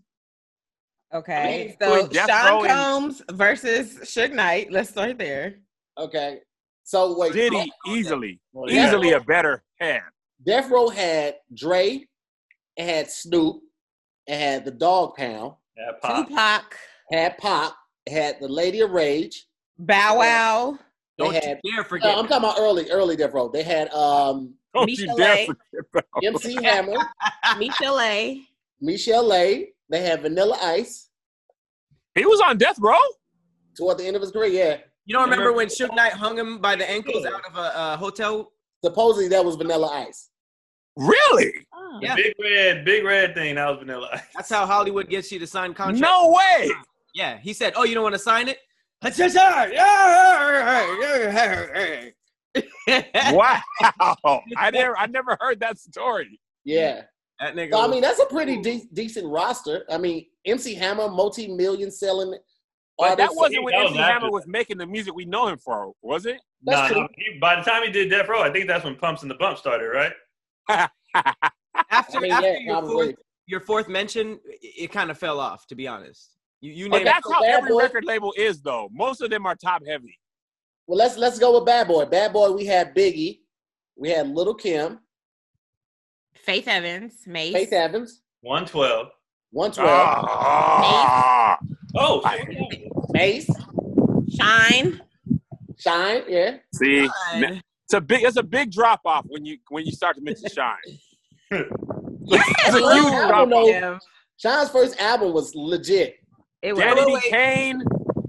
S2: Okay,
S4: I mean,
S2: so
S4: between Death Row
S2: Sean
S4: and-
S2: Combs versus Suge Knight. Let's start there.
S3: okay, so wait,
S4: Diddy easily,
S5: Well, yeah.
S4: easily a better hand.
S3: Death Row had Dre, it had Snoop, it had the Dog Pound,
S5: Yeah, pop.
S2: Tupac,
S3: it had Pop, it had the Lady of Rage.
S2: Bow Wow,
S4: [LAUGHS]
S3: They
S1: Don't
S3: had-
S1: you dare
S3: No,
S1: forget.
S3: I'm talking about early, early Death Row. They had um,
S4: Don't
S2: Michelle
S4: you dare
S2: A.
S4: forget about [LAUGHS]
S3: MC Hammer,
S2: Michelle A.
S3: Michelle A. They had Vanilla Ice
S4: He was on death row.
S3: toward the end of his career. Yeah,
S1: you don't remember when Suge Knight hung him by the ankles out of a, a hotel?
S3: supposedly that was Vanilla Ice.
S4: Really?
S2: Oh.
S5: The
S1: Yeah.
S5: Big red, big red thing. That was vanilla. Ice.
S1: That's how Hollywood gets you to sign contracts.
S4: No way.
S1: Yeah, he said, "Oh, you don't want to sign it." [LAUGHS] that
S4: Wow. I never, I never heard that story.
S3: Yeah,
S1: nigga.
S3: so I
S1: was-
S3: mean that's a pretty de- decent roster. I mean MC Hammer, multi-million selling.
S4: But that
S3: artist.
S4: wasn't when
S5: That was
S4: MC
S5: after
S4: Hammer
S5: that.
S4: was making the music we know him for, was it?
S5: Nah,
S3: That's
S5: nah, he, by the time he did Death Row, I think that's when Pumps and the Bump started, right?
S1: after
S3: I mean,
S1: after
S3: yeah,
S1: your,
S3: probably.
S1: fourth, your fourth mention, it, it kind of fell off. To be honest, you you
S4: But
S1: named
S4: that's how
S3: Bad
S4: every
S3: Boy.
S4: record label is, though. Most of them are top heavy.
S3: Well, let's let's go with Bad Boy. Bad Boy, we had Biggie, we had Little Kim,
S2: Faith Evans, Mace.
S3: Faith Evans,
S5: 112.
S3: One Twelve,
S4: Ah.
S5: Oh,
S4: I-
S3: Mace,
S2: Shine.
S3: Shine. Yeah,
S4: See,
S1: Fine.
S4: it's a big, it's a big drop off when you when you start to mention Shine.
S2: Yes,
S4: It's a
S2: Lil
S4: huge drop
S3: Oh,
S4: off.
S2: Kim.
S3: Shine's first album was legit.
S2: It was
S4: Danny
S1: wait.
S4: Kane.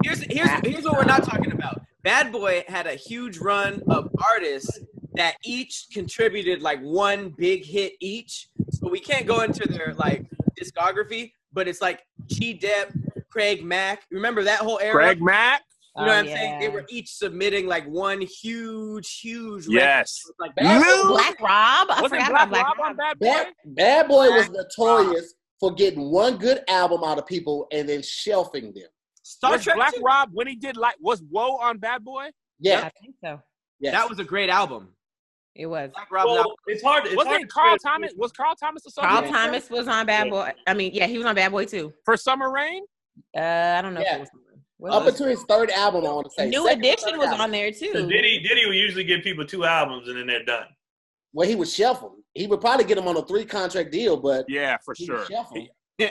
S1: here's here's here's what we're not talking about. Bad Boy had a huge run of artists that each contributed like one big hit each. So we can't go into their like discography, but it's like G Dep, Craig Mack. Remember that whole era?
S4: Craig Mack.
S1: you know what
S2: Oh,
S1: I'm saying? They
S2: yeah.
S1: were each submitting like one huge, huge record.
S4: Yes.
S1: It was Like
S3: Bad
S4: Lil-
S3: Boy-
S2: Black Rob. I
S4: Wasn't
S2: forgot
S4: Black
S2: about Black
S4: Rob on
S2: Rob.
S4: Bad Boy?
S3: Bad, Bad Boy was notorious for getting one good album out of people and then shelving them.
S1: Star
S4: was
S1: Trek
S4: Black
S1: too.
S4: Rob when he did like was Woe on Bad Boy?
S3: Yeah,
S2: I think so.
S3: yes.
S1: That was a great album.
S2: It was.
S1: Black Rob's album. [LAUGHS]
S5: well, it's hard. It's hard
S4: Wasn't
S5: to
S4: it Carl
S5: compare-
S4: Thomas? Was Carl Thomas the
S2: Carl
S4: song
S2: Thomas was on Bad
S5: Yeah.
S2: Boy. I mean, yeah, he was on Bad Boy too.
S4: for Summer Rain?
S2: Uh, I don't know if
S3: Yeah.
S2: it was. what
S3: up
S2: was-
S3: until his third album. I want to say Second
S2: New
S3: or
S2: Addiction
S3: third
S2: was
S3: album.
S2: on there too.
S5: So Diddy, Diddy will usually give people two albums and then they're done.
S3: Well, he would shelf them. He would probably get them on a three contract deal, but
S4: Yeah, for
S3: he
S4: sure.
S3: would shelf them.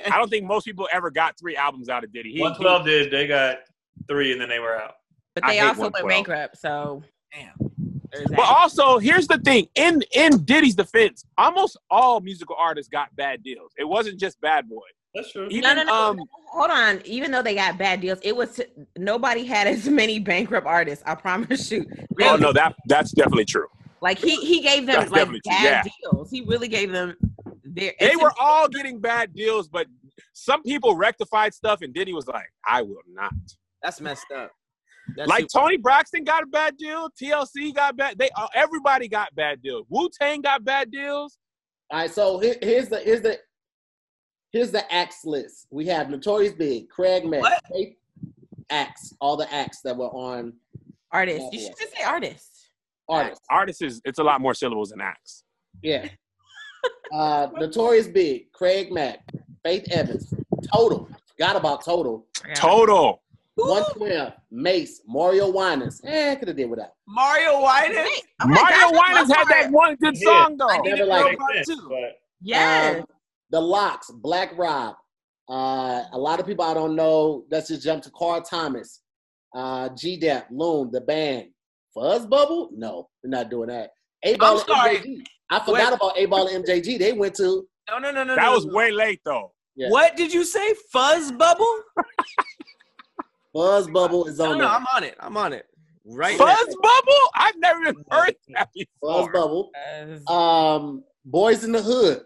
S4: I don't think most people ever got three albums out of Diddy. He-
S5: One twelve did. They got three and then they were out.
S2: but
S4: I
S2: they
S4: hate
S2: also went
S4: 112.
S2: bankrupt. So
S1: Damn.
S2: there's
S4: But
S2: that.
S4: also, here's the thing: in in Diddy's defense, almost all musical artists got bad deals. It wasn't just Bad Boy.
S5: That's true.
S4: Even
S2: no, no, no,
S4: um,
S2: hold on. Even though they got bad deals, it was nobody had as many bankrupt artists. I promise you.
S4: oh
S2: Really?
S4: no, that that's definitely true.
S2: Like he he gave them
S4: That's
S2: like
S4: definitely
S2: bad
S4: true, yeah.
S2: deals. He really gave them their.
S4: They
S2: it's-
S4: were all getting bad deals, but some people rectified stuff, and Diddy was like, "I will not."
S1: That's messed up. That's
S4: like
S1: super-
S4: Tony Braxton got a bad deal, TLC got bad. They uh, everybody got bad deals. Wu Tang got bad deals.
S3: All right, so here- here's the here's the here's the acts list. We have Notorious Big, Craig Mack,
S1: What?
S3: Faith Axe, all the acts that were on
S2: artists. You should just say artists.
S3: artists.
S4: Artists is it's a lot more syllables than acts.
S3: Yeah.
S1: [LAUGHS]
S3: Uh, Notorious Big, Craig Mack, Faith Evans, Total. Forgot about Total.
S4: Total.
S3: One twelve, Mace, Mario Winans. Eh, could have did without.
S1: Mario White.
S2: Wait, oh my
S4: Mario
S2: gosh, I
S4: Winans
S2: love
S4: had that
S2: her.
S4: one good
S5: Yeah.
S4: song though.
S3: Never liked
S1: Part
S5: Makes sense,
S1: two.
S5: but
S2: Yes.
S4: uh,
S3: Um, the Locks, Black Rob. Uh, a lot of people I don't know. Let's just jump to Carl Thomas, uh, G Dep, Loom, the band. Fuzz Bubble? No, we're not doing that. A Ball and
S1: sorry.
S3: MJG. I forgot
S1: Wait.
S3: about A Ball and MJG. They went to.
S1: No, no, no, no.
S4: That
S1: no,
S4: was
S1: no.
S4: way late though.
S3: Yeah.
S1: What did you say? Fuzz bubble?
S3: Fuzz Bubble is
S1: No,
S3: on
S1: no,
S3: there.
S1: I'm on it. I'm on it. Right. now.
S4: Fuzz Bubble? I've never even heard that
S3: Fuzz
S4: before.
S3: Bubble. Um, Boys in the Hood.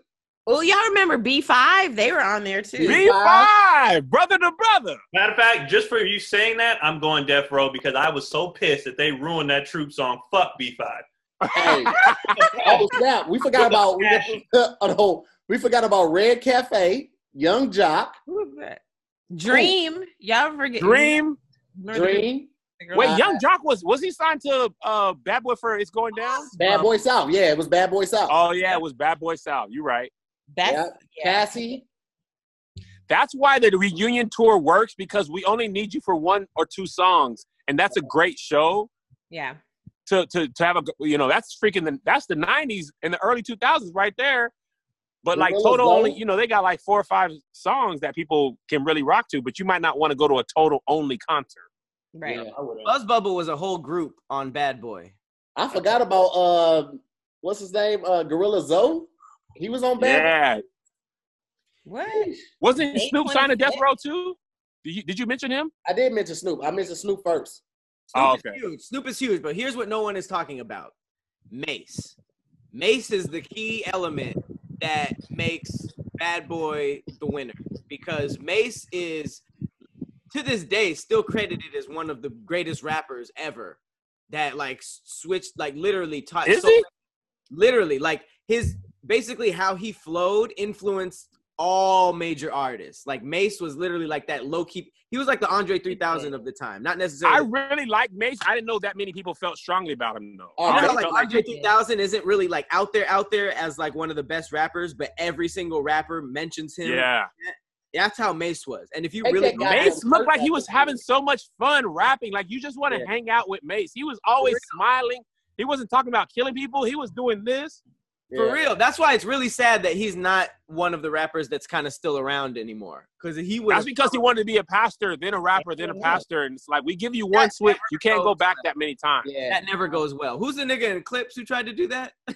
S2: oh, y'all remember B5? They were on there too.
S4: B five, brother to brother.
S5: matter of fact, just for you saying that, I'm going Death Row because I was so pissed that they ruined that Troop song. Fuck B five.
S4: [LAUGHS]
S3: Hey. oh snap! We forgot about [LAUGHS] oh, we forgot about Red Cafe, Young Jock,
S2: Who's that? Dream. Y'all forget
S4: Dream. Mm-hmm.
S2: Remember the-
S3: Dream,
S2: the girl-
S4: Wait, Young Jock was was he signed to uh Bad Boy for It's Going Down?
S3: Bad Boy South. Yeah, it was Bad Boy South.
S4: Oh yeah, it was Bad Boy South. You're right.
S2: That's yeah.
S3: Cassie.
S4: That's why the reunion tour works because we only need you for one or two songs, and that's a great show
S2: yeah.
S4: to to to have a you know that's freaking the, that's the '90s and the early 2000s right there. But like
S3: Gorillas,
S4: Total
S3: bro.
S4: only, you know, they got like four or five songs that people can really rock to, but you might not want to go to a Total only concert.
S2: Right.
S3: Yeah.
S5: I would've-
S1: Buzz Bubble was a whole group on Bad Boy.
S3: I forgot about uh, what's his name? Uh, Gorilla Zoe. He was on Bad.
S4: Yeah,
S2: What?
S4: wasn't
S2: They
S4: Snoop signed to Death
S2: 26?
S4: Row too? Did you, did you mention him?
S3: I did mention Snoop. I mentioned Snoop first.
S1: Snoop
S4: Oh, okay.
S1: is huge. Snoop is huge, but here's what no one is talking about: Mace. Mace is the key element that makes Bad Boy the winner because Mace is, to this day, still credited as one of the greatest rappers ever. That like s- switched, like literally taught.
S4: Is
S1: so-
S4: he?
S1: Literally, like his basically how he flowed influenced all major artists. Like Mace was literally like that low key. He was like the Andre 3000 of the time, not necessarily.
S4: I really like Mace. I didn't know that many people felt strongly about him though.
S3: Oh,
S4: I
S1: You know
S4: always
S1: how, like
S4: felt
S1: Andre 3000 isn't really like out there, out there as like one of the best rappers, but every single rapper mentions him.
S4: yeah.
S1: that's how Mace was. And if you
S3: Take
S1: really,
S3: that
S1: go
S3: guy
S1: back-
S4: Mace
S3: Yeah.
S4: looked like he was having so much fun rapping. Like you just want to
S3: Yeah.
S4: hang out with Mace. He was always smiling. He wasn't talking about killing people. He was doing this.
S1: for real, that's why it's really sad that he's not one of the rappers that's kind of still around anymore. Because he was
S4: That's because he wanted to be a pastor, then a rapper, then a pastor. And it's like we give you one switch, you can't go back that many times.
S3: Yeah.
S1: that never goes well. Who's the nigga in clips who tried to do that?
S4: Uh,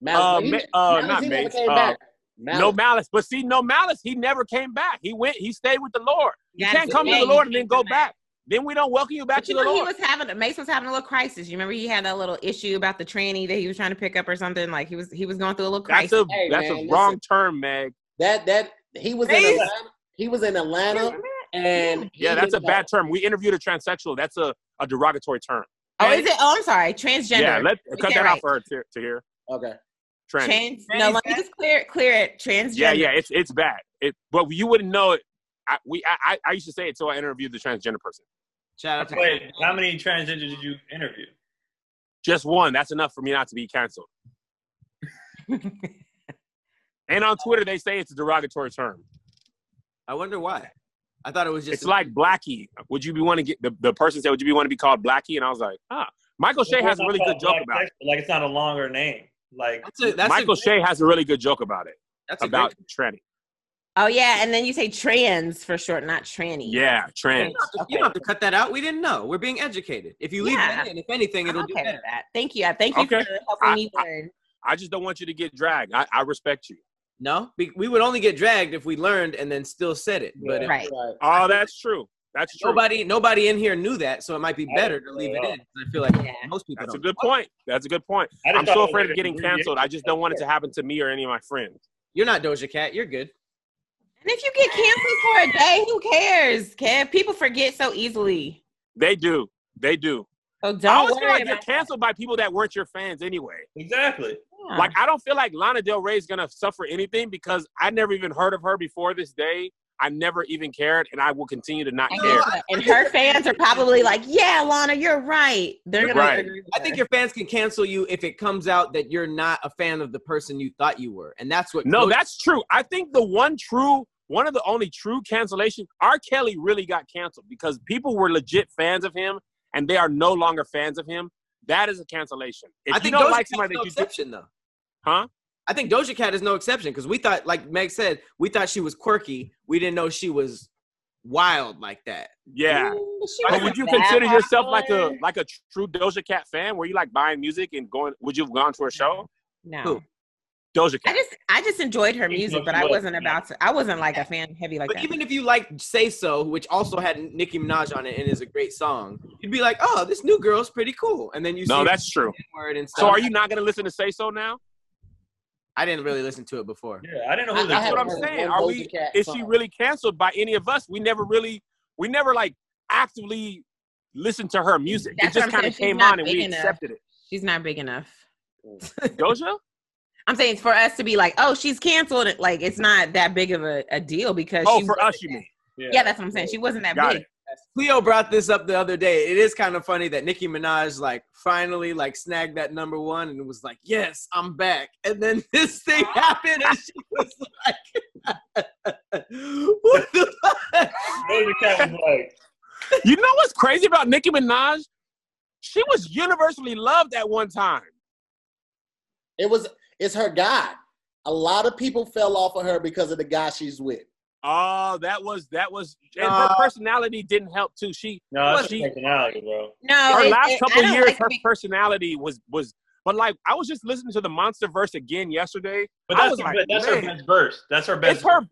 S3: Malice-
S4: Ma-
S3: he-
S4: uh,
S3: Malice,
S4: not
S3: he never
S4: Mace.
S3: came
S4: uh,
S3: back. Malice.
S4: no malice, but see, no malice. He never came back. He went. He stayed with the Lord. You
S2: That's
S4: can't come to
S2: thing,
S4: the Lord and
S2: you
S4: then
S2: can't
S4: go
S2: come
S4: back. Then we don't welcome you back
S2: But
S4: to
S2: you
S4: the
S2: know, he
S4: Lord.
S2: was having Mace was having a little crisis. You remember he had that little issue about the tranny that he was trying to pick up or something. Like he was he was going through a little
S4: That's
S2: crisis.
S4: a
S3: Hey,
S4: that's
S3: man,
S4: a wrong term, Meg.
S3: That that he was in
S1: Mace?
S3: Atlanta. He was in Atlanta, and he
S4: Yeah, that's a
S3: did
S4: bad term. We interviewed a transsexual. That's a, a derogatory term.
S2: oh, is it? Oh, I'm sorry. Transgender.
S4: Yeah, let
S2: We
S4: cut
S2: said
S4: that
S2: right.
S4: out for her to, to hear.
S3: not- Okay.
S4: Trans.
S2: Trans.
S1: Tranny
S2: No, let me
S1: sex?
S2: just clear it. Clear it. Transgender.
S4: yeah, yeah, it's it's bad. It, but you wouldn't know it. I, we I, I I used to say it till I interviewed the transgender person.
S1: Shout out to
S5: Wait, how many transgenders did you interview?
S4: Just one. That's enough for me not to be canceled. and on Twitter, they say it's a derogatory term.
S1: I wonder why. I thought it was just
S4: It's like Blackie. Would you be want to get the, the person said? Would you be want to be called Blackie? And I was like, ah. Michael Shea has a really good joke about it.
S5: Like it's not a longer name. Like
S1: that's a, that's
S4: Michael
S1: a,
S4: Shea has a really good joke about it
S1: That's a great-
S4: about tranny.
S2: Oh yeah, and then you say trans for short, not tranny.
S4: Yeah, trans.
S1: You don't, have to, you don't have to cut that out. We didn't know. We're being educated. If you leave
S2: Yeah.
S1: that in, if anything,
S2: I'm
S1: it'll
S2: okay
S1: do
S2: with
S1: better.
S2: that. Thank you. I Thank you
S4: Okay.
S2: for
S4: I-
S2: helping me learn.
S4: I just don't want you to get dragged. I, I respect you.
S1: No, Be- we would only get dragged if we learned and then still said it. But if
S2: Right.
S4: Oh, that's true. That's true.
S1: nobody, nobody in here knew that, so it might be better to leave it in. I feel like
S2: Yeah.
S1: most people
S4: That's a
S1: don't.
S4: good point. That's a good point.
S5: I just
S4: I'm
S5: thought it
S4: so
S5: was
S4: afraid
S5: like
S4: of
S5: an
S4: getting canceled. I just don't want it to happen to me or any of my friends.
S1: You're not Doja Cat. You're good.
S2: And if you get canceled for a day, who cares? Kev? People forget so easily.
S4: They do. They do.
S2: So
S4: I
S2: don't
S4: always feel
S2: worry
S4: like you're
S2: about
S4: canceled by people that weren't your fans anyway.
S5: Exactly.
S2: that.
S4: Like I don't feel like Lana Del Rey's gonna suffer anything because I never even heard of her before this day. I never even cared, and I will continue to not
S2: And
S4: care.
S2: guess what? And her fans are probably like, "Yeah, Lana, you're right." They're gonna.
S4: Right.
S2: agree with
S1: I think
S2: her.
S1: your fans can cancel you if it comes out that you're not a fan of the person you thought you were, and that's what.
S4: No,
S1: Doja-
S4: that's true. I think the one true, one of the only true cancellation, R. Kelly really got canceled because people were legit fans of him and they are no longer fans of him. That is a cancellation. If
S1: I
S4: you
S1: think
S4: don't
S1: Doja
S4: like
S1: Cat's
S4: somebody
S1: no
S4: that you do,
S1: exception though.
S4: huh?
S1: I think Doja Cat is no exception because we thought, like Meg said, we thought she was quirky. We didn't know she was wild like that.
S4: Yeah.
S2: Mm, but she
S4: But
S2: wasn't
S4: would you
S2: that
S4: consider yourself like a
S2: popular.
S4: like a true Doja Cat fan? Were you like buying music and going? Would you have gone to her show?
S2: No.
S1: Who?
S4: Doja
S2: I
S4: Cat.
S2: just I just enjoyed her
S5: She's
S2: music,
S5: not
S2: but I
S5: good.
S2: wasn't about to. I wasn't like a fan heavy like
S1: But
S2: that.
S1: even if you like Say So, which also had Nicki Minaj on it and is a great song, you'd be like, oh, this new girl's pretty cool. And then you see
S4: No, that's true.
S1: the word and stuff.
S4: So are you not going to listen to Say So now?
S1: I didn't really listen to it before.
S5: Yeah, I didn't know
S3: I,
S5: who they
S3: I
S4: That's
S5: were.
S4: what I'm
S3: haven't heard
S4: saying.
S3: one
S4: Are
S3: Doja
S4: we-
S3: Cat
S4: Is she
S3: song.
S4: really canceled by any of us? We never really, we never like actively listened to her music.
S2: That's
S4: it
S2: what
S4: just
S2: I'm
S4: kind
S2: saying.
S4: of
S2: She's
S4: came
S2: not
S4: on and
S2: big
S4: we
S2: enough. [LAUGHS]
S4: accepted it.
S2: She's not big enough.
S4: Doja?
S2: I'm saying for us to be like, oh, she's canceled. It like it's not that big of a, a deal because
S4: Oh,
S2: she
S4: for us,
S2: wasn't
S4: you
S2: that-
S4: mean?
S5: Yeah.
S2: Yeah, that's what I'm saying. She wasn't that
S4: Got
S2: big.
S1: Cleo brought this up the other day. It is kind of funny that Nicki Minaj like finally like snagged that number one and was like, "Yes, I'm back." And then [LAUGHS] this thing happened, and she was like, [LAUGHS] "What the fuck?"
S5: Doja Cat was like,
S4: You know what's crazy about Nicki Minaj? She was universally loved at one time.
S3: It was it's her guy. A lot of people fell off of her because of the guy she's with.
S4: Oh, that was that was and her
S1: Uh,
S4: personality didn't help too. She
S5: no, that's
S4: What?
S5: her personality, bro.
S2: No,
S4: her
S2: it-
S4: last
S2: it- Oh, I
S4: couple
S2: don't
S4: years
S2: like to
S4: her
S2: be-
S4: personality was was but like I was just listening to the Monsterverse again yesterday
S5: But
S4: I
S5: that's
S4: was
S5: her,
S4: like,
S5: be- that's her
S4: man.
S5: best verse. That's her best.
S4: It's her-
S5: verse.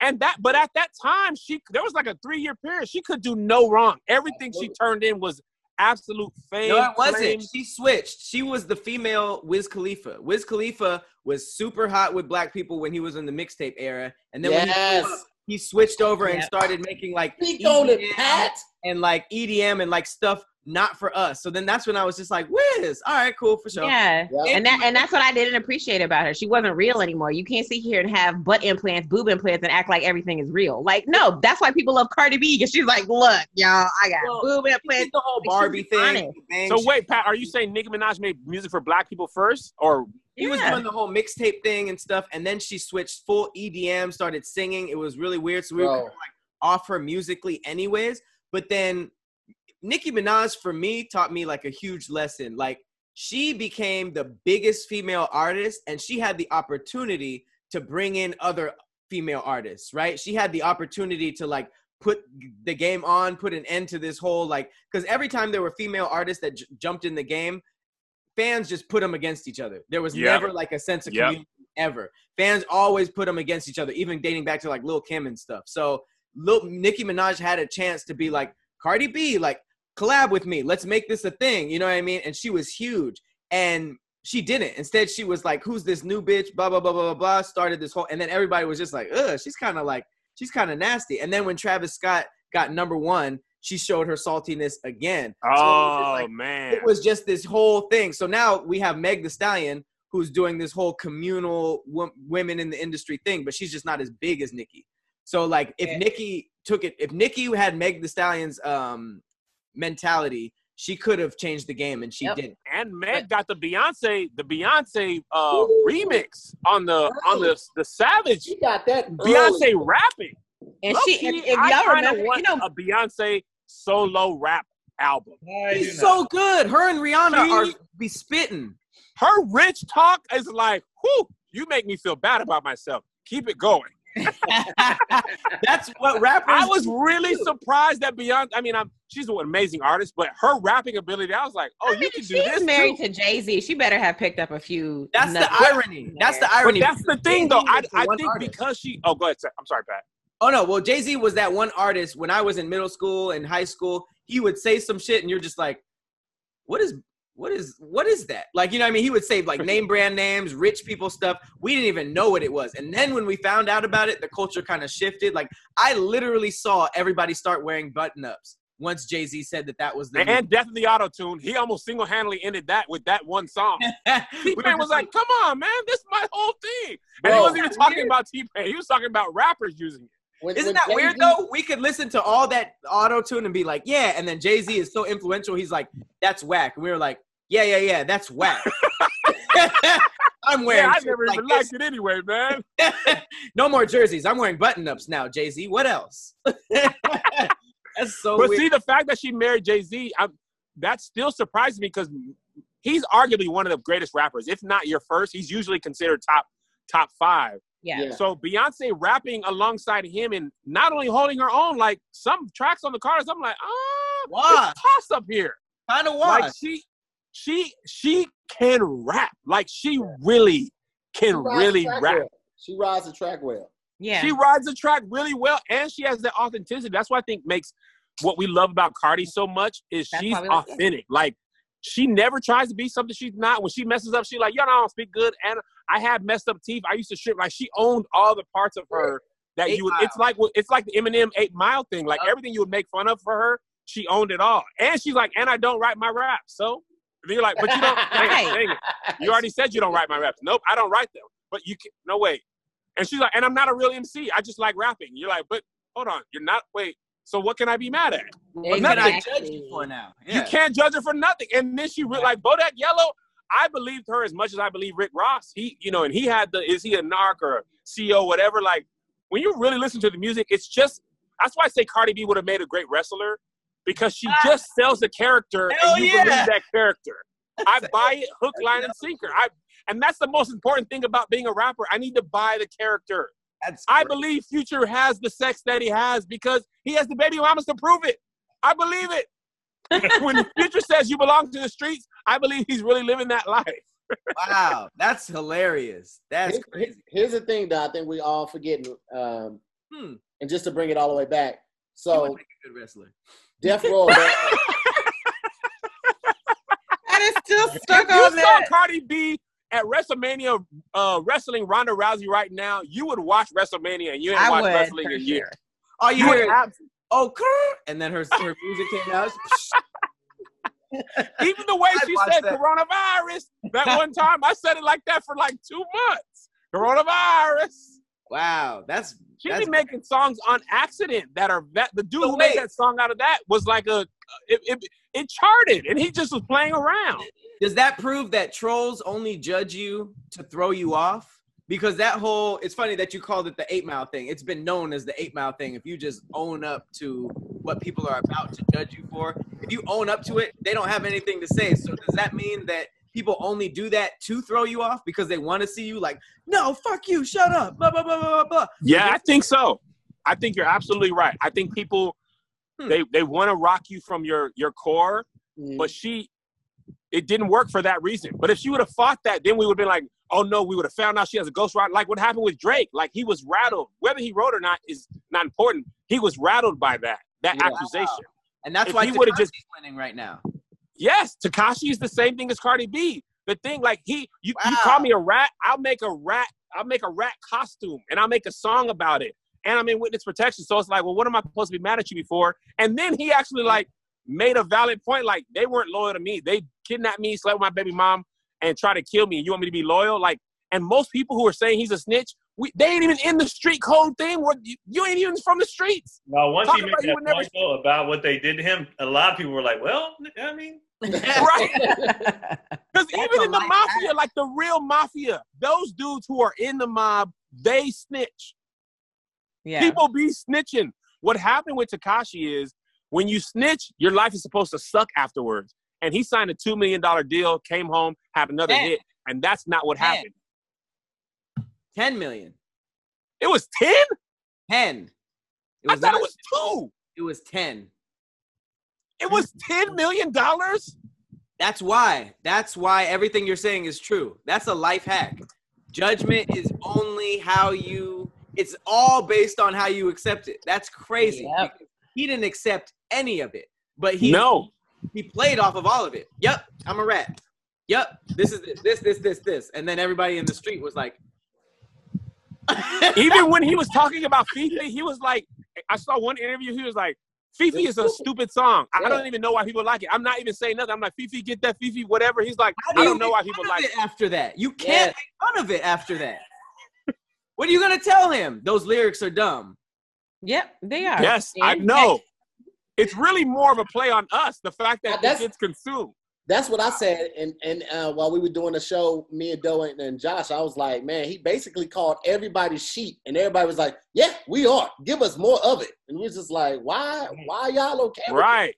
S4: and that but at that time she there was like a 3 year period she could do no wrong. Everything she turned in was absolute fame.
S1: No, it
S4: fame.
S1: wasn't. She switched. She was the female Wiz Khalifa. Wiz Khalifa was super hot with black people when he was in the mixtape era, and then when he,
S3: yes.
S1: blew up, he switched over and
S2: Yeah.
S1: started making like
S3: Speak on it,
S1: EDM
S3: Pat.
S1: and like EDM and like stuff not for us. So then that's when I was just like, Wiz, all right, cool for sure.
S2: Yeah.
S3: Yeah.
S2: And that and that's what I didn't appreciate about her. She wasn't real anymore. You can't sit here and have butt implants, boob implants, and act like everything is real. Like, no, that's why people love Cardi B because she's like, look, y'all, I got
S1: Well,
S2: boob
S1: She did
S2: implants.
S1: the whole
S2: Like,
S1: Barbie
S2: she was
S1: thing.
S2: honest.
S1: bang,
S4: So
S1: she-
S4: wait, Pat, are you saying Nicki Minaj made music for black people first or
S1: He was
S2: Yeah.
S1: doing the whole mixtape thing and stuff, and then she switched full EDM, started singing. It was really weird. So we were
S3: Bro.
S1: kind of like off her musically, anyways. But then Nicki Minaj, for me, taught me like a huge lesson. Like she became the biggest female artist, and she had the opportunity to bring in other female artists, right? She had the opportunity to like put the game on, put an end to this whole like because every time there were female artists that j- jumped in the game, fans just put them against each other. There was
S4: Yeah.
S1: never like a sense of
S4: Yeah.
S1: community ever. Fans always put them against each other, even dating back to like Lil Kim and stuff. So Lil Nicki Minaj had a chance to be like Cardi B, like collab with me. Let's make this a thing. You know what I mean? And she was huge. And she didn't. Instead, she was like, "Who's this new bitch?" Blah blah blah blah blah blah. Started this whole, and then everybody was just like, "Ugh, she's kind of like, she's kind of nasty." And then when Travis Scott got number one, she showed her saltiness again. So it was just
S4: Oh
S1: like,
S4: man.
S1: it was just this whole thing. So now we have Meg the Stallion who's doing this whole communal wo- women in the industry thing, but she's just not as big as Nikki. So like if
S2: Yeah.
S1: Nikki took it, if Nikki had Meg the Stallion's um, mentality, she could have changed the game, and she
S2: Yep.
S1: didn't.
S4: and Meg got the Beyonce, the Beyonce uh, remix on the on
S3: Right.
S4: the the Savage
S3: She got that.
S4: Beyonce rapping.
S2: And she,
S4: Low-key,
S2: if, if
S4: I
S2: y'all
S4: kinda
S2: remember,
S4: want
S2: you know,
S4: a Beyonce solo rap album.
S5: Why do
S1: She's
S5: not?
S1: so good. Her and Rihanna are
S4: She-
S1: be spitting.
S4: Her rich talk is like, whoo, you make me feel bad about myself. Keep it going.
S1: That's what rappers.
S4: [LAUGHS] I was really surprised that Beyonce. I mean, I'm, she's an amazing artist, but her rapping ability, I was like, oh,
S2: I
S4: you
S2: mean,
S4: can do
S2: she's
S4: this.
S2: married
S4: too.
S2: to Jay Z. She better have picked up a few.
S1: That's the
S2: nuggets.
S1: irony. That's the
S4: But
S1: irony.
S4: that's the thing, though. I,
S1: Jay-Z is the
S4: I
S1: one
S4: think
S1: artist.
S4: because she. Oh, go ahead. Sa- I'm sorry, Pat.
S1: Oh no, well Jay Z was that one artist when I was in middle school and high school. He would say some shit, and you're just like, "What is, what is, what is that?" Like you know, what I mean, he would say like name brand names, rich people stuff. We didn't even know what it was, and then when we found out about it, the culture kind of shifted. Like I literally saw everybody start wearing button ups once Jay Z said that that was the.
S4: And Death of the Auto Tune, he almost single handedly ended that with that one
S2: [LAUGHS]
S4: song.
S1: [LAUGHS] We
S4: T
S1: were
S4: Pain was
S1: just
S4: like, "Come on, man, this is my whole thing." And he
S3: Bro.
S4: wasn't even talking about T Pain; he was talking about rappers using it.
S3: When-
S1: Isn't
S3: when
S1: that weird
S3: Jay-Z-
S1: though? We could listen to all that auto tune and be like, yeah, and then Jay Z is so influential. He's like, that's whack. And we were like, yeah, yeah, yeah, that's
S4: [LAUGHS]
S1: whack. [LAUGHS] I'm wearing
S4: yeah, I
S1: shit
S4: never
S1: like
S4: even
S1: this.
S4: liked it anyway, man.
S1: [LAUGHS] no more jerseys. I'm wearing button ups now, Jay Z. What else? [LAUGHS] that's so
S4: but
S1: weird.
S4: see, the fact that she married Jay Z, that still surprised me because he's arguably one of the greatest rappers, if not your first. He's usually considered top top five.
S2: Yeah.
S3: Yeah.
S4: So Beyonce rapping alongside him and not only holding her own, like some tracks on the Carters, I'm like, ah,
S1: Why?
S4: it's a toss up here.
S1: kind of why.
S4: Like she, she, she can rap. Like she really
S3: She
S4: can
S3: rides
S4: really
S3: the track
S4: rap.
S3: well. She rides the track well.
S2: Yeah.
S4: She rides the track really well, and she has that authenticity. That's what I think makes what we love about Cardi so much is
S2: That's
S4: she's
S2: why we like her.
S4: authentic. Like she never tries to be something she's not. When she messes up, she like, "Yo, I don't speak good." And I had messed up teeth. I used to strip. Like she owned all the parts of her that
S1: Eight
S4: you would.
S1: Mile.
S4: It's like it's like the Eminem Eight Mile thing. Like
S1: Yep.
S4: everything you would make fun of for her, she owned it all. And she's like, "And I don't write my rap." So And you're like, but you don't. Dang
S2: Right.
S4: it, dang it. You already said you don't write my raps. Nope, I don't write them. But you can, no wait. And she's like, and I'm not a real MC. I just like rapping. You're like, but hold on, you're not. Wait. So what can I be mad at?
S1: What can I
S2: Exactly.
S1: judge you
S2: [LAUGHS]
S1: for now?
S4: You can't judge her for nothing. And then she re- like Bodak Yellow. I believed her as much as I believe Rick Ross. He, you know, and he had the is he a narc or CEO, whatever. Like when you really listen to the music, it's just that's why I say Cardi B would have made a great wrestler because she just sells the character
S1: Ah. Hell
S4: and you
S1: yeah.
S4: believe that character.
S1: [LAUGHS]
S4: I buy it hook, line, and sinker. I and that's the most important thing about being a rapper. I need to buy the character.
S1: That's
S4: I
S1: great.
S4: believe Future has the sex that he has because he has the baby mamas to prove it. I believe
S2: [LAUGHS]
S4: it. when Future says you belong to the streets, I believe he's really living that life.
S1: Wow, that's hilarious. That's
S3: Here's-
S1: crazy.
S3: Here's the thing that I think we all forgetting, um,
S1: Hmm.
S3: and just to bring it all the way back.
S1: He
S4: Oh.
S1: would
S3: So
S1: make a good wrestler.
S3: Death
S4: [LAUGHS]
S3: Row, that-
S2: I just still stuck
S4: you
S2: on
S4: saw
S2: that.
S4: Cardi B at WrestleMania uh, wrestling Ronda Rousey right now, you would watch WrestleMania and you ain't
S2: I
S4: watched
S2: would.
S4: wrestling
S2: for
S4: in
S2: sure.
S4: years.
S1: Oh, you
S4: You would
S1: hear? it,
S4: have,
S1: Oh, Kerr! and then her her music came out.
S4: even the way
S1: I'd
S4: she
S1: watch
S4: said
S1: that.
S4: coronavirus that one time, I said it like that for like two months. Coronavirus.
S1: Wow, that's
S4: She
S1: That's-
S4: be making songs on accident that are that the dude
S1: But
S4: who
S1: wait.
S4: made that song out of that was like a it, it, it charted and he just was playing around.
S1: Does that prove that trolls only judge you to throw you off? Because that whole it's funny that you called it the eight mile thing. It's been known as the eight mile thing. If you just own up to what people are about to judge you for, if you own up to it, they don't have anything to say. So does that mean that people only do that to throw you off because they want to see you like, no, fuck you, shut up, blah blah blah blah blah blah.
S4: Yeah, I think so. I think you're absolutely right. I think people
S1: Hmm.
S4: they they want to rock you from your your core,
S3: mm,
S4: but she it didn't work for that reason. But if she would have fought that, then we would have been like, oh no, we would have found out she has a ghostwriter. Like what happened with Drake. Like he was rattled. Whether he wrote or not is not important. He was rattled by that that
S3: Yeah.
S4: accusation.
S1: And that's
S4: If
S1: why
S4: he
S1: would
S4: would've
S1: have
S4: just-
S1: winning right now.
S4: Yes, Takashi is the same thing as Cardi B. The thing, like he, you, you
S1: Wow.
S4: call me a rat, I'll make a rat, I'll make a rat costume, and I'll make a song about it. And I'm in witness protection, so it's like, well, what am I supposed to be mad at you before? And then he actually like made a valid point, like they weren't loyal to me. They kidnapped me, slept with my baby mom, and try to kill me. And you want me to be loyal? Like, and most people who are saying he's a snitch, we, they ain't even in the street code thing. Where you, you ain't even from the streets.
S5: Now, once
S4: Talk
S5: he made
S4: about you
S5: that
S4: would never-
S5: point though, about what they did to him, a lot of people were like, "Well, I mean,
S4: Right. Because
S1: That's
S4: even
S1: a
S4: in the
S1: life
S4: mafia, like the real mafia, those dudes who are in the mob, they snitch.
S2: Yeah.
S4: People be snitching. What happened with Takashi is when you snitch, your life is supposed to suck afterwards. And he signed a $2 million deal, came home, had another
S1: Man.
S4: hit. And that's not what
S1: Man.
S4: happened.
S1: Ten million.
S4: It was 10? I
S1: Ten. It
S4: thought
S1: not-
S4: it was two.
S1: It was ten.
S4: It was $10 million?
S1: That's why. That's why everything you're saying is true. That's a life hack. Judgment is only how you. It's all based on how you accept it. That's crazy.
S2: Yep.
S1: He didn't accept any of it, but he
S4: no.
S1: he played off of all of it. Yep, I'm a rat. Yep, this is this, this, this, this, this, and then everybody in the street was like, [LAUGHS]
S4: Even when he was talking about Fifi, he was like, I saw one interview, he was like, Fifi is a stupid song. I don't even know why people like it. I'm not even saying nothing. I'm like, Fifi, get that Fifi, whatever. He's like,
S1: How do
S4: I
S1: you
S4: don't know
S1: make
S4: why
S1: fun
S4: people
S1: of
S4: like it.
S1: it after that. You can't make fun of it after that. what are you gonna tell him? Those lyrics are dumb.
S2: Yep, they are.
S4: Yes, I
S2: And-
S4: know. It's really more of a play on us, the fact
S3: Uh,
S4: that
S3: that's-
S4: this gets consumed.
S3: that's what I said. And and uh, while we were doing the show, me and Doe and, and Josh, I was like, man, he basically called everybody sheep, and everybody was like, yeah, we are. Give us more of it. And we are just like, why? Why y'all okay? with
S4: Right.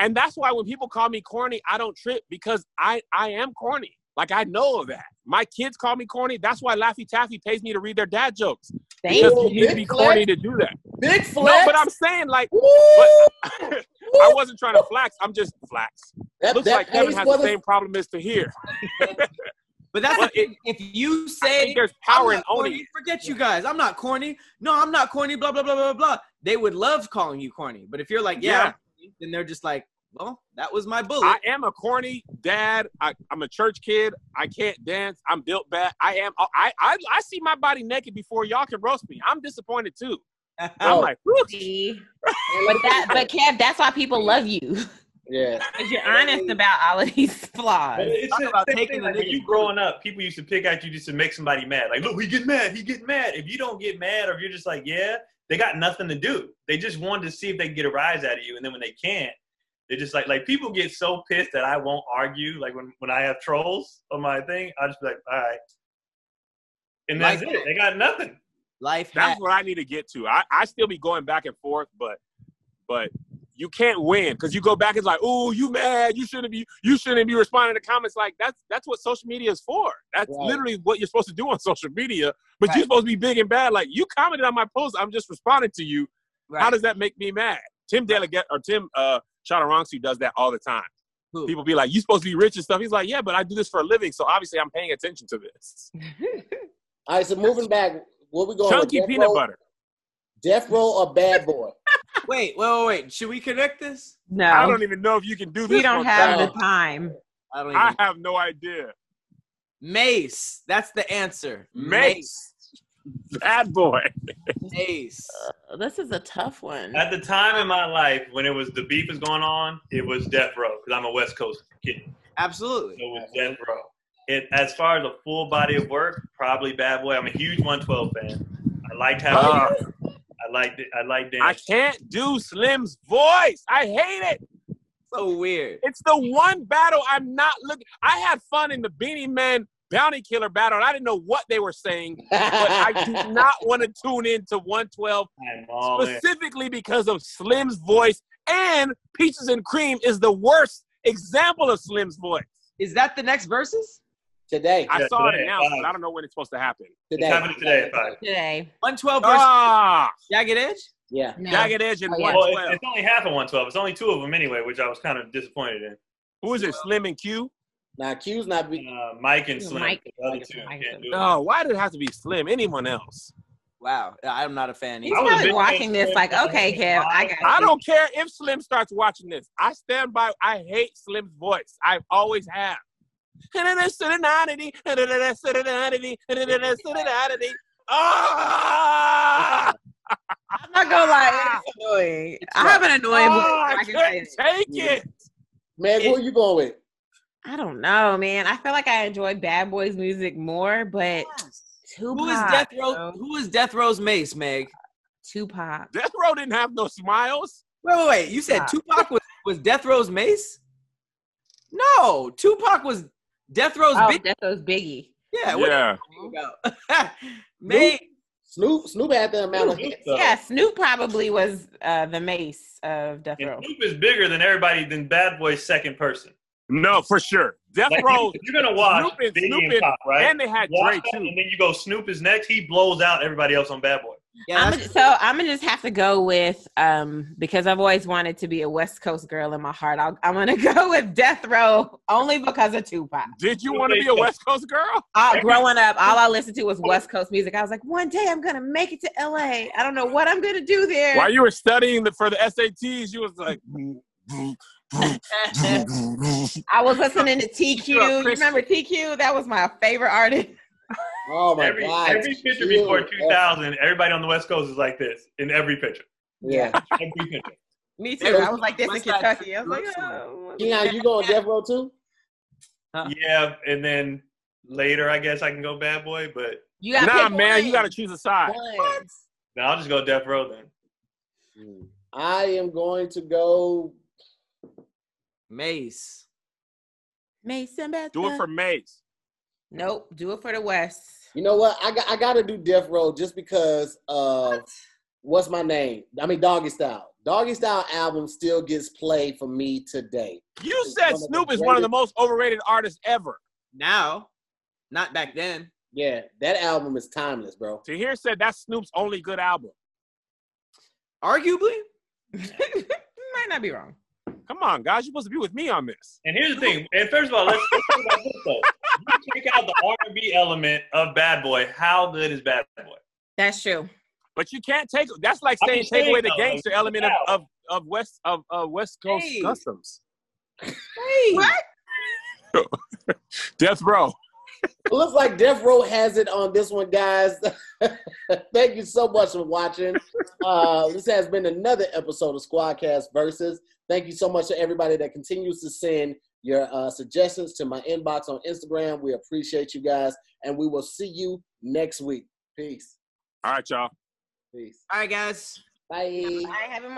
S4: And that's why when people call me corny, I don't trip because I, I am corny. Like I know of that. My kids call me corny. That's why Laffy Taffy pays me to read their dad jokes.
S2: Thank
S4: Because
S3: you.
S4: you
S2: you.
S4: need to be corny to do that.
S3: Big
S4: No,
S3: flex.
S4: but I'm saying like
S3: Woo! [LAUGHS]
S4: I wasn't trying to flax. I'm just flax.
S3: that,
S4: Looks
S3: that
S4: like Kevin
S3: pace
S4: has the
S3: wasn't-
S4: same problem as to here.
S1: But that's
S4: Well,
S1: the thing. if you
S4: I
S1: say
S4: think there's
S1: I'm
S4: power in
S1: not
S4: owning.
S1: corny, forget you guys. I'm not corny. No, I'm not corny. Blah blah blah blah blah. They would love calling you corny. But if you're like, yeah,
S4: Yeah.
S1: I'm corny, then they're just like, well, that was my bullet.
S4: I am a corny dad. I, I'm a church kid. I can't dance. I'm built bad. I am. I, I I see my body naked before y'all can roast me. I'm disappointed too. I'm
S3: Oh.
S4: [LAUGHS] like, "Whew."
S2: But that, but Kev, that's why people love you. [LAUGHS]
S3: Yeah.
S2: Because you're honest about all of these [LAUGHS] flaws.
S5: But it's
S1: Talk
S5: just
S1: about
S5: same
S1: taking
S5: thing,
S1: the
S5: like, when
S1: nigga's
S5: you growing up, people used to pick at you just to make somebody mad. Like, look, he get mad, he get mad. If you don't get mad, or if you're just like, yeah, they got nothing to do. They just wanted to see if they could get a rise out of you, and then when they can't, they just like like people get so pissed that I won't argue. Like when when I have trolls on my thing, I just be like, all right, and that's
S1: Like Mm-hmm.
S5: it. They got nothing.
S1: [LAUGHS] Life
S4: That's
S1: hack.
S4: what I need to get to. I, I still be going back and forth, but but you can't win because you go back and it's like, oh, you mad? You shouldn't be. You shouldn't be responding to comments like that's that's what social media is for. That's
S3: Right.
S4: literally what you're supposed to do on social media. But
S1: Right.
S4: you're supposed to be big and bad. Like you commented on my post, I'm just responding to you. How
S1: Right.
S4: does that make me mad? Tim Delegate or Tim uh, Chaturangsu does that all the time.
S1: Who?
S4: People be like, you supposed to be rich and stuff. He's like, yeah, but I do this for a living, so obviously I'm paying attention to this.
S3: All right, so moving back, where we going? with
S4: Chunky
S3: Death
S4: peanut
S3: Row-
S4: butter.
S3: Death Row or Bad Boy?
S1: Wait, wait, wait, wait. Should we connect this?
S4: I
S2: No,
S4: don't even know if you can do this.
S2: we don't
S4: one, Uh,
S2: have
S4: Tyler.
S2: the time.
S1: I don't even.
S4: I have no idea.
S1: Mace. That's the answer.
S4: Mace. Bad boy.
S1: Mace.
S2: Uh,
S7: This is a tough one.
S5: At the time in my life when it was the beef was going on, it was death row because I'm a West Coast kid.
S1: Absolutely.
S5: So it was death row. It, as far as a full body of work, probably Bad Boy. I'm a huge 112 fan. I liked how
S4: Ah.
S5: I liked it. I liked
S4: I
S5: dance.
S4: can't do Slim's voice. I hate it.
S1: So weird.
S4: It's the one battle I'm not looking. I had fun in the Beanie Man Bounty Killer battle, and I didn't know what they were saying, but I
S3: [LAUGHS]
S4: do not want to tune into 112
S5: I'm all in.
S4: specifically because of Slim's voice. And Peaches and Cream is the worst example of Slim's voice.
S1: Is that the next verses?
S3: today,
S4: I
S5: Yeah,
S4: saw it
S5: today,
S4: announced,
S5: five.
S4: but I don't know when it's supposed to happen.
S5: It's
S3: today,
S5: happening today at five.
S2: Today.
S1: 112 versus
S4: Ah,
S1: Jagged Edge?
S3: yeah.
S2: No.
S4: Jagged Edge and
S2: Oh, yeah.
S5: Well, it's,
S4: 112.
S5: it's only half of 112. It's only two of them anyway, which I was kind of disappointed in.
S4: Who is it? Slim and Q?
S3: Now Q's not
S4: Mm.
S3: be.
S5: Uh, Mike and
S2: Yeah,
S5: Slim.
S2: Mike-
S5: the other
S2: Mike-
S5: two
S2: Mike-
S5: can't do it.
S4: No, Oh, why did it have to be Slim? Anyone else?
S1: Wow. I'm not a fan
S2: He's
S1: either.
S5: I was
S2: probably
S5: big-
S2: watching this like, okay, Kev, I got
S4: I don't care if Slim starts watching this. I stand by. I hate Slim's voice. I always have. Ah!
S2: I'm not gonna
S1: Ah.
S2: lie, it's annoying. I have an annoying voice.
S4: [LAUGHS]
S1: Oh,
S4: Ah,
S2: I,
S4: I
S2: can say
S4: can't
S2: that.
S4: take it.
S3: Man, who are you going with?
S2: I don't know, man. I feel like I enjoy Bad Boys music more, but Tupac.
S1: Who is Death Row?
S2: bro.
S1: Who is Death Row's Mace, Meg?
S2: Tupac.
S4: Death Row didn't have no smiles.
S1: Wait, wait, wait. You said Tupac was, was Death Row's Mace? No, Tupac was Death Row's
S2: Oh,
S1: big.
S2: Death Row's Biggie.
S1: Yeah, what are you talking about? [LAUGHS] Mace.
S3: Snoop. Snoop had the
S4: Oh,
S3: amount of.
S5: Snoop, though.
S2: Yeah, Snoop probably was uh, the mace of Death Row.
S5: And Snoop is bigger than everybody than Bad Boy's second person.
S4: No, for sure. Death
S5: [LAUGHS] Like,
S4: Row,
S5: you- you're gonna watch
S4: Snoop and-
S5: Biggie
S4: Snoop
S5: and
S4: and-
S5: Pop, right?
S4: and they had
S5: Watch
S4: Drake
S5: that,
S4: too.
S5: and then you go Snoop is next. He blows out everybody else on Bad Boy.
S1: Yeah,
S2: I'm
S1: that's-
S2: so I'm gonna just have to go with um because I've always wanted to be a West Coast girl in my heart. I'll, I'm gonna [LAUGHS] go with Death Row only because of Tupac.
S4: Did you want to be a West Coast girl?
S2: [LAUGHS]
S4: [LAUGHS]
S2: All, growing up, all I listened to was West Coast music. I was like, one day I'm gonna make it to LA. I don't know what I'm gonna do there.
S4: While you were studying the, for the SATs, you was
S2: [LAUGHS]
S4: like,
S2: I was listening to
S4: [LAUGHS] You're a
S2: TQ. You
S4: Christian.
S2: remember TQ? That was my favorite artist. [LAUGHS]
S3: Oh my
S5: every
S3: God.
S5: every picture
S3: Q,
S5: before
S3: that's-
S5: 2000, everybody on the West Coast is like this in
S3: [LAUGHS]
S5: every picture.
S3: Yeah.
S5: Every picture.
S2: Me too. I was like this in Kentucky. I was like, oh.
S3: Keon, you going Death Row too?
S5: yeah, and then later I guess I can go Bad Boy, but
S2: you gotta
S4: nah,
S2: pick
S4: man,
S2: one.
S4: you got to choose a side.
S2: One.
S5: no, I'll just go Death Row then.
S3: I am going to go.
S1: Mace.
S2: Mason Beth.
S4: Do it for Mace.
S2: Nope. Do it for the West. [LAUGHS]
S3: You know what? I got. I got to do Death Row just because of what's my name? I mean, Doggy Style. Doggy Style album still gets played for me today.
S4: You said Snoop is one of the most overrated artists ever.
S1: Now, not back then.
S3: Yeah, that album is timeless, bro.
S4: To hear said that's Snoop's only good album.
S1: Arguably,
S2: Might not be wrong.
S4: Come on, guys, you're supposed to be with me on this.
S5: And here's the thing. And first of all, let's let's talk about this though. You take out the R&B element of Bad Boy. How good is Bad Boy?
S2: That's true.
S4: But you can't take that's like
S5: I'm
S4: saying
S5: just
S4: take away
S5: saying,
S4: the
S5: though,
S4: gangster
S5: like,
S4: element of,
S5: wow.
S4: of, of West of uh, West Coast
S1: Hey.
S4: customs.
S1: Mace.
S2: What?
S4: Death Row.
S3: looks like Death Row has it on this one, guys. [LAUGHS] Thank you so much for watching. Uh, this has been another episode of Squadcast Versus. Thank you so much to everybody that continues to send your uh, suggestions to my inbox on Instagram. We appreciate you guys, and we will see you next week. Peace.
S4: All right, y'all.
S3: Peace.
S1: All right, guys.
S3: Bye.
S2: I haven't more.